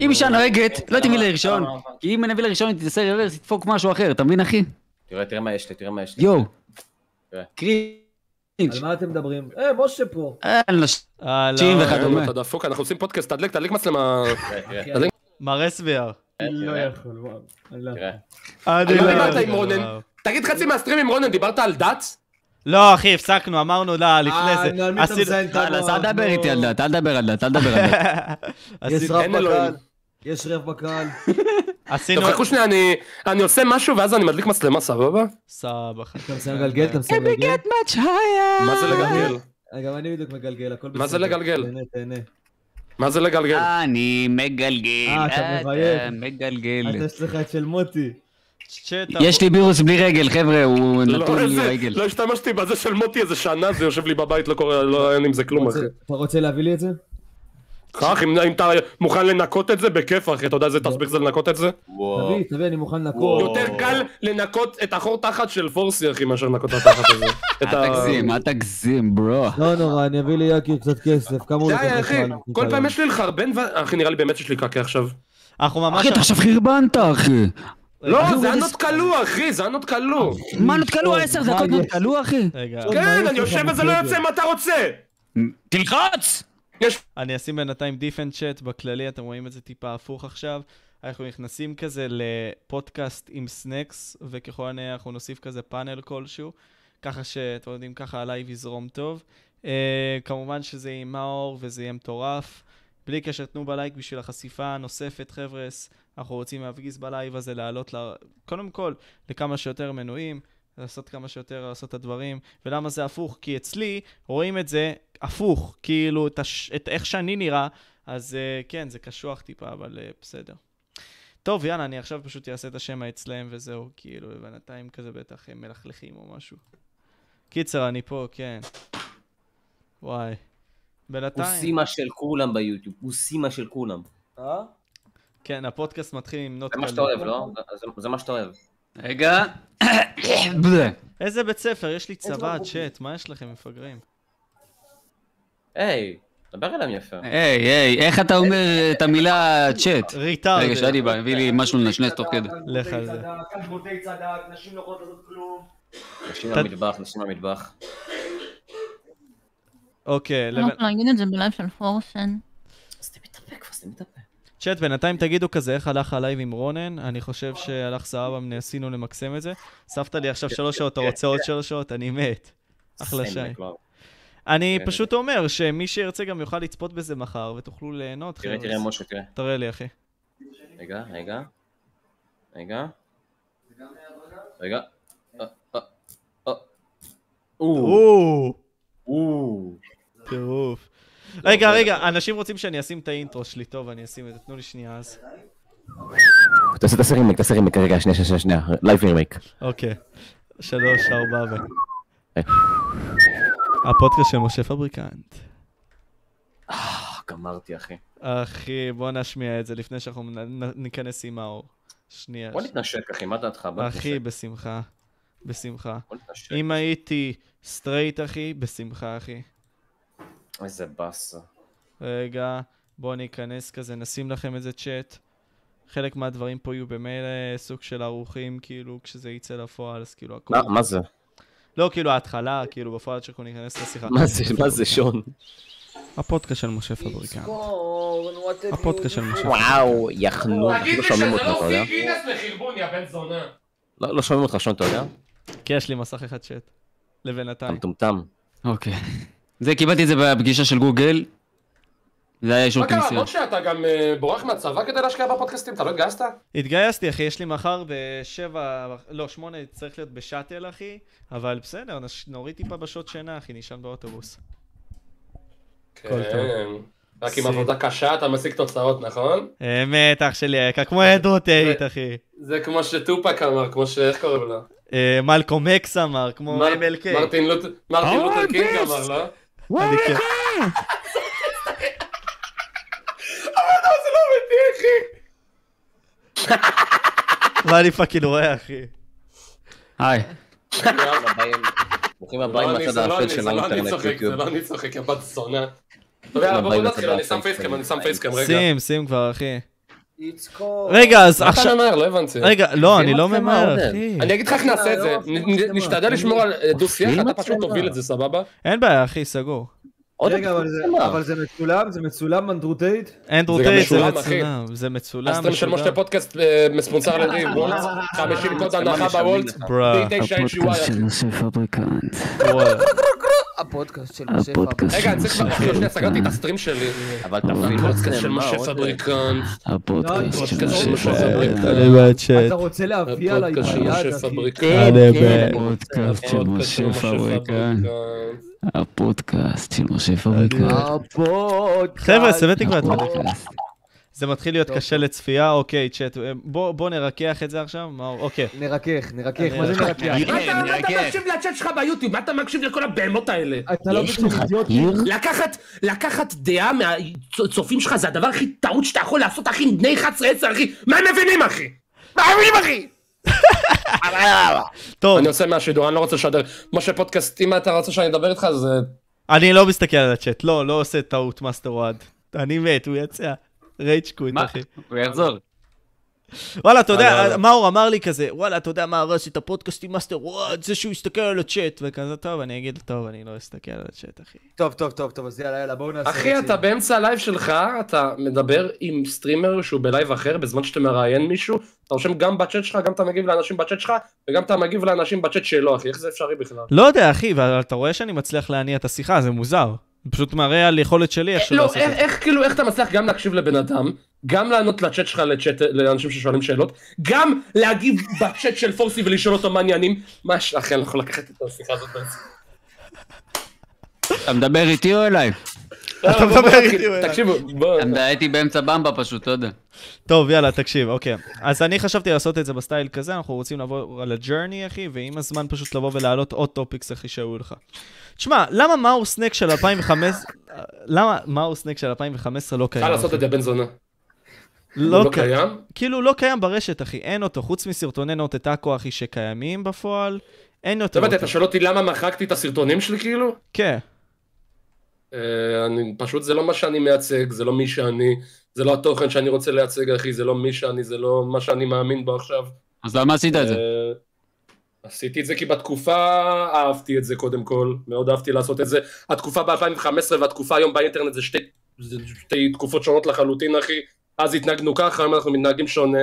אם אישה נוהגת, לא אה, תביא אה, לראשון. אה, אה. כי אם נביא לראשון היא תנסה רוורס, היא תדפוק משהו אחר, אתה מבין אחי? תראה, תראה מה יש לי, תראה מה יש לי. יואו. תראה. קרינג'. כן. על מה אתם מדברים? אה, משה פה. אה, אנשים אה, לא. וכדומה. אה, אתה דפוק, אנחנו עושים פודקאסט, תדליק, תדליק מצלמה. תראה, תראה, אחי, אז אני- מר אסביאר. כן, לא יכול, וואו. אני לא יכול. תראה. עד לא אליו. דיברת עם רונן. תגיד חצי מהסטרים עם רונן, דיברת על דת? לא, אחי, הפסקנו, אמרנו לה לפני אה, זה. על מי אתה עשינו- מזיין את חלאס, המוח, אל תדבר נו. איתי על דת, אל תדבר על דת, אל תדבר על דת. יש עשינו- רב אין בקהל. אלוהים. יש רב בקהל. עשינו... טוב, חכו שנייה, אני- אני עושה משהו ואז אני מדליק מצלמה, סבבה? סבבה. אחי. אתה מסיים לגלגל, אתה מסיים לגלגל. מה זה לגלגל? אה, גם אני בדיוק מגלגל, הכל בסדר. מה זה לגלגל? תהנה, תהנה. מה זה לגלגל? אני מגלגל, אה, אתה אה, מבייש. מגלגל. אתה יש לך את של מוטי. שטח. יש לי וירוס בלי רגל, חבר'ה, הוא לא, נתון לי איזה- רגל. לא השתמשתי בזה של מוטי איזה שנה, זה יושב לי בבית, לא קורה, לא אין עם זה כלום, רוצה- אחי. אתה רוצה להביא לי את זה? קח, אם אם אתה מוכן לנקות את זה, בכיף, אחי, אתה יודע איזה תסביך זה לנקות את זה? וואו. תביא, תביא, אני מוכן וואו. לקרוא. יותר קל לנקות את החור תחת של פורסי, אחי, מאשר לנקות את התחת הזה. את ה- אל תגזים, אל תגזים, ברו. לא נורא, אני אביא ליאקי קצת כסף, כמה הוא די, לוקח אחי, לך? כל פעם יש לי לחרבן, ו- אחי, נראה לי באמת שיש לי קקי עכשיו. אנחנו ממש... אחי, אתה עכשיו חרבנת, אחי. לא, אבל זה היה זה- נוט כלוא, אחי, זה היה נוט כלוא. מה, נתקלו אוי, עשר מה דקות, יש? נתקלו, אחי? רגע, עוד מה יש כן, לך אני יושב וזה לא בגוגל? יוצא מה אתה רוצה. תלחץ! יש אני אשים בינתיים דיפנט צ'אט בכללי, אתם רואים את זה טיפה הפוך עכשיו. אנחנו נכנסים כזה לפודקאסט עם סנקס, וככל הנראה אנחנו נוסיף כזה פאנל כלשהו, ככה שאתם יודעים, ככה הלייב יזרום טוב. Uh, כמובן שזה יהיה עם מאור וזה יהיה מטורף. בלי קשר, תנו בלייק בשביל החשיפה הנוספת, חבר'ס. אנחנו רוצים להפגיז בלייב הזה, לעלות, ל... קודם כל, לכמה שיותר מנויים, לעשות כמה שיותר, לעשות את הדברים. ולמה זה הפוך? כי אצלי רואים את זה הפוך, כאילו, את, הש... את איך שאני נראה, אז uh, כן, זה קשוח טיפה, אבל uh, בסדר. טוב, יאללה, אני עכשיו פשוט אעשה את השמע אצלם וזהו, כאילו, בינתיים כזה בטח הם מלכלכים או משהו. קיצר, אני פה, כן. וואי. הוא בינתיים, סימה של כולם ביוטיוב, הוא סימה של כולם. אה? כן, הפודקאסט מתחיל עם נוט זה מה שאתה קלוע. אוהב, לא? זה- זה מה שאתה אוהב. רגע. בלה. איזה בית ספר? יש לי צבא, בקבוק. צ'אט, מה יש לכם, מפגרים? היי, דבר אליהם יפה. היי, היי, איך אתה אה, אומר את המילה צ'אט? רגע, ריטארד. שאלי בא, הביא לי משהו אה, לנשנש תוך כדי. לך על זה. כלבותי צדק, נשים לא יכולות לעשות כלום. נשים ת- במטבח, נשים במטבח. אוקיי, לא לבן- יכול להגיד את זה בלב של פורסן. אז תמי את הפה כבר, אז תמי את הפה. צ'אט, בינתיים תגידו כזה, איך הלך הלייב עם רונן? אני חושב שהלך סבבה, ניסינו למקסם את זה. סבתא לי עכשיו שלוש שעות, כן, אתה רוצה עוד שלוש שעות? אני מת. אחלה שי. סיימק, וואו. אני כן. פשוט אומר שמי שירצה גם יוכל לצפות בזה מחר, ותוכלו ליהנות, תראה, תראה, חבר'ס. משה, תראה. תראה לי, אחי. רגע, רגע. רגע. רגע. אה, אה, אה. או, או, או. טירוף. רגע, לא, רגע, אנשים רוצים שאני אשים את האינטרו שלי. טוב, אני אשים את זה, תנו לי שנייה אז. תעשה, תעשה רימייק, תעשה רימייק, רגע, שנייה, שנייה, שנייה, שנייה, לייב רימייק. אוקיי. שלוש, ארבע ו... היי. הפודקאסט של משה פבריקנט. אה, גמרתי, אחי. אחי, בוא נשמיע את זה לפני שאנחנו נ- נ- ניכנס עם האור. שנייה. בוא נתנשק, אחי, מה דעתך? בוא אחי, נתנשק, בשמחה. בשמחה. בוא נתנשק. אם הייתי סטרייט, אחי, בשמחה, אחי. איזה באסה. רגע, בואו ניכנס כזה, נשים לכם איזה צ'אט. חלק מהדברים פה יהיו במילא סוג של ערוכים, כאילו, כשזה יצא לפועל, אז כאילו הכול... מה זה? לא, כאילו ההתחלה, כאילו בפועל עד שאנחנו ניכנס לשיחה. מה זה, מה זה, שון? הפודקאסט של משה פבריקן. הפודקאסט של משה. וואו, יחנו, לא שומעים אותך, אתה יודע? גינס לחרבון, יא בן זונה. לא לא שומעים אותך, שון, אתה יודע? כי יש לי מסך אחד צ'אט. אתה לבינתיים. מטומטם. אה. אוקיי. זה, קיבלתי את זה בפגישה של גוגל. זה היה אישור מה קרה, כנסייה. משה, אתה גם אה, בורח מהצבא כדי להשקיע בפודקאסטים, אתה לא התגייסת? התגייסתי, אחי, יש לי מחר בשבע, לא, שמונה, צריך להיות בשאטל, אחי, אבל בסדר, נש- נוריד טיפה בשעות שינה, אחי, נשען באוטובוס. הכל כן. רק עם סי. עבודה קשה אתה משיג תוצאות, נכון? אמת, אח שלי היקר, כמו עדות היית, אחי. זה כמו שטופק אמר, כמו ש... איך קוראים לו? אה, מלקום אקס אמר, כמו מר- MLK. מרטין לוט- מרטין לותר קינג אמר, לא? אני כן. מה אני פאקינג רואה, אחי? היי. ברוכים הבאים- ברוכים הבאים לא, אני- לצד זה לא האפל אני- של זה לא אני האינטרנט צוחק, זה יוטיוב. לא אני צוחק, יא בת זונה. אתה יודע, בואו הבאים נתחיל, לצד אני שם האפל של פייסקאם, אני שם האינטרנט. פייסקאם, רגע. שים, שים כבר, אחי. רגע, אז מה אתה עכשיו... ממהר? לא הבנתי. רגע, לא, אני לא מצלמה, ממהר, עודד. אחי. אני אגיד לך איך נעשה את זה. נ- נ- נשתדל לשמור על אה, דו-שיח, מפעיל אתה פשוט מצלמה. תוביל את זה, סבבה? אין בעיה, אחי, סגור. עוד רגע, אבל זה- מצלמה. אבל זה מצולם? זה מצולם, אנדרו טייט? אנדרו זה גם טייט זה מצולם, אחי. מצולם, זה מצולם. הסטרים של משודר. משה פודקאסט אה, מספונסר על ידי וולט, 50 קוד לא, הנחה בוולט, ברה. הפודקאסט 9HUI. של נושא פבריקנט. וואלה. הפודקאסט של משה הפודקאסט רגע, של אני צריך נושא כבר, אחי, שנייה, סגרתי את פבריקנט. הסטרים שלי. אבל לא תפעיל אוקיי. פודקאסט של משה אוקיי. פבריקנט. הפודקאסט של פודקאסט של נושא משה פבריקנט. לא- פבריקנט. כן. אתה רוצה להביא עליי הפודקאסט של ביד, משה אחי? פבריקנט. אני כן. הפודקאסט של הפודקאסט של משה משה פבריקנט. פבריקנט. הפודקאסט של משה אה, לא- פבריקנט. הפודקאסט. חבר'ה, סבתי כבר את הפודקאסט. זה מתחיל להיות טוב, קשה לצפייה, אוקיי, צ'אט. בוא בוא נרכך את זה עכשיו, מאור, אוקיי. נרכך, נרכך, מה זה נרכך? כן, מה אתה כן. מקשיב לצ'אט שלך ביוטיוב? מה אתה מקשיב לכל הבהמות האלה? אתה לא יש מבין לך אידיוט? קיר? לקחת, לקחת דעה מהצופים שלך זה הדבר הכי טעות שאתה יכול לעשות, אחי, עם בני 11-10, אחי. מה הם מבינים, אחי? מה הם מבינים, אחי? טוב, אני עושה מהשידור, אני לא רוצה לשדר. משה פודקאסט, אם אתה רוצה שאני אדבר איתך, אז... אה, אני לא מסתכל על הצ'אט, לא, לא עושה טעות, מאסטר אוהד. אני מת, הוא יצא. רייג' קוויט, מה? אחי. הוא יחזור. וואלה, אתה אה, לא, יודע, לא. מאור אמר לי כזה, וואלה, אתה יודע מה הרס את הפודקאסט עם מאסטר וואט, זה שהוא הסתכל על הצ'אט, וכזה, טוב, אני אגיד, טוב, אני לא אסתכל על הצ'אט, אחי. טוב, טוב, טוב, טוב, אז יאללה, יאללה, בואו נעשה... אחי, את זה. אתה באמצע הלייב שלך, אתה מדבר עם סטרימר שהוא בלייב אחר, בזמן שאתה מראיין מישהו, אתה רושם גם בצ'אט שלך, גם אתה מגיב לאנשים בצ'אט שלך, וגם אתה מגיב לאנשים בצ'אט שלו, אחי, איך זה אפשרי בכלל? לא יודע, אחי, אבל אתה רואה שאני מצליח להניע את השיחה, זה מוזר. זה פשוט מראה על יכולת שלי איכשהו לא, לעשות את איך, זה. איך כאילו, איך אתה מצליח גם להקשיב לבן אדם, גם לענות לצ'אט שלך לצ'אט, לאנשים ששואלים שאלות, גם להגיב בצ'אט של פורסי ולשאול אותו מה עניינים, מה ש... אחי, אני לא יכול לקחת את השיחה הזאת בעצם. אתה מדבר איתי או אליי? אתה בוא, בוא, מדבר נתחיל. איתי, אה, הוא אליי. תקשיבו, בוא. אתה- הייתי באמצע במבה פשוט, לא יודע. טוב, יאללה, תקשיב, אוקיי. אז אני חשבתי לעשות את זה בסטייל כזה, אנחנו רוצים לבוא על הג'רני, אחי, ועם הזמן פשוט לבוא ולהעלות עוד טופיקס, אחי, שהיו לך. תשמע, למה מאור סנק של 2015, למה מאור סנק של 2015 לא קיים? אפשר לעשות אחי? את זה בן זונה. לא לא קיים. קיים? כאילו לא קיים ברשת, אחי, אין אותו, חוץ מסרטוני נוטה טאקו, אחי, שקיימים בפועל, אין אתה יותר יודע, אותו. אתה שואל אותי למה מחקתי את הסרטונים שלי כאילו? כן, אה, אני, פשוט זה לא מה שאני מייצג, זה לא מי שאני, זה לא התוכן שאני רוצה לייצג אחי, זה לא מי שאני, זה לא מה שאני מאמין בו עכשיו. אז למה עשית את זה? אה, עשיתי את זה כי בתקופה אהבתי את זה קודם כל, מאוד אהבתי לעשות את זה. התקופה ב-2015 והתקופה היום באינטרנט זה שתי, זה שתי תקופות שונות לחלוטין אחי. אז התנהגנו ככה, היום אנחנו מתנהגים שונה.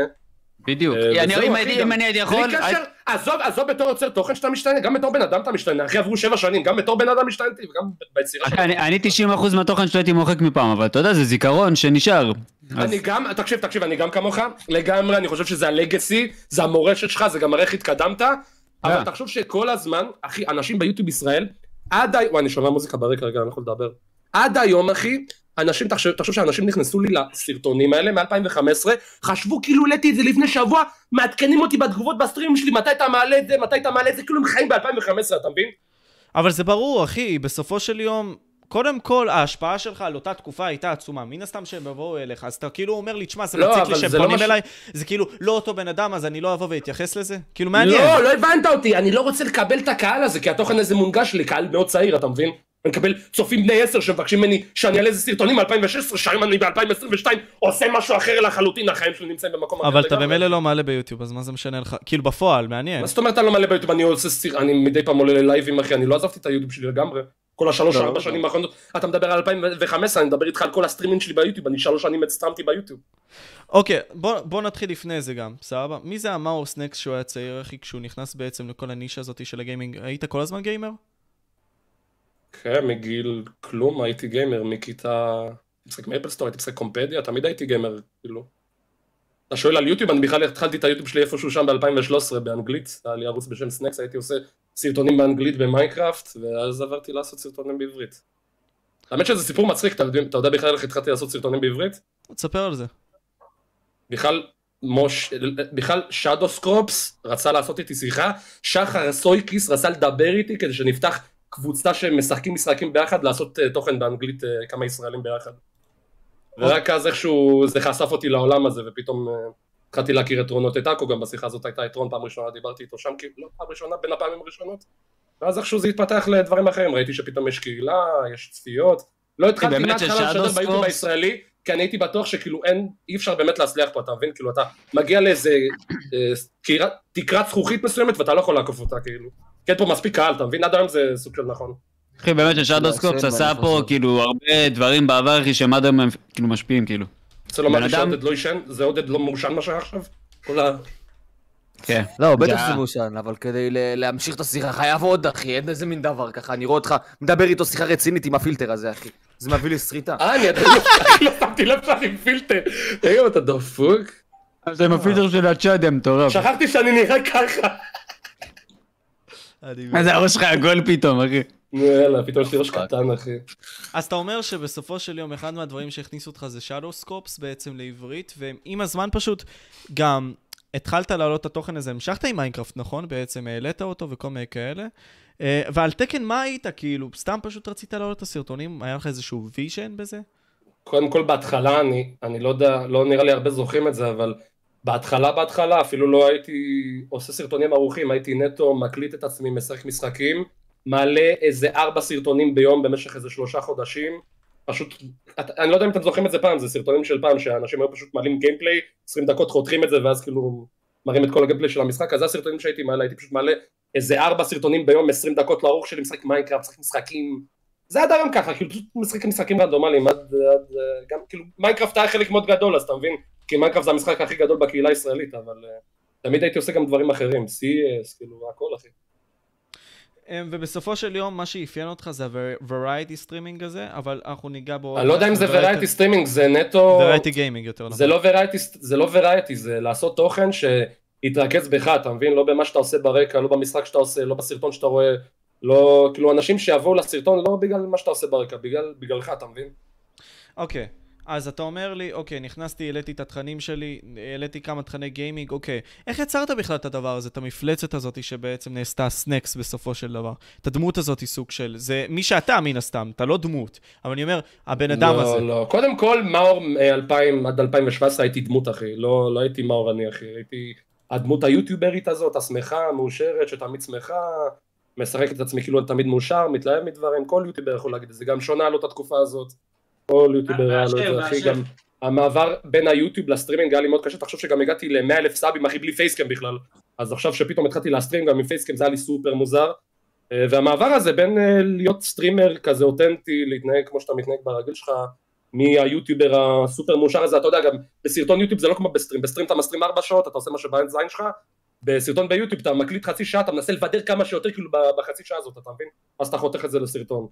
בדיוק. אה, אני- וזהו, אם אחי, הייתי- גם- אם אני הייתי בלי יכול... קשר, עזוב, עזוב בתור יוצר תוכן שאתה משתנה, גם בתור בן אדם אתה משתנה, אחי עברו שבע שנים, גם בתור בן אדם השתנתי, וגם ביצירה שלי. אחי, אני- אני 90% מהתוכן שלו הייתי מוחק מפעם, אבל אתה יודע, זה זיכרון שנשאר. אז- אני גם, תקשיב, תקשיב, אני גם כמוך, לגמרי, אני חושב שזה הלגסי, זה המורשת שלך, זה גם מראה איך התקדמת, אבל אה. תחשוב שכל הזמן, אחי, אנשים ביוטיוב ישראל, עד היום, וואי, אני שומע מוזיקה ברקע, רגע, אני לא יכול לדבר. עד היום, אחי, אנשים, תחשוב, תחשוב שאנשים נכנסו לי לסרטונים האלה מ-2015, חשבו כאילו העליתי את זה לפני שבוע, מעדכנים אותי בתגובות בסטרים שלי, מתי אתה מעלה את זה, מתי אתה מעלה את זה, כאילו הם חיים ב-2015, אתה מבין? אבל זה ברור, אחי, בסופו של יום, קודם כל, ההשפעה שלך על אותה תקופה הייתה עצומה. מן הסתם שהם יבואו אליך, אז אתה כאילו אומר לי, תשמע, זה לא, מציק לי אבל שהם זה לא פונים מה ש- אליי, זה כאילו, לא אותו בן אדם, אז אני לא אבוא ואתייחס לזה? כאילו, מעניין. לא, לא הבנת אותי, אני לא רוצה לקבל את הקהל הזה, כי התוכן הזה מונגש לי, קהל מאוד צעיר, אתה מבין? אני מקבל צופים בני 10 שמבקשים ממני שאני אעלה איזה סרטונים מ-2016, שהיום אני ב-2022 עושה משהו אחר לחלוטין, החיים שלי נמצאים במקום אחר אבל אתה לגמרי. במילא לא מעלה ביוטיוב, אז מה זה משנה לך? כאילו, בפועל, מעניין. מה זאת אומרת אני לא מלא ביוטיוב, אני עושה סיר, אני מדי פעם עולה ללייבים אחי, אני לא עזבתי את היוטיוב שלי לגמרי. כל השלוש ארבע שנים האחרונות, אתה מדבר על 2015, אני מדבר איתך על כל הסטרימינג שלי ביוטיוב, אני שלוש שנים הצטרמתי ביוטיוב. אוקיי, בוא, בוא נתחיל לפני זה גם, סבבה? מי זה המאור סנקס שהוא היה צעיר, אחי, כשהוא נכנס בעצם לכל הנישה הזאת של הגיימינג? היית כל הזמן גיימר? כן, מגיל כלום הייתי גיימר, מכיתה... הייתי משחק מייפלסטור, הייתי משחק קומפדיה, תמיד הייתי גיימר, כאילו. אתה שואל על יוטיוב, אני בכלל התחלתי את היוטיוב שלי איפשהו שם ב-2013 באנגלית, היה לי ערוץ בשם סנקס, הייתי עושה סרטונים באנגלית במיינקראפט, ואז עברתי לעשות סרטונים בעברית. האמת שזה סיפור מצחיק, אתה יודע- אתה יודע בכלל איך התחלתי לעשות סרטונים בעברית? תספר על זה. בכלל, מוש... בכלל שדוסקרופס רצה לעשות איתי שיחה, שחר סויקיס רצה לדבר איתי כדי שנפתח קבוצה שמשחקים משחקים ביחד, לעשות אה, תוכן באנגלית אה, כמה ישראלים ביחד. ורק אז איכשהו זה חשף אותי לעולם הזה, ופתאום אה, התחלתי להכיר את רון אוטטקו, גם בשיחה הזאת הייתה את רון, פעם ראשונה דיברתי איתו שם, כאילו, לא פעם ראשונה, בין הפעמים הראשונות. ואז איכשהו זה התפתח לדברים אחרים, ראיתי שפתאום יש קהילה, יש צפיות. לא התחלתי באמת מההתחלה לשדר ששאדוסקופס- ביוטיוב הישראלי, כי אני הייתי בטוח שכאילו אין, אי אפשר באמת להצליח פה, אתה מבין? כאילו אתה מגיע לאיזה אה, תקרת- תקרת זכוכית מסוימת ואתה לא יכול לעקוף אותה, כאילו. כי אין פה מספיק קהל, אתה מבין? עד היום זה סוג של נכון. אחי, באמת ששדוסקופס לא, לעשות עשה מה פה, לעשות. כאילו, הרבה דברים בעבר, אחי, שהם עד היום הם, כאילו משפיעים, כאילו. רוצה לומר בן לי אדם- שעודד לא עישן? זה עודד לא מורשן מה שהיה עכשיו? כל ה... כן. לא, בטח זה- זה מושן, אבל כדי ל- להמשיך את השיחה חייב עוד, אחי, אין איזה מין דבר ככה, אני רואה אותך מדבר איתו שיחה רצינית עם הפילטר הזה, אחי. זה מביא לי שריטה. אה, אני עדיין לא- לא שמתי לב שאתה עם פילטר. רגע, אתה דפוק? אז עם הפילטר של הצ'אד, הם מטורף. שכחתי שאני נראה ככה. אני- אז הראש שלך עגול פתאום, אחי. נו, יאללה, פתאום יש לי ראש קטן, אחי. אז אתה אומר שבסופו של יום אחד מהדברים שהכניסו אותך זה shadow scopes בעצם לעברית, ועם הזמן פשוט גם התחלת להעלות את התוכן הזה, המשכת עם מיינקראפט, נכון? בעצם העלית אותו וכל מיני כאלה. אה, ועל תקן מה היית? כאילו, סתם פשוט רצית להעלות את הסרטונים? היה לך איזשהו ויז'ן בזה? קודם כל בהתחלה, אני, אני לא יודע, לא נראה לי הרבה זוכרים את זה, אבל בהתחלה בהתחלה אפילו לא הייתי עושה סרטונים ערוכים, הייתי נטו מקליט את עצמי משחק משחקים, מעלה איזה ארבע סרטונים ביום במשך איזה שלושה חודשים, פשוט, את, אני לא יודע אם אתם זוכרים את זה פעם, זה סרטונים של פעם שאנשים היו פשוט מעלים גיימפליי, 20 דקות חותכים את זה ואז כאילו מראים את כל הגיימפליי של המשחק, אז זה הסרטונים שהייתי מעלה, הייתי פשוט מעלה איזה ארבע סרטונים ביום, 20 דקות לערוך שלי, משחק מיינקראפט, משחק משחקים, זה עד היום ככה, כאילו פשוט משחק משחקים רנדומליים, עד, עד אה, גם כאילו מיינקראפט היה חלק מאוד גדול, אז אתה מבין? כי מיינקראפט זה המשחק הכי גדול בקהילה הישראלית, אבל אה, תמיד הייתי עושה גם דברים אחרים, CS, כאילו הכל אחי. אה, ובסופו של יום, מה שאפיין אותך זה ה-variety streaming הזה, אבל אנחנו ניגע בו... אני לא יודע אם זה variety- וריאטי סטרימינג, זה נטו... variety gaming יותר. נכון? זה לא וריאטי, זה לא וריאטי, זה לעשות תוכן שיתרכז בך, אתה מבין? לא במה שאתה עושה ברקע, לא במשחק שאתה עושה, לא בסרטון שאתה רואה, לא... כאילו אנשים שיבואו לסרטון לא בגלל מה שאתה עושה ברקע, בגלל- בגללך, אתה מבין? אוקיי, אז אתה אומר לי, אוקיי, נכנסתי, העליתי את התכנים שלי, העליתי כמה תכני גיימינג, אוקיי. איך יצרת בכלל את הדבר הזה, את המפלצת הזאת שבעצם נעשתה סנקס בסופו של דבר? את הדמות הזאת היא סוג של... זה מי שאתה מן הסתם, אתה לא דמות. אבל אני אומר, הבן אדם לא, הזה. לא, קודם כל, מאור אה, 2000 עד 2017 הייתי דמות, אחי. לא, לא הייתי מאור אני, אחי. הייתי הדמות היוטיוברית הזאת, השמחה, המאושרת, שתמיד שמחה, משחק את עצמי כאילו אני תמיד מאושר, מתלהב מדברים, כל יוטיובר יכול להגיד את זה. גם שונה לו את התקופה הזאת. כל יוטיובר היה לו את זה, אחי. גם המעבר בין היוטיוב לסטרימינג היה לי מאוד קשה. תחשוב שגם הגעתי ל-100 אלף סאבים, אחי, בלי פייסקאם בכלל. אז עכשיו שפתאום התחלתי להסטרים גם עם פייסקאם זה היה לי סופר מוזר. אה, והמעבר הזה בין אה, להיות סטרימר כזה אותנטי, להתנהג כמו שאתה מתנהג ברגיל שלך, מהיוטיובר הסופר מאושר הזה, אתה יודע גם בסרטון יוטיוב זה לא כמו בסטרים, בסטרים אתה מסטרים ארבע שעות, אתה עושה מה שבעין זין שלך, בסרטון ביוטיוב אתה מקליט חצי שעה, אתה מנסה לבדר כמה שיותר כאילו ב- בחצי שעה הזאת, אתה מבין? אז אתה חותך את זה לסרטון.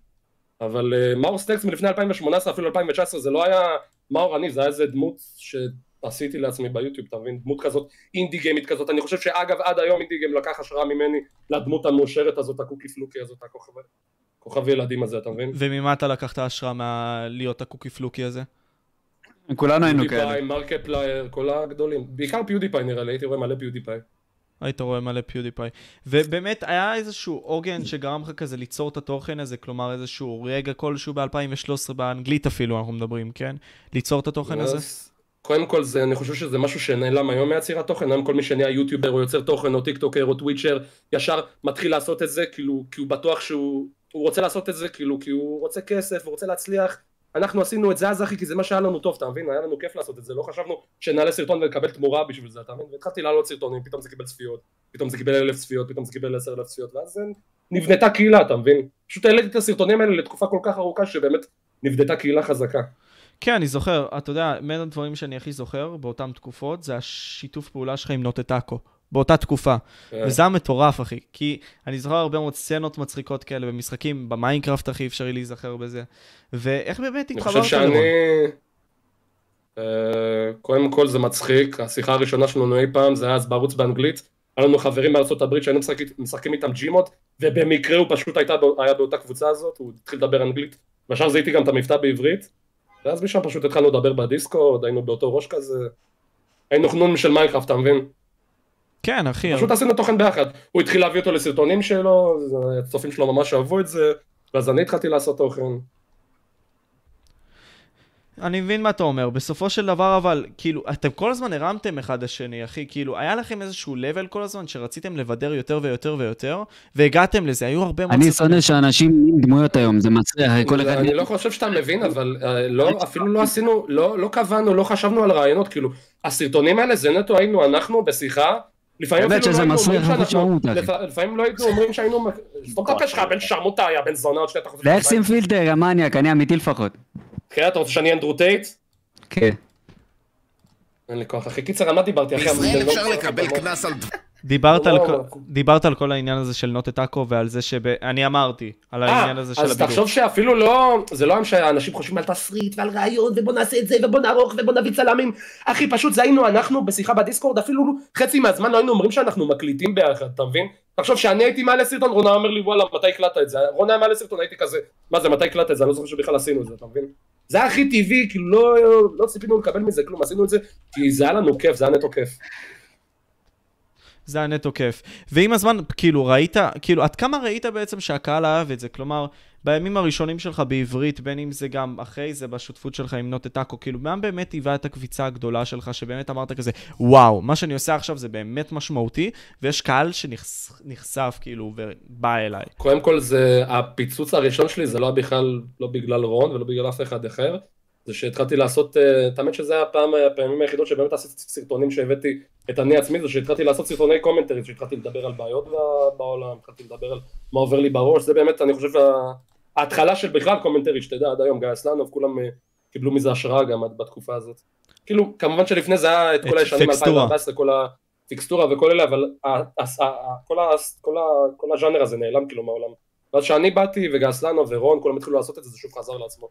אבל אה, מאור סטקס מלפני 2018 אפילו 2019 זה לא היה מאור אני, זה היה איזה דמות שעשיתי לעצמי ביוטיוב, אתה מבין? דמות כזאת אינדי גיימית כזאת, אני חושב שאגב עד היום אינדי גיים לקח השראה ממני לדמות המאושרת הזאת, הקוקי פלוקי הזאת, הכוכב, כוכב ילדים הזה, אתה מבין? וממה אתה לקחת השראה מהלהיות הקוקי פלוקי הזה? כולנו היינו כאלה. פיודיפיי, מרקפלייר, כל הגדולים. בעיקר פיודיפיי נראה לי, הייתי רואה מלא פיודיפיי. היית רואה מלא פיודיפיי. ובאמת, היה איזשהו עוגן שגרם לך כזה ליצור את התוכן הזה, כלומר איזשהו רגע כלשהו ב-2013, באנגלית אפילו אנחנו מדברים, כן? ליצור את לא, התוכן הזה? אז קודם כל, זה, אני חושב שזה משהו שנעלם היום מיצירת תוכן, היום כל מי שנהיה יוטיובר או יוצר תוכן או טיק טוקר או טוויצ'ר, ישר מתחיל לעשות את זה, כאילו, כי הוא בטוח שהוא, הוא רוצה לעשות את זה, כאילו, כי הוא רוצה כסף, הוא רוצה להצליח. אנחנו עשינו את זה אז אחי, כי זה מה שהיה לנו טוב, אתה מבין? היה לנו כיף לעשות את זה, לא חשבנו שנעלה סרטון ונקבל תמורה בשביל זה, אתה מבין? והתחלתי לעלות סרטונים, פתאום זה קיבל צפיות, פתאום זה קיבל אלף צפיות, פתאום זה קיבל עשר אלף צפיות, ואז זה נבנתה קהילה, אתה מבין? פשוט העליתי את הסרטונים האלה לתקופה כל כך ארוכה, שבאמת נבנתה קהילה חזקה. כן, אני זוכר, אתה יודע, בין הדברים שאני הכי זוכר באותן תקופות, זה השיתוף פעולה שלך עם נוטטקו, באותה תקופה. כן. וזה היה מטורף, אחי, כי אני זוכר הרבה מאוד סצנות מצחיקות כאלה במשחקים, במיינקראפט, אחי, אפשרי להיזכר בזה. ואיך באמת אני התחברת חושב לזה? שאני... אה, קודם כל זה מצחיק, השיחה הראשונה שלנו אי פעם זה היה אז בערוץ באנגלית, היה לנו חברים מארצות הברית שהיינו משחק- משחקים איתם ג'ימות, ובמקרה הוא פשוט הייתה, בא- היה באותה קבוצה הזאת, הוא התחיל לדבר אנגלית, וישר זיהיתי גם את המבטא בעברית, ואז משם פשוט התחלנו לדבר בדיסקורד, היינו באותו ראש כזה, היינו חנונים של מיינקראפט, אתה מבין? כן, אחי, פשוט עשינו תוכן ביחד, הוא התחיל להביא אותו לסרטונים שלו, הצופים שלו ממש אהבו את זה, ואז אני התחלתי לעשות תוכן. אני מבין מה אתה אומר, בסופו של דבר אבל, כאילו, אתם כל הזמן הרמתם אחד לשני, אחי, כאילו, היה לכם איזשהו level כל הזמן שרציתם לבדר יותר ויותר ויותר, והגעתם לזה, היו הרבה מאוד... אני סרטונים. שונא שאנשים נהיים דמויות היום, זה מצריח, כל אחד... אני לא חושב שאתה מבין, אבל אה, לא, אפילו לא עשינו, לא לא קבענו, לא חשבנו על רעיונות, כאילו, הסרטונים האלה זה נטו היינו אנחנו בשיחה, לפעמים באמת אפילו לא שזה היינו מסריח אומרים לחוש שאנחנו, מהות, אחי. לפ- לפעמים לא היינו אומרים שהיינו, מק- שתוק את הפה שלך, בן שרמוטה היה בן זונה, עוד שנייה אתה חושב, ואיך שים פילטר, המניאק, אני אמיתי לפחות. כן, אתה רוצה שאני אנדרו טייט? כן. אין לי כוח, אחי, קיצר, על מה דיברתי, אחי? אבל זה בישראל לא- אפשר לקבל קנס על דיברת, על... לא, כל- לא. דיברת על כל העניין הזה של נוטה טאקו ועל זה שב... אני אמרתי, על העניין אה, הזה של אז הבידור. תחשוב שאפילו לא, זה לא היום שאנשים חושבים על תסריט ועל רעיון ובוא נעשה את זה ובוא נערוך ובוא נביא צלמים. אחי, פשוט זה היינו אנחנו בשיחה בדיסקורד, אפילו חצי מהזמן לא היינו אומרים שאנחנו מקליטים ביחד, אתה מבין? תחשוב שאני הייתי מעלה סרטון, רון היה אומר לי וואלה, מתי הקלטת את זה? רון היה מעלה סרטון, הייתי כזה, מה זה, מתי הקלטת את זה? אני לא זוכר שבכלל עשינו את זה, אתה מבין? זה היה הכי טבעי, כאילו לא, לא ציפינו לקבל מזה כלום, עשינו את זה כי זה היה לנו כיף, זה היה נטו כיף. זה היה נטו כיף. ועם הזמן, כאילו, ראית, כאילו, עד כמה ראית בעצם שהקהל אהב את זה? כלומר, בימים הראשונים שלך בעברית, בין אם זה גם אחרי זה בשותפות שלך עם נוטה טאקו, כאילו, מה באמת היווה את הקביצה הגדולה שלך, שבאמת אמרת כזה, וואו, מה שאני עושה עכשיו זה באמת משמעותי, ויש קהל שנחשף, כאילו, ובא אליי. קודם כל זה, הפיצוץ הראשון שלי זה לא היה בכלל, לא בגלל רון ולא בגלל אף אחד אחר, זה שהתחלתי לעשות, אה, את האמת שזה היה הפעם, הפעמים היחידות שבאמת עשיתי סרטונים שהבאתי את אני עצמי, זה שהתחלתי לעשות סרטוני קומנטרי, שהתחלתי לדבר על בעיות ב- בעולם, התחלתי לדבר על מה עובר לי בראש, זה באמת, אני חושב, ה- ההתחלה של בכלל קומנטרי, שתדע, עד היום גיא אסלנוב, כולם אה, קיבלו מזה השראה גם עד- בתקופה הזאת. כאילו, כמובן שלפני זה היה את את כל הישנים, פקסטורה. 2014, כל ה... טקסטורה וכל אלה, אבל ה- ה- ה- כל ה- כל ה- כל הז'אנר הזה נעלם כאילו מהעולם. ואז שאני באתי וגסלנו ורון, כולם התחילו לעשות את זה, זה שוב חזר לעצמו.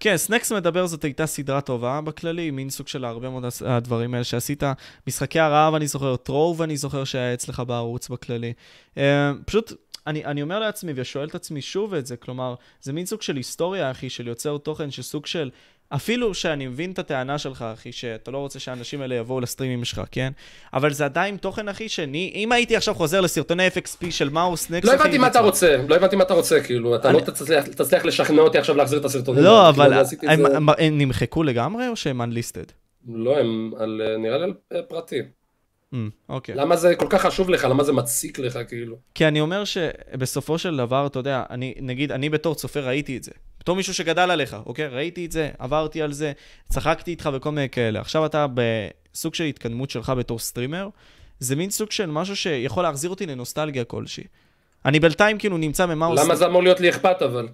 כן, סנקס מדבר זאת הייתה סדרה טובה בכללי, מין סוג של הרבה מאוד הס- הדברים האלה שעשית. משחקי הרעב אני זוכר, טרוב אני זוכר שהיה אצלך בערוץ בכללי. אה, פשוט, אני, אני אומר לעצמי ושואל את עצמי שוב את זה, כלומר, זה מין סוג של היסטוריה, אחי, של יוצר תוכן, שסוג של... אפילו שאני מבין את הטענה שלך, אחי, שאתה לא רוצה שהאנשים האלה יבואו לסטרימים שלך, כן? אבל זה עדיין תוכן, אחי, שאני... אם הייתי עכשיו חוזר לסרטוני FXP של מאוס, נקס, לא אחי, הבנתי מה אתה זה- רוצה, לא הבנתי מה אתה רוצה, כאילו, אתה אני- לא תצליח- תצליח לשכנע אותי עכשיו להחזיר את הסרטונים. לא, האלה, אבל כאילו, אני עשיתי את הם- זה- הם- הם נמחקו לגמרי או שהם unlisted? לא, הם על, אה, נראה לי על אה, פרטי. אמ, אוקיי. למה זה כל כך חשוב לך, למה זה מציק לך, כאילו. כי אני אומר שבסופו של דבר, אתה יודע, אני, נגיד, אני בתור צופה ראיתי את זה. בתור מישהו שגדל עליך, אוקיי? ראיתי את זה, עברתי על זה, צחקתי איתך וכל מיני כאלה. עכשיו אתה בסוג של התקדמות שלך בתור סטרימר, זה מין סוג של משהו שיכול להחזיר אותי לנוסטלגיה כלשהי. אני בינתיים כאילו נמצא ממאוס... למה זה אמור להיות לי אכפת אבל?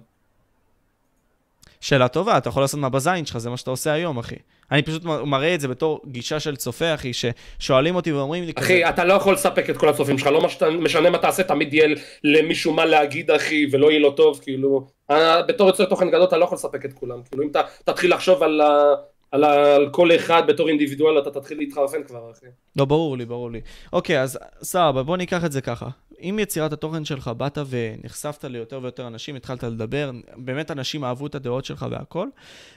שאלה טובה, אתה יכול לעשות מה בזין שלך, זה מה שאתה עושה היום, אחי. אני פשוט מ- מראה את זה בתור גישה של צופה, אחי, ששואלים אותי ואומרים לי כזה... אחי, אתה לא יכול לספק את כל הצופים שלך, לא מש- משנה מה תעשה, תמיד יהיה למישהו מה להגיד, אחי, ולא יהיה לו טוב, כאילו, אה, בתור יוצר תוכן גדול אתה לא יכול לספק את כולם, כאילו, אם אתה תתחיל לחשוב על ה- על ה- על כל אחד בתור אינדיבידואל, אתה תתחיל להתחרפן כבר, אחי. לא, ברור לי, ברור לי. אוקיי, אז סבבה, בוא ניקח את זה ככה. עם יצירת התוכן שלך באת ונחשפת ליותר ויותר אנשים, התחלת לדבר, באמת אנשים אהבו את הדעות שלך והכל,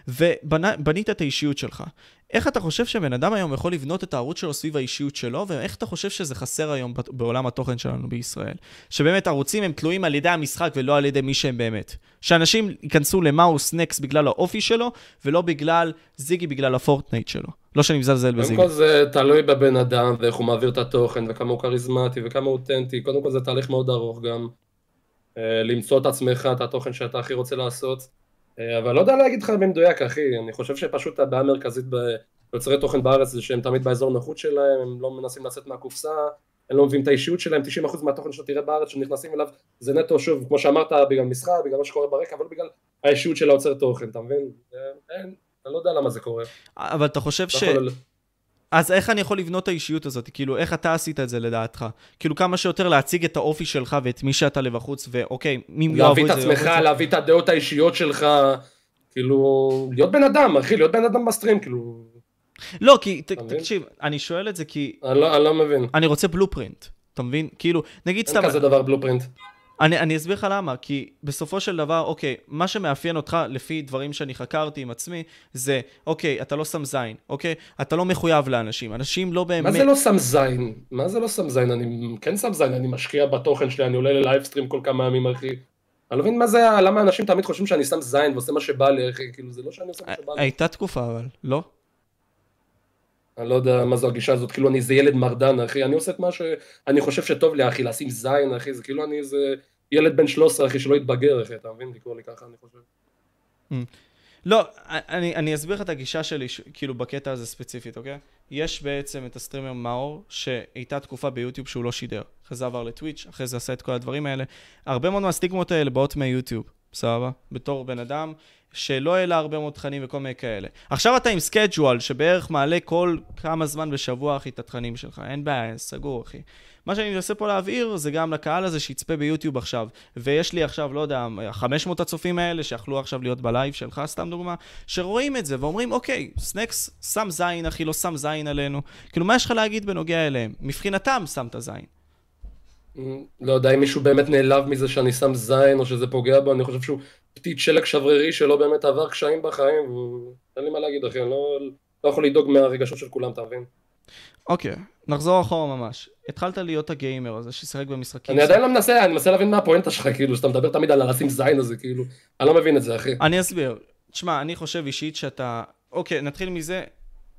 ובנית את האישיות שלך. איך אתה חושב שבן אדם היום יכול לבנות את הערוץ שלו סביב האישיות שלו, ואיך אתה חושב שזה חסר היום בת- בעולם התוכן שלנו בישראל? שבאמת ערוצים הם תלויים על ידי המשחק ולא על ידי מי שהם באמת. שאנשים ייכנסו למאוס נקס בגלל האופי שלו, ולא בגלל זיגי, בגלל הפורטנייט שלו. לא שאני מזלזל קודם בזיגי. כל זה תלוי בבן אדם, ואיך הוא מעביר את התוכן, וכמה הוא כריזמטי, וכמה הוא אותנטי, קודם כל זה תהליך מאוד ארוך גם, אה, למצוא את עצמך, את התוכן שאתה הכי רוצה לעשות, אה, אבל לא יודע להגיד לך במדויק, אחי, אני חושב שפשוט הבעיה המרכזית ביוצרי תוכן בארץ זה שהם תמיד באזור נוחות שלהם, הם לא מנסים לצאת מהקופסה, הם לא מביאים את האישיות שלהם, 90% מהתוכן שאתה תראה בארץ שנכנסים אליו, זה נטו, שוב, כמו שאמרת, בגלל משחק, בגלל מה שקורה ברקע, אבל בגלל האישיות של היוצר תוכן, אתה מבין? אה, אין, אני לא יודע למה זה קורה. אבל אתה חושב ש... לא יכול- אז איך אני יכול לבנות את האישיות הזאת? כאילו, איך אתה עשית את זה לדעתך? כאילו, כמה שיותר להציג את האופי שלך ואת מי שאתה לבחוץ, ואוקיי, מי יאהבו את זה? להביא את יאהבו עצמך, זה. להביא את הדעות האישיות שלך, כאילו, להיות בן אדם, אחי, להיות בן אדם בסטרים, כאילו, לא, כי, ת- אתה מבין? תקשיב, אני שואל את זה כי אני לא, אני לא מבין. אני רוצה בלופרינט. אתה מבין? כאילו, נגיד סתם, אין כזה דבר בלופרינט. אני, אני אסביר לך למה, כי בסופו של דבר, אוקיי, מה שמאפיין אותך לפי דברים שאני חקרתי עם עצמי, זה, אוקיי, אתה לא שם זין, אוקיי? אתה לא מחויב לאנשים, אנשים לא באמת... מה זה לא שם זין? מה זה לא שם זין? אני כן שם זין, אני משקיע בתוכן שלי, אני עולה ללייב סטרים כל כמה ימים, אחי. אני לא מבין מה זה, ה- למה אנשים תמיד חושבים שאני שם זין ועושה מה שבא לי, אחי, כאילו זה לא שאני עושה מה שבא לי. אה, הייתה תקופה אבל, לא? אני לא יודע מה זו הגישה הזאת, כאילו אני איזה ילד מרדן, אחי, אני עושה את מה שאני חושב שטוב לי, אחי, לשים זין, אחי, זה כאילו אני איזה ילד בן 13, אחי, שלא יתבגר, אחי, אתה מבין? לקרוא לי ככה, אני חושב. לא, אני, אני אסביר לך את הגישה שלי, ש... כאילו, בקטע הזה ספציפית, אוקיי? יש בעצם את הסטרימר מאור, שהייתה תקופה ביוטיוב שהוא לא שידר. אחרי זה עבר לטוויץ', אחרי זה עשה את כל הדברים האלה. הרבה מאוד מהסטיגמות האלה באות מיוטיוב, סבבה? בתור בן אדם שלא העלה הרבה מאוד תכנים וכל מיני כאלה. עכשיו אתה עם סקייג'ואל, שבערך מעלה כל כמה זמן בשבוע, אחי, את התכנים שלך. אין בעיה, סגור, אחי. מה שאני מנסה פה להבהיר זה גם לקהל הזה שיצפה ביוטיוב עכשיו, ויש לי עכשיו, לא יודע, 500 הצופים האלה שיכלו עכשיו להיות בלייב שלך, סתם דוגמה, שרואים את זה ואומרים, אוקיי, סנקס שם זין, אחי, לא שם זין עלינו. כאילו, מה יש לך להגיד בנוגע אליהם? מבחינתם שם את הזין. אמ, לא יודע אם מישהו באמת נעלב מזה שאני שם זין או שזה פוגע בו, אני חושב שהוא פתית שלג שברירי שלא באמת עבר קשיים בחיים, והוא... אין לי מה להגיד, אחי, אני לא, לא יכול לדאוג מהרגשות של כולם, אתה מבין? אוקיי, נחזור אחורה ממש. התחלת להיות הגיימר הזה ששיחק במשחקים. אני עדיין לא מנסה, אני מנסה להבין מה הפואנטה שלך, כאילו, שאתה מדבר תמיד על הלשים זין הזה, כאילו, אני לא מבין את זה, אחי. אני אסביר. תשמע, אני חושב אישית שאתה... אוקיי, נתחיל מזה.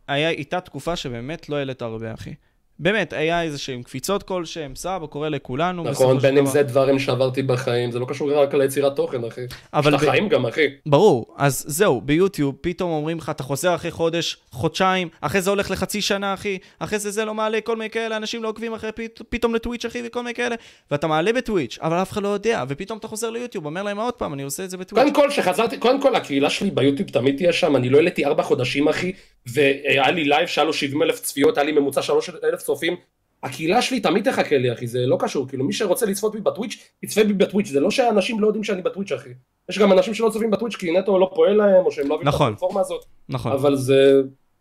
היה איתה תקופה שבאמת לא העלית הרבה, אחי. באמת, היה איזה שהם קפיצות כלשהם, סבא, קורה לכולנו. נכון, בסופו של בין אם דבר. זה דברים שעברתי בחיים, זה לא קשור רק ליצירת תוכן, אחי. אבל יש ב- לך חיים גם, אחי. ברור, אז זהו, ביוטיוב פתאום אומרים לך, אתה חוזר אחרי חודש, חודשיים, אחרי זה הולך לחצי שנה, אחי, אחרי זה זה לא מעלה, כל מיני כאלה, אנשים לא עוקבים אחרי פת... פתאום לטוויץ', אחי, וכל מיני כאלה, ואתה מעלה בטוויץ', אבל אף אחד לא יודע, ופתאום אתה חוזר ליוטיוב, אומר להם עוד פעם, אני עושה את זה בטוויץ'. קודם כל, שחזרתי, קודם כל, הקהילה שלי ביוטיוב תמיד תהיה שם, אני לא העליתי ארבע חודשים, אחי, והיה לי לייב שהיה לו 70 אלף צפיות, היה לי ממוצע 3 אלף צופים. הקהילה שלי תמיד תחכה לי, אחי, זה לא קשור, כאילו, מי שרוצה לצפות בי בטוויץ', יצפה בי בטוויץ', זה לא שאנשים לא יודעים שאני בטוויץ', אחי. יש גם אנשים שלא צופים בטוויץ' כי נטו לא פועל להם, או שהם לא אוהבים את נכון. הפלטפורמה הזאת, נכון. אבל זה...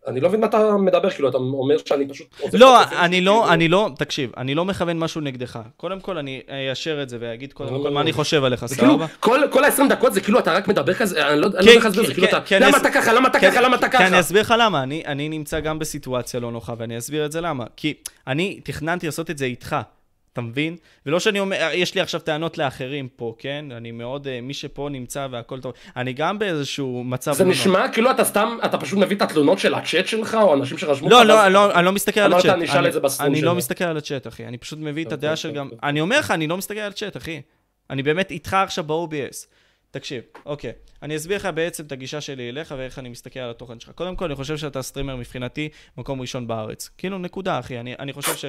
אני לא מבין מה אתה מדבר, כאילו, אתה אומר שאני פשוט... עוזב את לא, הצופים, אני כאילו. לא, אני לא, תקשיב, אני לא מכוון משהו נגדך. קודם כל, אני אאשר את זה ואגיד קודם לא, כל לא, מה לא. אני חושב עליך, זה כאילו, סבבה? כל, כל ה-20 דקות זה כאילו אתה רק מדבר כזה, אני לא אני כן, לא יודע איך להסביר, כן, זה כאילו כן, אתה, כן, למה אני- אתה ככה, למה אתה ככה, למה אתה כי אני ככה? אסביר לך למה, אני, אני נמצא גם בסיטואציה לא נוחה, ואני אסביר את זה למה. כי אני תכננתי לעשות את זה איתך, אתה מבין? ולא שאני אומר, יש לי עכשיו טענות לאחרים פה, כן? אני מאוד, אה, מי שפה נמצא והכל טוב. אני גם באיזשהו מצב... זה לא נוח. נשמע כאילו אתה סתם, אתה פשוט מביא את התלונות של הצ'אט שלך, או אנשים שרשמו לא, לך, לא, ואז- אני לא, אני לא מסתכל על אמרת, הצ'אט. אני אשאל את זה בסטרים אני לא שלו. מסתכל על הצ'אט, אחי. אני פשוט מביא את אוקיי, הדעה של גם... אוקיי. אני אומר לך, אני לא מסתכל על הצ'אט, אחי. אני באמת איתך עכשיו ב-OBS. תקשיב, אוקיי. אני אסביר לך בעצם את הגישה שלי אליך ואיך אני מסתכל על התוכן שלך. קודם כל, אני חושב שאתה סטרימר מבחינתי מקום ראשון בארץ. כאילו, נקודה, אחי. אני, אני חושב ש...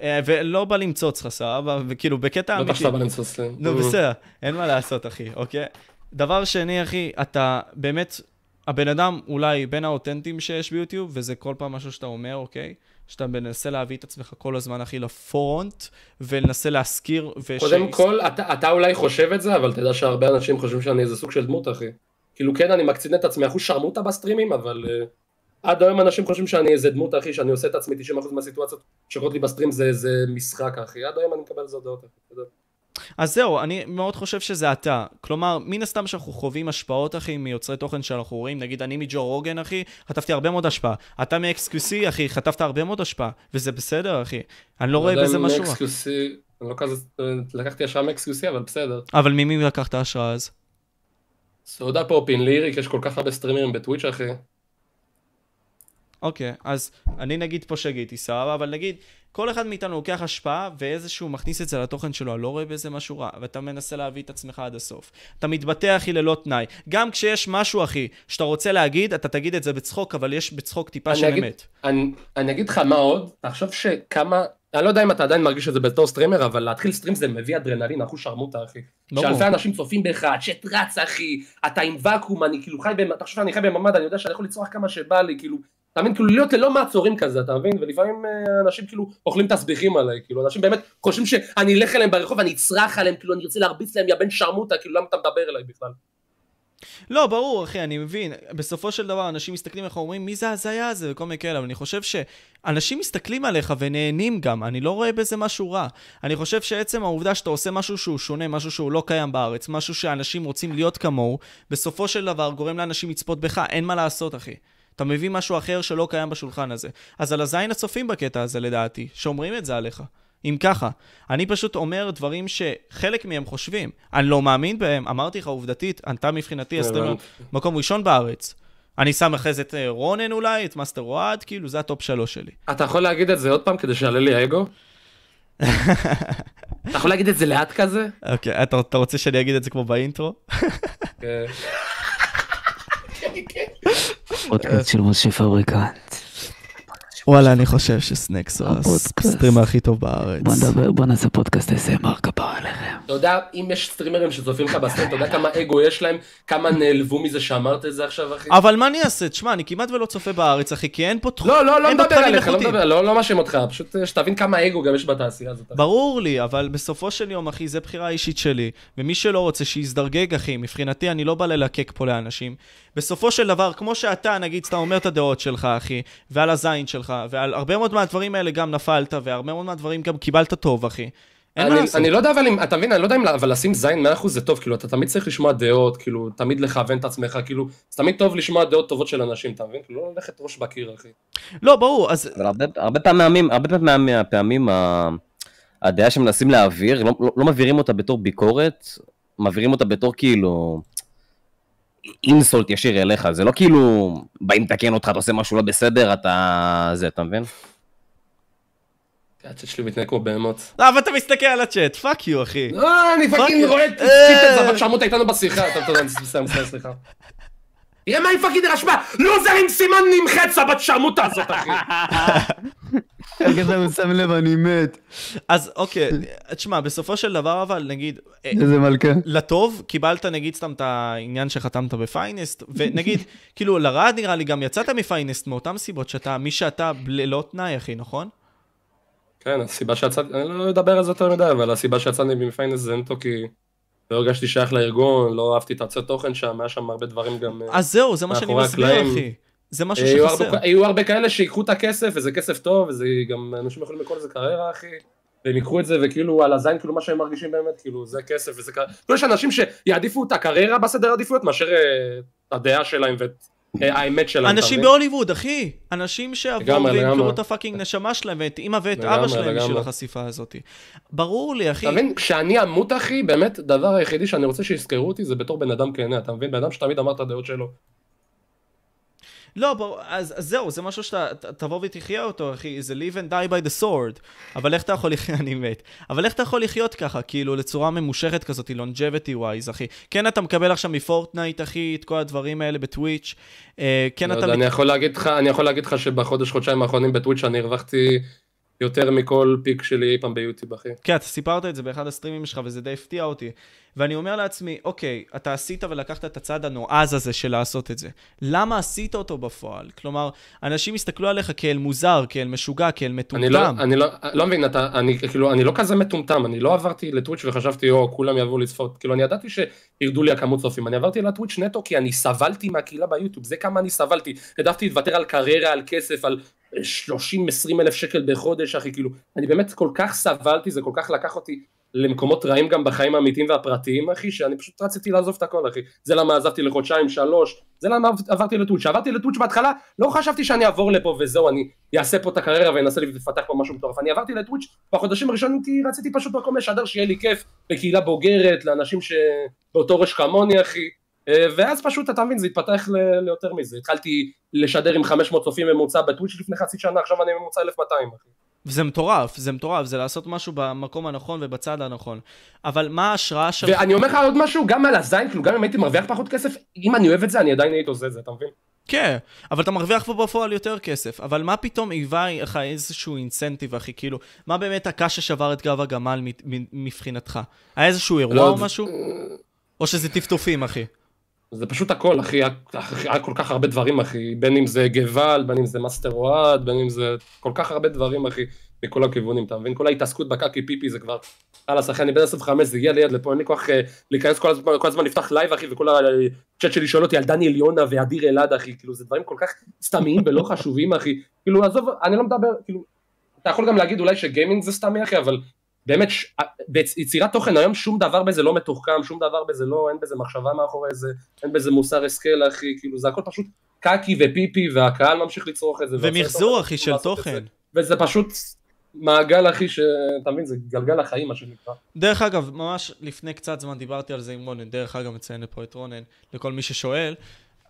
אה, ולא בא למצוץ לך, סבבה? וכאילו, בקטע בטח אמיתי. שאתה בנמצא סלם. נו, בסדר, אין מה לעשות, אחי, אוקיי? דבר שני, אחי, אתה באמת, הבן אדם אולי בין האותנטיים שיש ביוטיוב, וזה כל פעם משהו שאתה אומר, אוקיי? שאתה מנסה להביא את עצמך כל הזמן, אחי, לפורונט, ולנסה להזכיר, וש... קודם כל, אתה אתה אולי חושב את זה, אבל תדע שהרבה אנשים חושבים שאני איזה סוג של דמות, אחי. כאילו, כן, אני מקצין את עצמי, אחוז שרמוטה בסטרימים, אבל... אה, עד היום אנשים חושבים שאני איזה דמות, אחי, שאני עושה את עצמי 90% מהסיטואציות שקורות לי בסטרים זה איזה משחק, אחי. עד היום אני מקבל על זה הודעות, אחי. אתה יודע. אז זהו, אני מאוד חושב שזה אתה. כלומר, מן הסתם שאנחנו חווים השפעות, אחי, מיוצרי תוכן שאנחנו רואים. נגיד, אני מג'ו רוגן, אחי, חטפתי הרבה מאוד השפעה. אתה מ-XQC, אחי, חטפת הרבה מאוד השפעה. וזה בסדר, אחי. אני לא רואה עדיין בזה משהו. רע. מ-XQC, אני לא כזה, לקחתי ישר מ-XQC, אבל בסדר. אבל ממי לקחת השראה אז? סעודה פופין, ליריק, יש כל כך הרבה סטרימרים בטוויץ' אחי. אוקיי, אז אני נגיד פה שגיתי, סבבה, אבל נגיד, כל אחד מאיתנו לוקח השפעה ואיזשהו מכניס את זה לתוכן שלו, אני לא רואה בזה משהו רע, ואתה מנסה להביא את עצמך עד הסוף. אתה מתבטא, אחי, ללא תנאי. גם כשיש משהו, אחי, שאתה רוצה להגיד, אתה תגיד את זה בצחוק, אבל יש בצחוק טיפה אני של אגיד- אמת. אני, אני אגיד לך מה עוד, תחשוב שכמה, אני לא יודע אם אתה עדיין מרגיש את זה בתור סטרימר, אבל להתחיל סטרים זה מביא אדרנלין, אחוז שרמוטה אחי. ברור. שאלפי אנשים צופים בך, הצ'אט רץ אחי, אתה עם ואקום, אני כאילו חי, במ- אתה חושב שאני חי בממ"ד, אני יודע שאני יכול לצרוח כמה שבא לי, כאילו, אתה מבין, כאילו להיות ללא מעצורים כזה, אתה מבין? ולפעמים אה, אנשים כאילו אוכלים תסביכים עליי, כאילו, אנשים באמת חושבים שאני אלך אליהם ברחוב, אני אצרח עליהם, כאילו, אני ארצה להרביץ להם, יא בן שרמוטה, כאילו, למה אתה מדבר אליי בכלל? לא, ברור, אחי, אני מבין. בסופו של דבר, אנשים מסתכלים עליך, אומרים, מי זה ההזיה הזה, וכל מיני כאלה, אבל אני חושב שאנשים מסתכלים עליך ונהנים גם, אני לא רואה בזה משהו רע. אני חושב שעצם העובדה שאתה עושה משהו שהוא שונה, משהו שהוא לא קיים בארץ, משהו שאנשים רוצים להיות כמוהו, בסופו של דבר גורם לאנשים לצפות בך, אין מה לעשות, אחי. אתה מביא משהו אחר שלא קיים בשולחן הזה. אז על הזין הצופים בקטע הזה, לדעתי, שאומרים את זה עליך. אם ככה. אני פשוט אומר דברים שחלק מהם חושבים. אני לא מאמין בהם, אמרתי לך עובדתית, אתה מבחינתי הסטרימר הבנתי. מקום ראשון בארץ. אני שם אחרי זה את אה, רונן אולי, את מאסטר אוהד, כאילו זה הטופ שלוש שלי. אתה יכול להגיד את זה עוד פעם כדי שיעלה לי האגו? אתה יכול להגיד את זה לאט כזה? אוקיי, אתה, אתה רוצה שאני אגיד את זה כמו באינטרו? כן. פודקאסט של משה פבריקנט. וואלה, אני חושב שסנקס הוא הסטרימר הכי טוב בארץ. בוא נעשה פודקאסט SMR כפרה עליכם. אתה יודע, אם יש סטרימרים שצופים לך בסטרים, אתה יודע כמה אגו יש להם, כמה נעלבו מזה שאמרת את זה עכשיו, אחי? אבל מה אני אעשה? תשמע, אני כמעט ולא צופה בארץ, אחי, כי אין פה תח- לא, לא, לא אין פה מדבר תכנים עליך, לא איכותיים. מדבר, לא לא מאשים אותך, פשוט אה, שתבין כמה אגו גם יש בתעשייה הזאת. ברור לי, אבל בסופו של יום, אחי, זה בחירה אישית שלי, ומי שלא רוצה, שיזדרגג, אחי. מבחינתי, אני לא בא ללקק פה לאנשים. בסופו של דבר, כמו שאתה, נגיד, סתם אומר את הדעות שלך, אחי, ועל הזין שלך, ועל הרבה מאוד מהדברים האלה גם נפלת, והרבה מאוד מהדברים גם קיבלת טוב, אחי. אין מה אני- לעשות. אני לא יודע, אבל אם, אתה מבין, אני לא יודע אם, אבל לשים זין 100% זה טוב, כאילו, אתה תמיד צריך לשמוע דעות, כאילו, תמיד לכוון את עצמך, כאילו, זה תמיד טוב לשמוע דעות טובות של אנשים, אתה מבין? כאילו, לא ללכת ראש בקיר, אחי. לא, ברור, אז... אבל הרבה- הרבה פעמים, הרבה פעמים מהפעמים ה- הדעה שמנסים להעביר, לא- לא- לא מעבירים אותה בתור ביקורת, מעבירים אותה בתור כאילו אינסולט ישיר אליך, זה לא כאילו באים לתקן אותך, אתה עושה משהו לא בסדר, אתה זה, אתה מבין? הצ'אט שלי כן, מתנהג כמו בהמות. אה, אבל אתה מסתכל על הצ'אט, פאק יו, אחי. אה, אני פאקינג פאק- רואה את אה. ציפל זבת שעמוד איתנו בשיחה, אתה יודע, אני מסיים, מסיים, סליחה. תראה מה היא פאקינג רשמה, לוזר עם סימן נמחץ הבת שרמוטה הזאת אחי. איך אתה לא שם לב, אני מת. אז אוקיי, תשמע, בסופו של דבר, אבל נגיד, אה, איזה מלכה. לטוב, קיבלת נגיד סתם את העניין שחתמת בפיינסט, ונגיד, כאילו, לרע נראה לי גם יצאת מפיינסט מאותן סיבות שאתה, מי שאתה ב- ללא תנאי, אחי, נכון? כן, הסיבה שיצאתי, אני לא אדבר על זה יותר מדי, אבל הסיבה שיצאתי מפיינס זה נטו כי לא הרגשתי שייך לארגון, לא אהבתי את הצד תוכן שם, היה שם הרבה דברים גם... אה, אז זהו, זה מה שאני מאחורי מסביר, הקלעים. אה, אוקיי, אחי. זה משהו יהיו שחסר. הרבה, יהיו הרבה כאלה שיקחו את הכסף, וזה כסף טוב, וזה גם, אנשים יכולים לקרוא לזה קריירה, אחי. והם ייקחו את זה, וכאילו, על הזין, כאילו, מה שהם מרגישים באמת, כאילו, זה כסף וזה קריירה. כאילו, יש אנשים שיעדיפו את הקריירה בסדר העדיפויות, מאשר אה, את הדעה שלהם ואת אה, האמת שלהם. אתה אנשים מבין? בהוליווד, אחי. אנשים שעברו לגמרי, וימכרו לגמרי. את הפאקינג נשמה שלהם, ואת אימא ואת לגמרי, אבא שלהם בשביל לגמרי. החשיפה הזאת. ברור לי, אחי. אתה מבין, כשאני אמות, אחי, באמת, הדבר היחידי שאני רוצה שיזכרו אותי זה בתור בן אדם כנה, אתה מבין? בן אדם שתמיד אמר את הדעות שלו. לא, ברור, אז, אז זהו, זה משהו שאתה ת- תבוא ותחיה אותו, אחי, זה live and die by the sword. אבל איך אתה יכול לחיות, אני מת, אבל איך אתה יכול לחיות ככה, כאילו, לצורה ממושכת כזאת, longevity wise, אחי. כן, אתה מקבל עכשיו מפורטנייט, אחי, את כל הדברים האלה בטוויץ'. אה, כן, לא אתה... יודע, מת- אני יכול להגיד לך, אני יכול להגיד לך שבחודש, חודשיים האחרונים בטוויץ' אני הרווחתי יותר מכל פיק שלי אי פעם ביוטיוב, אחי. כן, אתה סיפרת את זה באחד הסטרימים שלך, וזה די הפתיע אותי. ואני אומר לעצמי, אוקיי, אתה עשית ולקחת את הצעד הנועז הזה של לעשות את זה. למה עשית אותו בפועל? כלומר, אנשים יסתכלו עליך כאל מוזר, כאל משוגע, כאל מטומטם. אני לא, אני לא, לא מבין, אתה, אני כאילו, אני לא כזה מטומטם, אני לא עברתי לטוויץ' וחשבתי, או, כולם יבואו לצפות, כאילו, אני ידעתי שירדו לי הכמות צופים, אני עברתי לטוויץ' נטו כי אני סבלתי מהקהילה ביוטיוב, זה כמה אני סבלתי, העדפתי להתוותר על קריירה, על כסף, על 30-20 אלף שקל בחודש, אחי, כאילו, אני באמת כל כך סבלתי, זה כל כך לקח אותי למקומות רעים גם בחיים האמיתיים והפרטיים, אחי, שאני פשוט רציתי לעזוב את הכל, אחי, זה למה עזבתי לחודשיים, שלוש, זה למה עברתי לטוויץ', עברתי לטוויץ' בהתחלה, לא חשבתי שאני אעבור לפה וזהו, אני יעשה פה את הקריירה ואנסה לפתח פה משהו מטורף. אני עברתי לטוויץ' בחודשים הראשונים כי רציתי פשוט מקום לשדר שיהיה לי כיף לקהילה בוגרת, לאנשים שבאותו ראש כמוני אחי. אה, ואז פשוט, אתה מבין, זה התפתח ל- ליותר מזה. התחלתי לשדר עם 500 צופים ממוצע בטוויץ' לפני חצי שנה, עכשיו אני ממוצע 1200 אחי. זה מטורף, זה מטורף, זה לעשות משהו במקום הנכון ובצד הנכון. אבל מה ההשראה שלך? ואני אומר לך עוד משהו, גם על הזין, כאילו, גם אם הייתי מרוויח פחות כסף, אם אני אוהב את זה, אני עדיין הייתי עושה את זה, אתה מבין? כן, אבל אתה מרוויח פה בפועל יותר כסף. אבל מה פתאום היווה לך איזשהו אינסנטיב, אחי? כאילו, מה באמת הקש ששבר את גב הגמל מת- מ- מבחינתך? היה איזשהו אירוע לא, או זה- משהו? או שזה טפטופים, אחי? זה פשוט הכל, אחי, היה- היה כל כך הרבה דברים, אחי, בין אם זה גוואל, בין אם זה מאסטר אוהד, בין אם זה כל כך הרבה דברים, אחי, מכל הכיוונים, אתה מבין? כל ההתעסקות בקקי פיפי זה כבר, חלאס, אחי, אני בן 25, זה הגיע ליד לפה, אין לי כוח אה, להיכנס כל הזמן, כל הזמן לפתח לייב, אחי, וכל הצ'אט שלי שואל אותי על דני עליונה ואדיר אלעד, אחי, כאילו, זה דברים כל כך סתמיים ולא חשובים, אחי, כאילו, עזוב, אני לא מדבר, כאילו, אתה יכול גם להגיד אולי שגיימינג זה סתמי, אחי, אבל... באמת, ש- ביצירת תוכן היום שום דבר בזה לא מתוחכם, שום דבר בזה לא, אין בזה מחשבה מאחורי זה, אין בזה מוסר השכל אחי, כאילו זה הכל פשוט קקי ופיפי והקהל ממשיך לצרוך את לא, זה. והסרט ומחזור, הזה אחי, ממשיך של לעשות את תוכן. זה. וזה פשוט מעגל, אחי, שאתה מבין, זה גלגל החיים, מה שנקרא. דרך אגב, ממש לפני קצת זמן דיברתי על זה עם רונן, דרך אגב מציין לפה את רונן, לכל מי ששואל.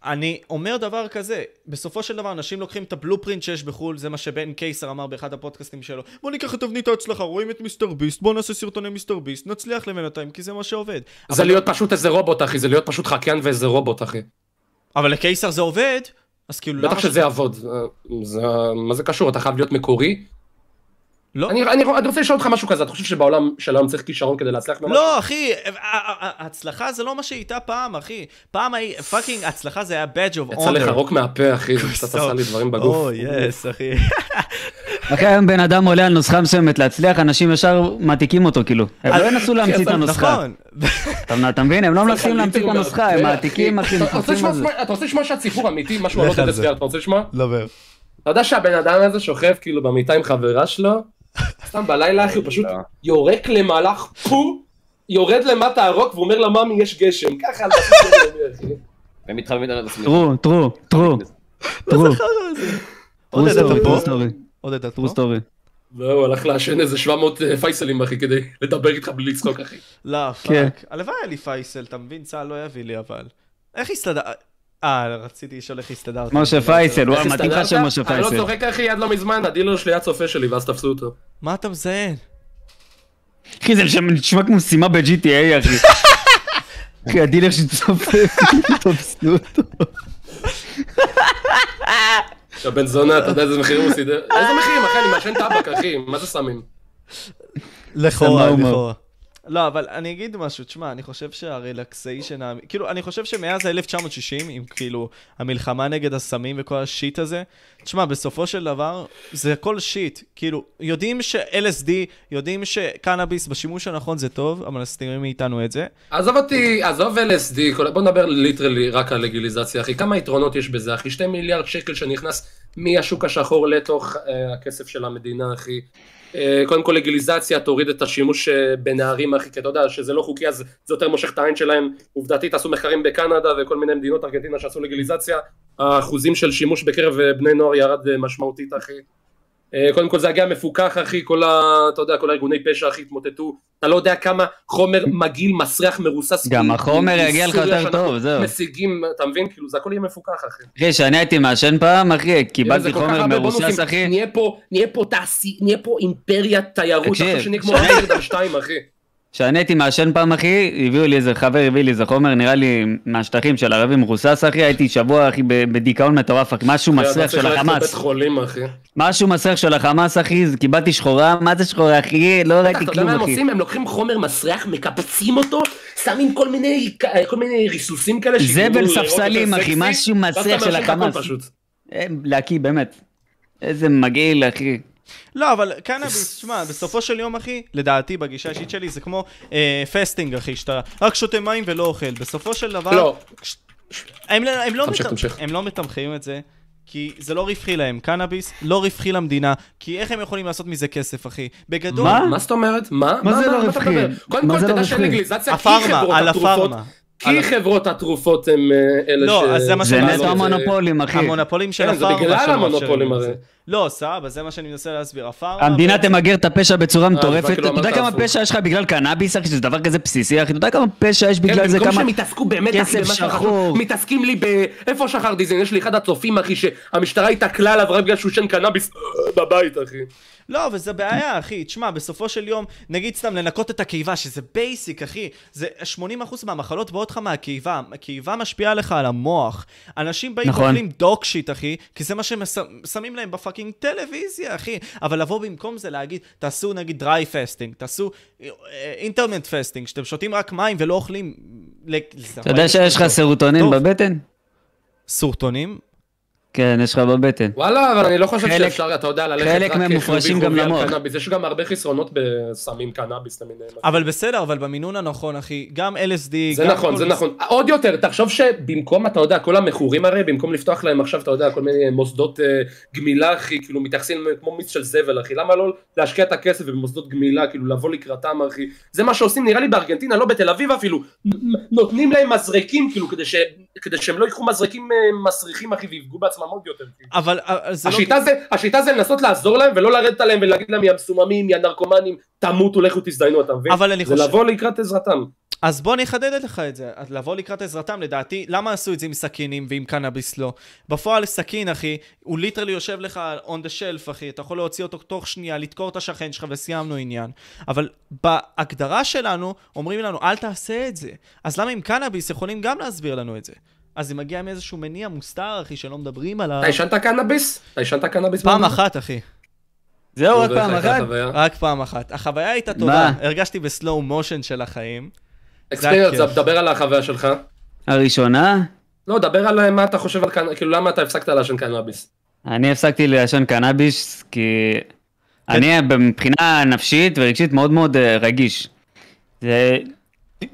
אני אומר דבר כזה, בסופו של דבר אנשים לוקחים את הבלופרינט שיש בחו"ל, זה מה שבן קיסר אמר באחד הפודקאסטים שלו. בוא ניקח את תבנית ההצלחה, רואים את מיסטר ביסט, בוא נעשה סרטוני מיסטר ביסט, נצליח לבינתיים, כי זה מה שעובד. זה להיות פשוט איזה רובוט, אחי, זה להיות פשוט חקיין ואיזה רובוט, אחי. אבל לקיסר זה עובד, אז כאילו בטח ש- שזה יעבוד. אה, זה- מה זה קשור? אתה חייב להיות מקורי? לא. אני אני- אני רוצה לשאול אותך משהו כזה, אתה חושב שבעולם של היום צריך כישרון כדי להצליח במשהו? לא, אחי, ה- ה- ה- הצלחה זה לא מה שהייתה פעם, אחי. פעם היה, פאקינג, הצלחה זה היה badge of honor. יצא לך רוק מהפה, אחי, זה קצת עשה לי דברים בגוף. אוי, יס, אחי. אחי, היום בן אדם עולה על נוסחה מסוימת להצליח, אנשים ישר מעתיקים אותו, כאילו. הם לא ינסו כן, להמציא את הנוסחה. נכון. אתה אתה מבין? הם לא מנסים להמציא את הנוסחה, הם אחי, מעתיקים, אחי, כאילו אתה- אתה רוצה נכנסים לשמוע על זה. מה- אתה רוצה לשמוע שהציבור אמיתי, משהו לך על לא על עודד זה. אסגר, אתה רוצה לשמוע? דבר. אתה יודע שהבן אדם הזה שוכב כאילו במיטה עם חברה שלו? סתם בלילה אחי הוא פשוט לא. יורק למהלך פו, יורד למטה הרוק ואומר לה מאמי יש גשם. ככה על בסיס יומיומי, אחי. הם מתחממים על עצמי. טרו, טרו, טרו. טרו, טרו עודד, סטורי, אתה טרו פה? סטורי, עודד, אתה לא? טרו פה? סטורי. והוא הלך לעשן איזה 700 פייסלים אחי כדי לדבר איתך בלי לצחוק אחי. לא, כן. פאק. הלוואי היה לי פייסל, אתה מבין? צהל לא יביא לי, אבל. איך הסתדר... אה, רציתי לשאול איך הסתדרת. משה פייסל, וואי, מתאים לך שם משה לא אני לא פייסל. צוחק אחי עד לא מזמן הדילר שלי היה צופה שלי ואז תפסו אותו. מה אתה מזיין? אחי, זה נשמע- נשמע כמו משימה ב-GTA, אחי. אחי, הדילר שצופה, תופסו אותו. עכשיו בן זונה אתה יודע איזה מחירים הוא סידר? איזה מחירים אחי אני מעשן טבק אחי מה זה סמים? לכאורה, סמאומה. לכאורה. לא, אבל אני אגיד משהו, תשמע, אני חושב שהרלקסיישן, האמ- כאילו, אני חושב שמאז ה-1960, עם כאילו המלחמה נגד הסמים וכל השיט הזה, תשמע, בסופו של דבר, זה הכל שיט. כאילו, יודעים ש-LSD, יודעים שקנאביס בשימוש הנכון זה טוב, אבל מסתירים מאיתנו את זה. עזוב אותי, עזוב LSD, כל- בוא נדבר ליטרלי רק על לגליזציה, אחי. כמה יתרונות יש בזה, אחי? שתי מיליארד שקל שנכנס מהשוק השחור לתוך אה, הכסף של המדינה, אחי. אה, קודם כל לגליזציה, תוריד את השימוש אה, בנערים, אחי, כי אתה יודע שזה לא חוקי, אז זה יותר מושך את העין שלהם. עובדתית, עשו מחקרים בקנדה וכל מיני מדינות, ארגנטינה, שעשו לגליזציה. האחוזים של שימוש בקרב אה, בני נוער ירד אה, משמעותית, אחי. אה, קודם כל זה הגיע מפוקח אחי, כל ה... אתה יודע, כל הארגוני פשע אחי התמוטטו, אתה לא יודע כמה חומר מגעיל, מסריח, מרוסס. גם מ- החומר מ- יגיע לך מסוריה יותר שאנחנו טוב, זהו. משיגים, אתה מבין? כאילו זה הכל יהיה מפוקח אחי. אחי, כשאני הייתי מעשן פעם, אחי, זה קיבלתי כל כך חומר הרבה מרוסס, בונוסים. אחי. נהיה פה, נהיה פה תעשי, נהיה פה אימפריית תיירות, תקשיב, עכשיו שנהיה כמו שנייה. אמסטרדם 2 אחי. כשאני הייתי מעשן פעם, אחי, הביאו לי איזה חבר, הביא לי איזה חומר, נראה לי, מהשטחים של ערבי מרוסס, אחי, הייתי שבוע, אחי, ב- בדיכאון מטורף, אחי, משהו אתה מסריח לא, צריך של ללכת לבית החמאס. חולים אחי. משהו מסריח של החמאס, אחי, זה- קיבלתי שחורה, מה זה שחורה, אחי? לא אתה ראיתי יודע מה כלום, הם אחי. עושים? הם לוקחים חומר מסריח, מקפצים אותו, שמים כל מיני אה, כל מיני ריסוסים כאלה. זבל שיגרמו לראות יותר ספסלים, אחי, סקסי, משהו ואז אתה מסריח של מעשן את הכל החמאס. פשוט. אה, להקיא, באמת. איזה מגעיל, אחי. לא, אבל קנאביס, שמע, בסופו של יום, אחי, לדעתי, בגישה האישית שלי, זה כמו אה, פסטינג, אחי, שאתה רק שותה מים ולא אוכל. בסופו של דבר... לא, הם, לא- הם, לא תמשיך, מת... תמשיך. הם לא מתמחרים את זה, כי זה לא רווחי להם. קנאביס לא רווחי למדינה, כי איך הם יכולים לעשות מזה כסף, אחי? בגדול... מה? מה זאת אומרת? מה? מה זה לא אתה רווחי? מדבר? קודם מה כל, זה לא תדע רווחי? שלגליזציה, כי חברות הפארמה, על התרופות, הפארמה. על כי חברות התרופות הם אה, אלה ש... לא, אז זה מה זה שמעלה נטו את זה. המונופולים, אחי. המונופולים של כן, זה הפארמה. בגלל שמאפשרים המונופולים את זה. הרי. לא, סבבה, זה מה שאני מנסה להסביר. הפארמה... המדינה בעצם- תמגר את הפשע בצורה מטורפת. כאילו אתה יודע אמרת כמה הפוך. פשע יש לך בגלל קנאביס, אחי, שזה דבר כזה בסיסי, אחי? אתה יודע כמה פשע יש בגלל זה? כן, במקום כמה... שהם יתעסקו באמת, אחי, כסף במה שאנחנו- שחור. מתעסקים לי ב... איפה שחר דיזין? יש לי אחד הצופים, אחי, שהמשטרה התעכלה עליו רק בגלל שהוא שן קנאביס בבית, אחי. לא, וזה בעיה, אחי. תשמע, בסופו של יום, נגיד סתם לנקות את הקיבה, שזה בייסיק, אחי. זה 80% מהמחלות באות לך מהקיבה. הקיבה משפיעה לך על המוח. אנשים באים נכון. ואוכלים דוק שיט, אחי, כי זה מה שהם שמ- שמים להם בפאקינג טלוויזיה, אחי. אבל לבוא במקום זה להגיד, תעשו נגיד דריי פסטינג, תעשו אינטרנט פסטינג, שאתם שותים רק מים ולא אוכלים... אתה יודע שיש לך סרוטונין טוב. בבטן? סרטונים? כן, יש לך בבטן. וואלה, אבל אני לא חושב חלק- שאפשר, אתה יודע, ללכת חלק רק מהם חיובי מופרשים גם חיובי על למוח. קנאביס. יש גם הרבה חסרונות בסמים קנאביס למיניהם. אחי. אבל בסדר, אבל במינון הנכון, אחי. גם LSD, זה גם נכון, כל זה נכון. עוד יותר, תחשוב שבמקום, אתה יודע, כל המכורים הרי, במקום לפתוח להם עכשיו, אתה יודע, כל מיני מוסדות אה, גמילה, אחי, כאילו, מתייחסים אליהם כמו מיץ של זבל, אחי. למה לא להשקיע את הכסף במוסדות גמילה, כאילו, לבוא לקראתם, אחי? זה מה שעושים, נראה לי, בארגנטינה, לא בתל אביב אפילו. נ- נ- נותנים להם מזרקים, כאילו, כדי ש- כדי שהם לא ייקחו מזרקים אה, מסריחים, אחי, ויפגעו בעצמם. עצמם עוד יותר. כאילו. אבל אבל זה לא... השיטה זה- השיטה זה לנסות לעזור להם ולא לרדת עליהם ולהגיד להם יא מסוממים, יא נרקומנים, תמותו, לכו תזדיינו, אתה מבין? אבל אני זה חושב- לבוא לקראת עזרתם. אז בוא אני אחדד לך את זה. אז לבוא לקראת עזרתם, לדעתי, למה עשו את זה עם סכינים ועם קנאביס לא? בפועל סכין, אחי, הוא ליטרלי יושב לך on the shelf, אחי. אתה יכול להוציא אותו תוך שנייה, לדקור את השכן שלך וסיימנו עניין. אבל בהגדרה שלנו, אומרים לנו, אל תעשה את זה. אז למה עם קנאביס יכולים גם להסביר לנו את זה? אז זה מגיע מאיזשהו מניע מוסתר, אחי, שלא מדברים עליו. אתה עישנת קנאביס? אתה עישנת קנאביס? פעם בעבר? אחת, אחי. זהו, לא רק זו פעם הייתה אחת. חוויה. רק פעם אחת. החוויה הייתה טובה. מה? הרגשתי בסלואו מושן של החיים. אקספיריאנס, זה הכיף. דבר על החוויה שלך. הראשונה, לא, דבר על אה, מה אתה חושב על קנאביס, כאילו למה אתה הפסקת לעשן קנאביס. אני הפסקתי לעשן קנאביס, כי אני מבחינה נפשית ורגשית מאוד מאוד אה, רגיש. זה...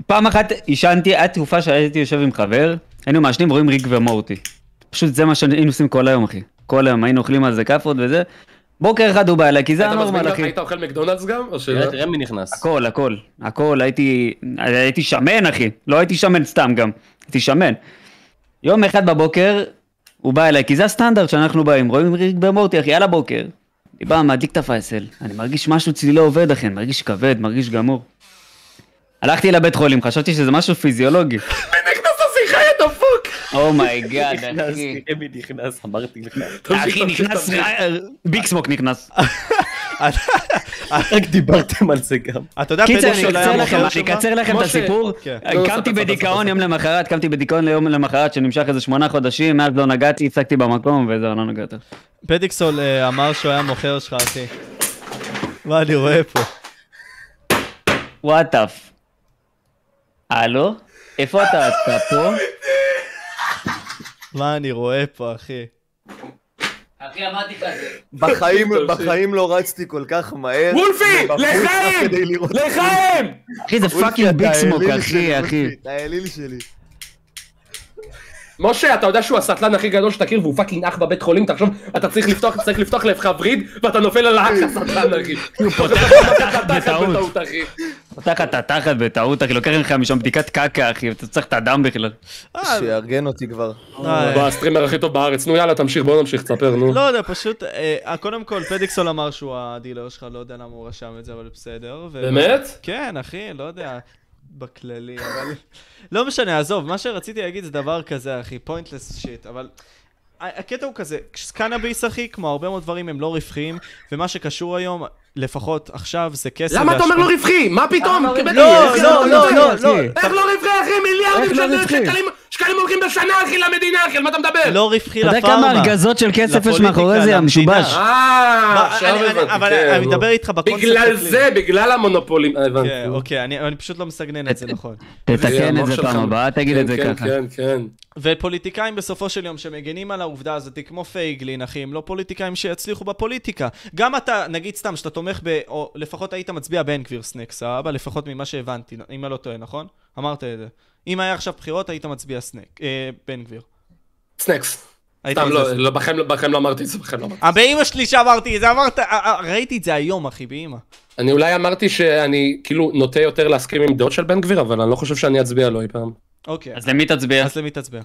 פעם אחת עישנתי, הייתה תקופה שהייתי יושב עם חבר, היינו מעשנים רואים ריק ומורטי. פשוט זה מה שהיינו עושים כל היום, אחי. כל היום היינו אוכלים על זה כאפות וזה. בוקר אחד הוא בא אליי, כי זה היית מזמין הנורמל, גם- אחי. היית אוכל מקדונלדס גם? או שלא? תראה, תראה מי נכנס. הכל, הכל, הכל, הייתי, הייתי שמן אחי, לא הייתי שמן סתם גם, הייתי שמן. יום אחד בבוקר, הוא בא אליי, כי זה הסטנדרט שאנחנו באים, רואים ריק במורטי אחי, על הבוקר. אני בא, מדליק את הפייסל, אני מרגיש משהו אצלי לא עובד אחי, אני מרגיש כבד, מרגיש גמור. הלכתי לבית חולים, חשבתי שזה משהו פיזיולוגי. נכנס לשיחה, יא דפוק! אומייגאד, נכנסתי, אחי. אמי נכנס, אמרתי לך. אחי, נכנס, ביג סמוק נכנס. רק דיברתם על זה גם. אתה יודע, קיצר, פדו אני שלא אקצר היה לכם, מוכר אני שמה? אקצר לכם את משה, הסיפור. כן. לא, קמתי סתם, סתם, סתם, בדיכאון יום למחרת, קמתי בדיכאון ליום למחרת שנמשך איזה שמונה חודשים, מאז לא נגעתי, הפסקתי במקום וזהו, לא נגעת. פדיקסול אה, אמר שהוא היה מוכר שלך, אחי. מה אני רואה פה? וואטאף. הלו? איפה אתה? אתה פה? מה אני רואה פה, אחי? אחי, אמרתי לך בחיים, בחיים לא רצתי כל כך מהר. וולפי, מבחוץ לחיים! כדי לראות- לחיים! אחי, זה וולפי, פאקינג אתה ביג סמוק, האליל אחי, שלי, אחי. וולפי, אתה האליל שלי. משה, אתה יודע שהוא הסטלן הכי גדול שתכיר והוא פאקינג אח בבית חולים, תחשוב, אתה צריך לפתוח, צריך לפתוח לך וריד, ואתה נופל על האח הסטלן, אחי. הוא פותח לך את התחת בטעות. בטעות, אחי. פותח את התחת בטעות, אחי, לוקח לך משם בדיקת קקה, אחי, אתה צריך את הדם בכלל. אה, שיארגן אותי כבר. אה, הוא הסטרימר הכי טוב בארץ, נו יאללה, תמשיך, בוא נמשיך, תספר, נו. לא יודע, פשוט, אה, אה, קודם כל, פדיקסול אמר שהוא הדילר שלך, לא יודע למה הוא רשם את זה, אבל בסדר. ו- באמת? כן, אחי, לא יודע. בכללי, אבל... לא משנה, עזוב, מה שרציתי להגיד זה דבר כזה, אחי, פוינטלס שיט, אבל... ה- הקטע הוא כזה, כש- קנאביס, אחי, כמו הרבה מאוד דברים, הם לא רווחיים, ומה שקשור היום, לפחות עכשיו, זה כסף. למה אתה אומר והשפעה. לא רווחי? מה פתאום? קיבל- לא, איך לא, לא, לא, לא. איך לא רווחי אחי? מיליארדים איך לא של- רווחי? שקלים- שקלים הולכים בשנה אחי למדינה אחי, על מה אתה מדבר? לא רווחי אתה לפארמה. יודע כמה ארגזות של כסף יש מאחורי זה, לפוליטיקה, המשובש? למדינה. אה, מה, עכשיו אני- אני- הבנתי, אבל כן, אני נו. מדבר איתך בקונספט. בגלל הכללי. זה, בגלל המונופולים, אה, הבנתי. כן, אוקיי, אני אני פשוט לא מסגנן את זה נכון. זה תתקן המוח את זה שלך. פעם הבאה, תגיד כן, את זה כן, ככה. כן, כן. ופוליטיקאים בסופו של יום שמגנים על העובדה הזאת, כמו פייגלין, אחי, הם לא פוליטיקאים שיצליחו בפוליטיקה. גם אתה, נגיד סתם, שאתה תומך ב... או לפחות היית מצביע בן גביר סנקס, סבבה? לפחות ממה שהבנתי, אם אני לא טועה, נכון? אמרת את זה. אם היה עכשיו בחירות, היית מצביע סנק, אה, בן גביר. סנקס. היית סתם, מצביע לא, סנק. לא, בכם לא- בכם לא אמרתי את זה, בכם לא אמרתי. אה, באימא שלי שאמרתי את זה, אמרת... אה, אה, ראיתי את זה היום, אחי, באימא. אני אולי אמרתי שאני כאילו נוטה יותר להסכים עם דעות של בן גביר, אבל אני לא חושב שאני אצביע לו אי פעם. אוקיי, אז למי תצביע? אז למי תצביע?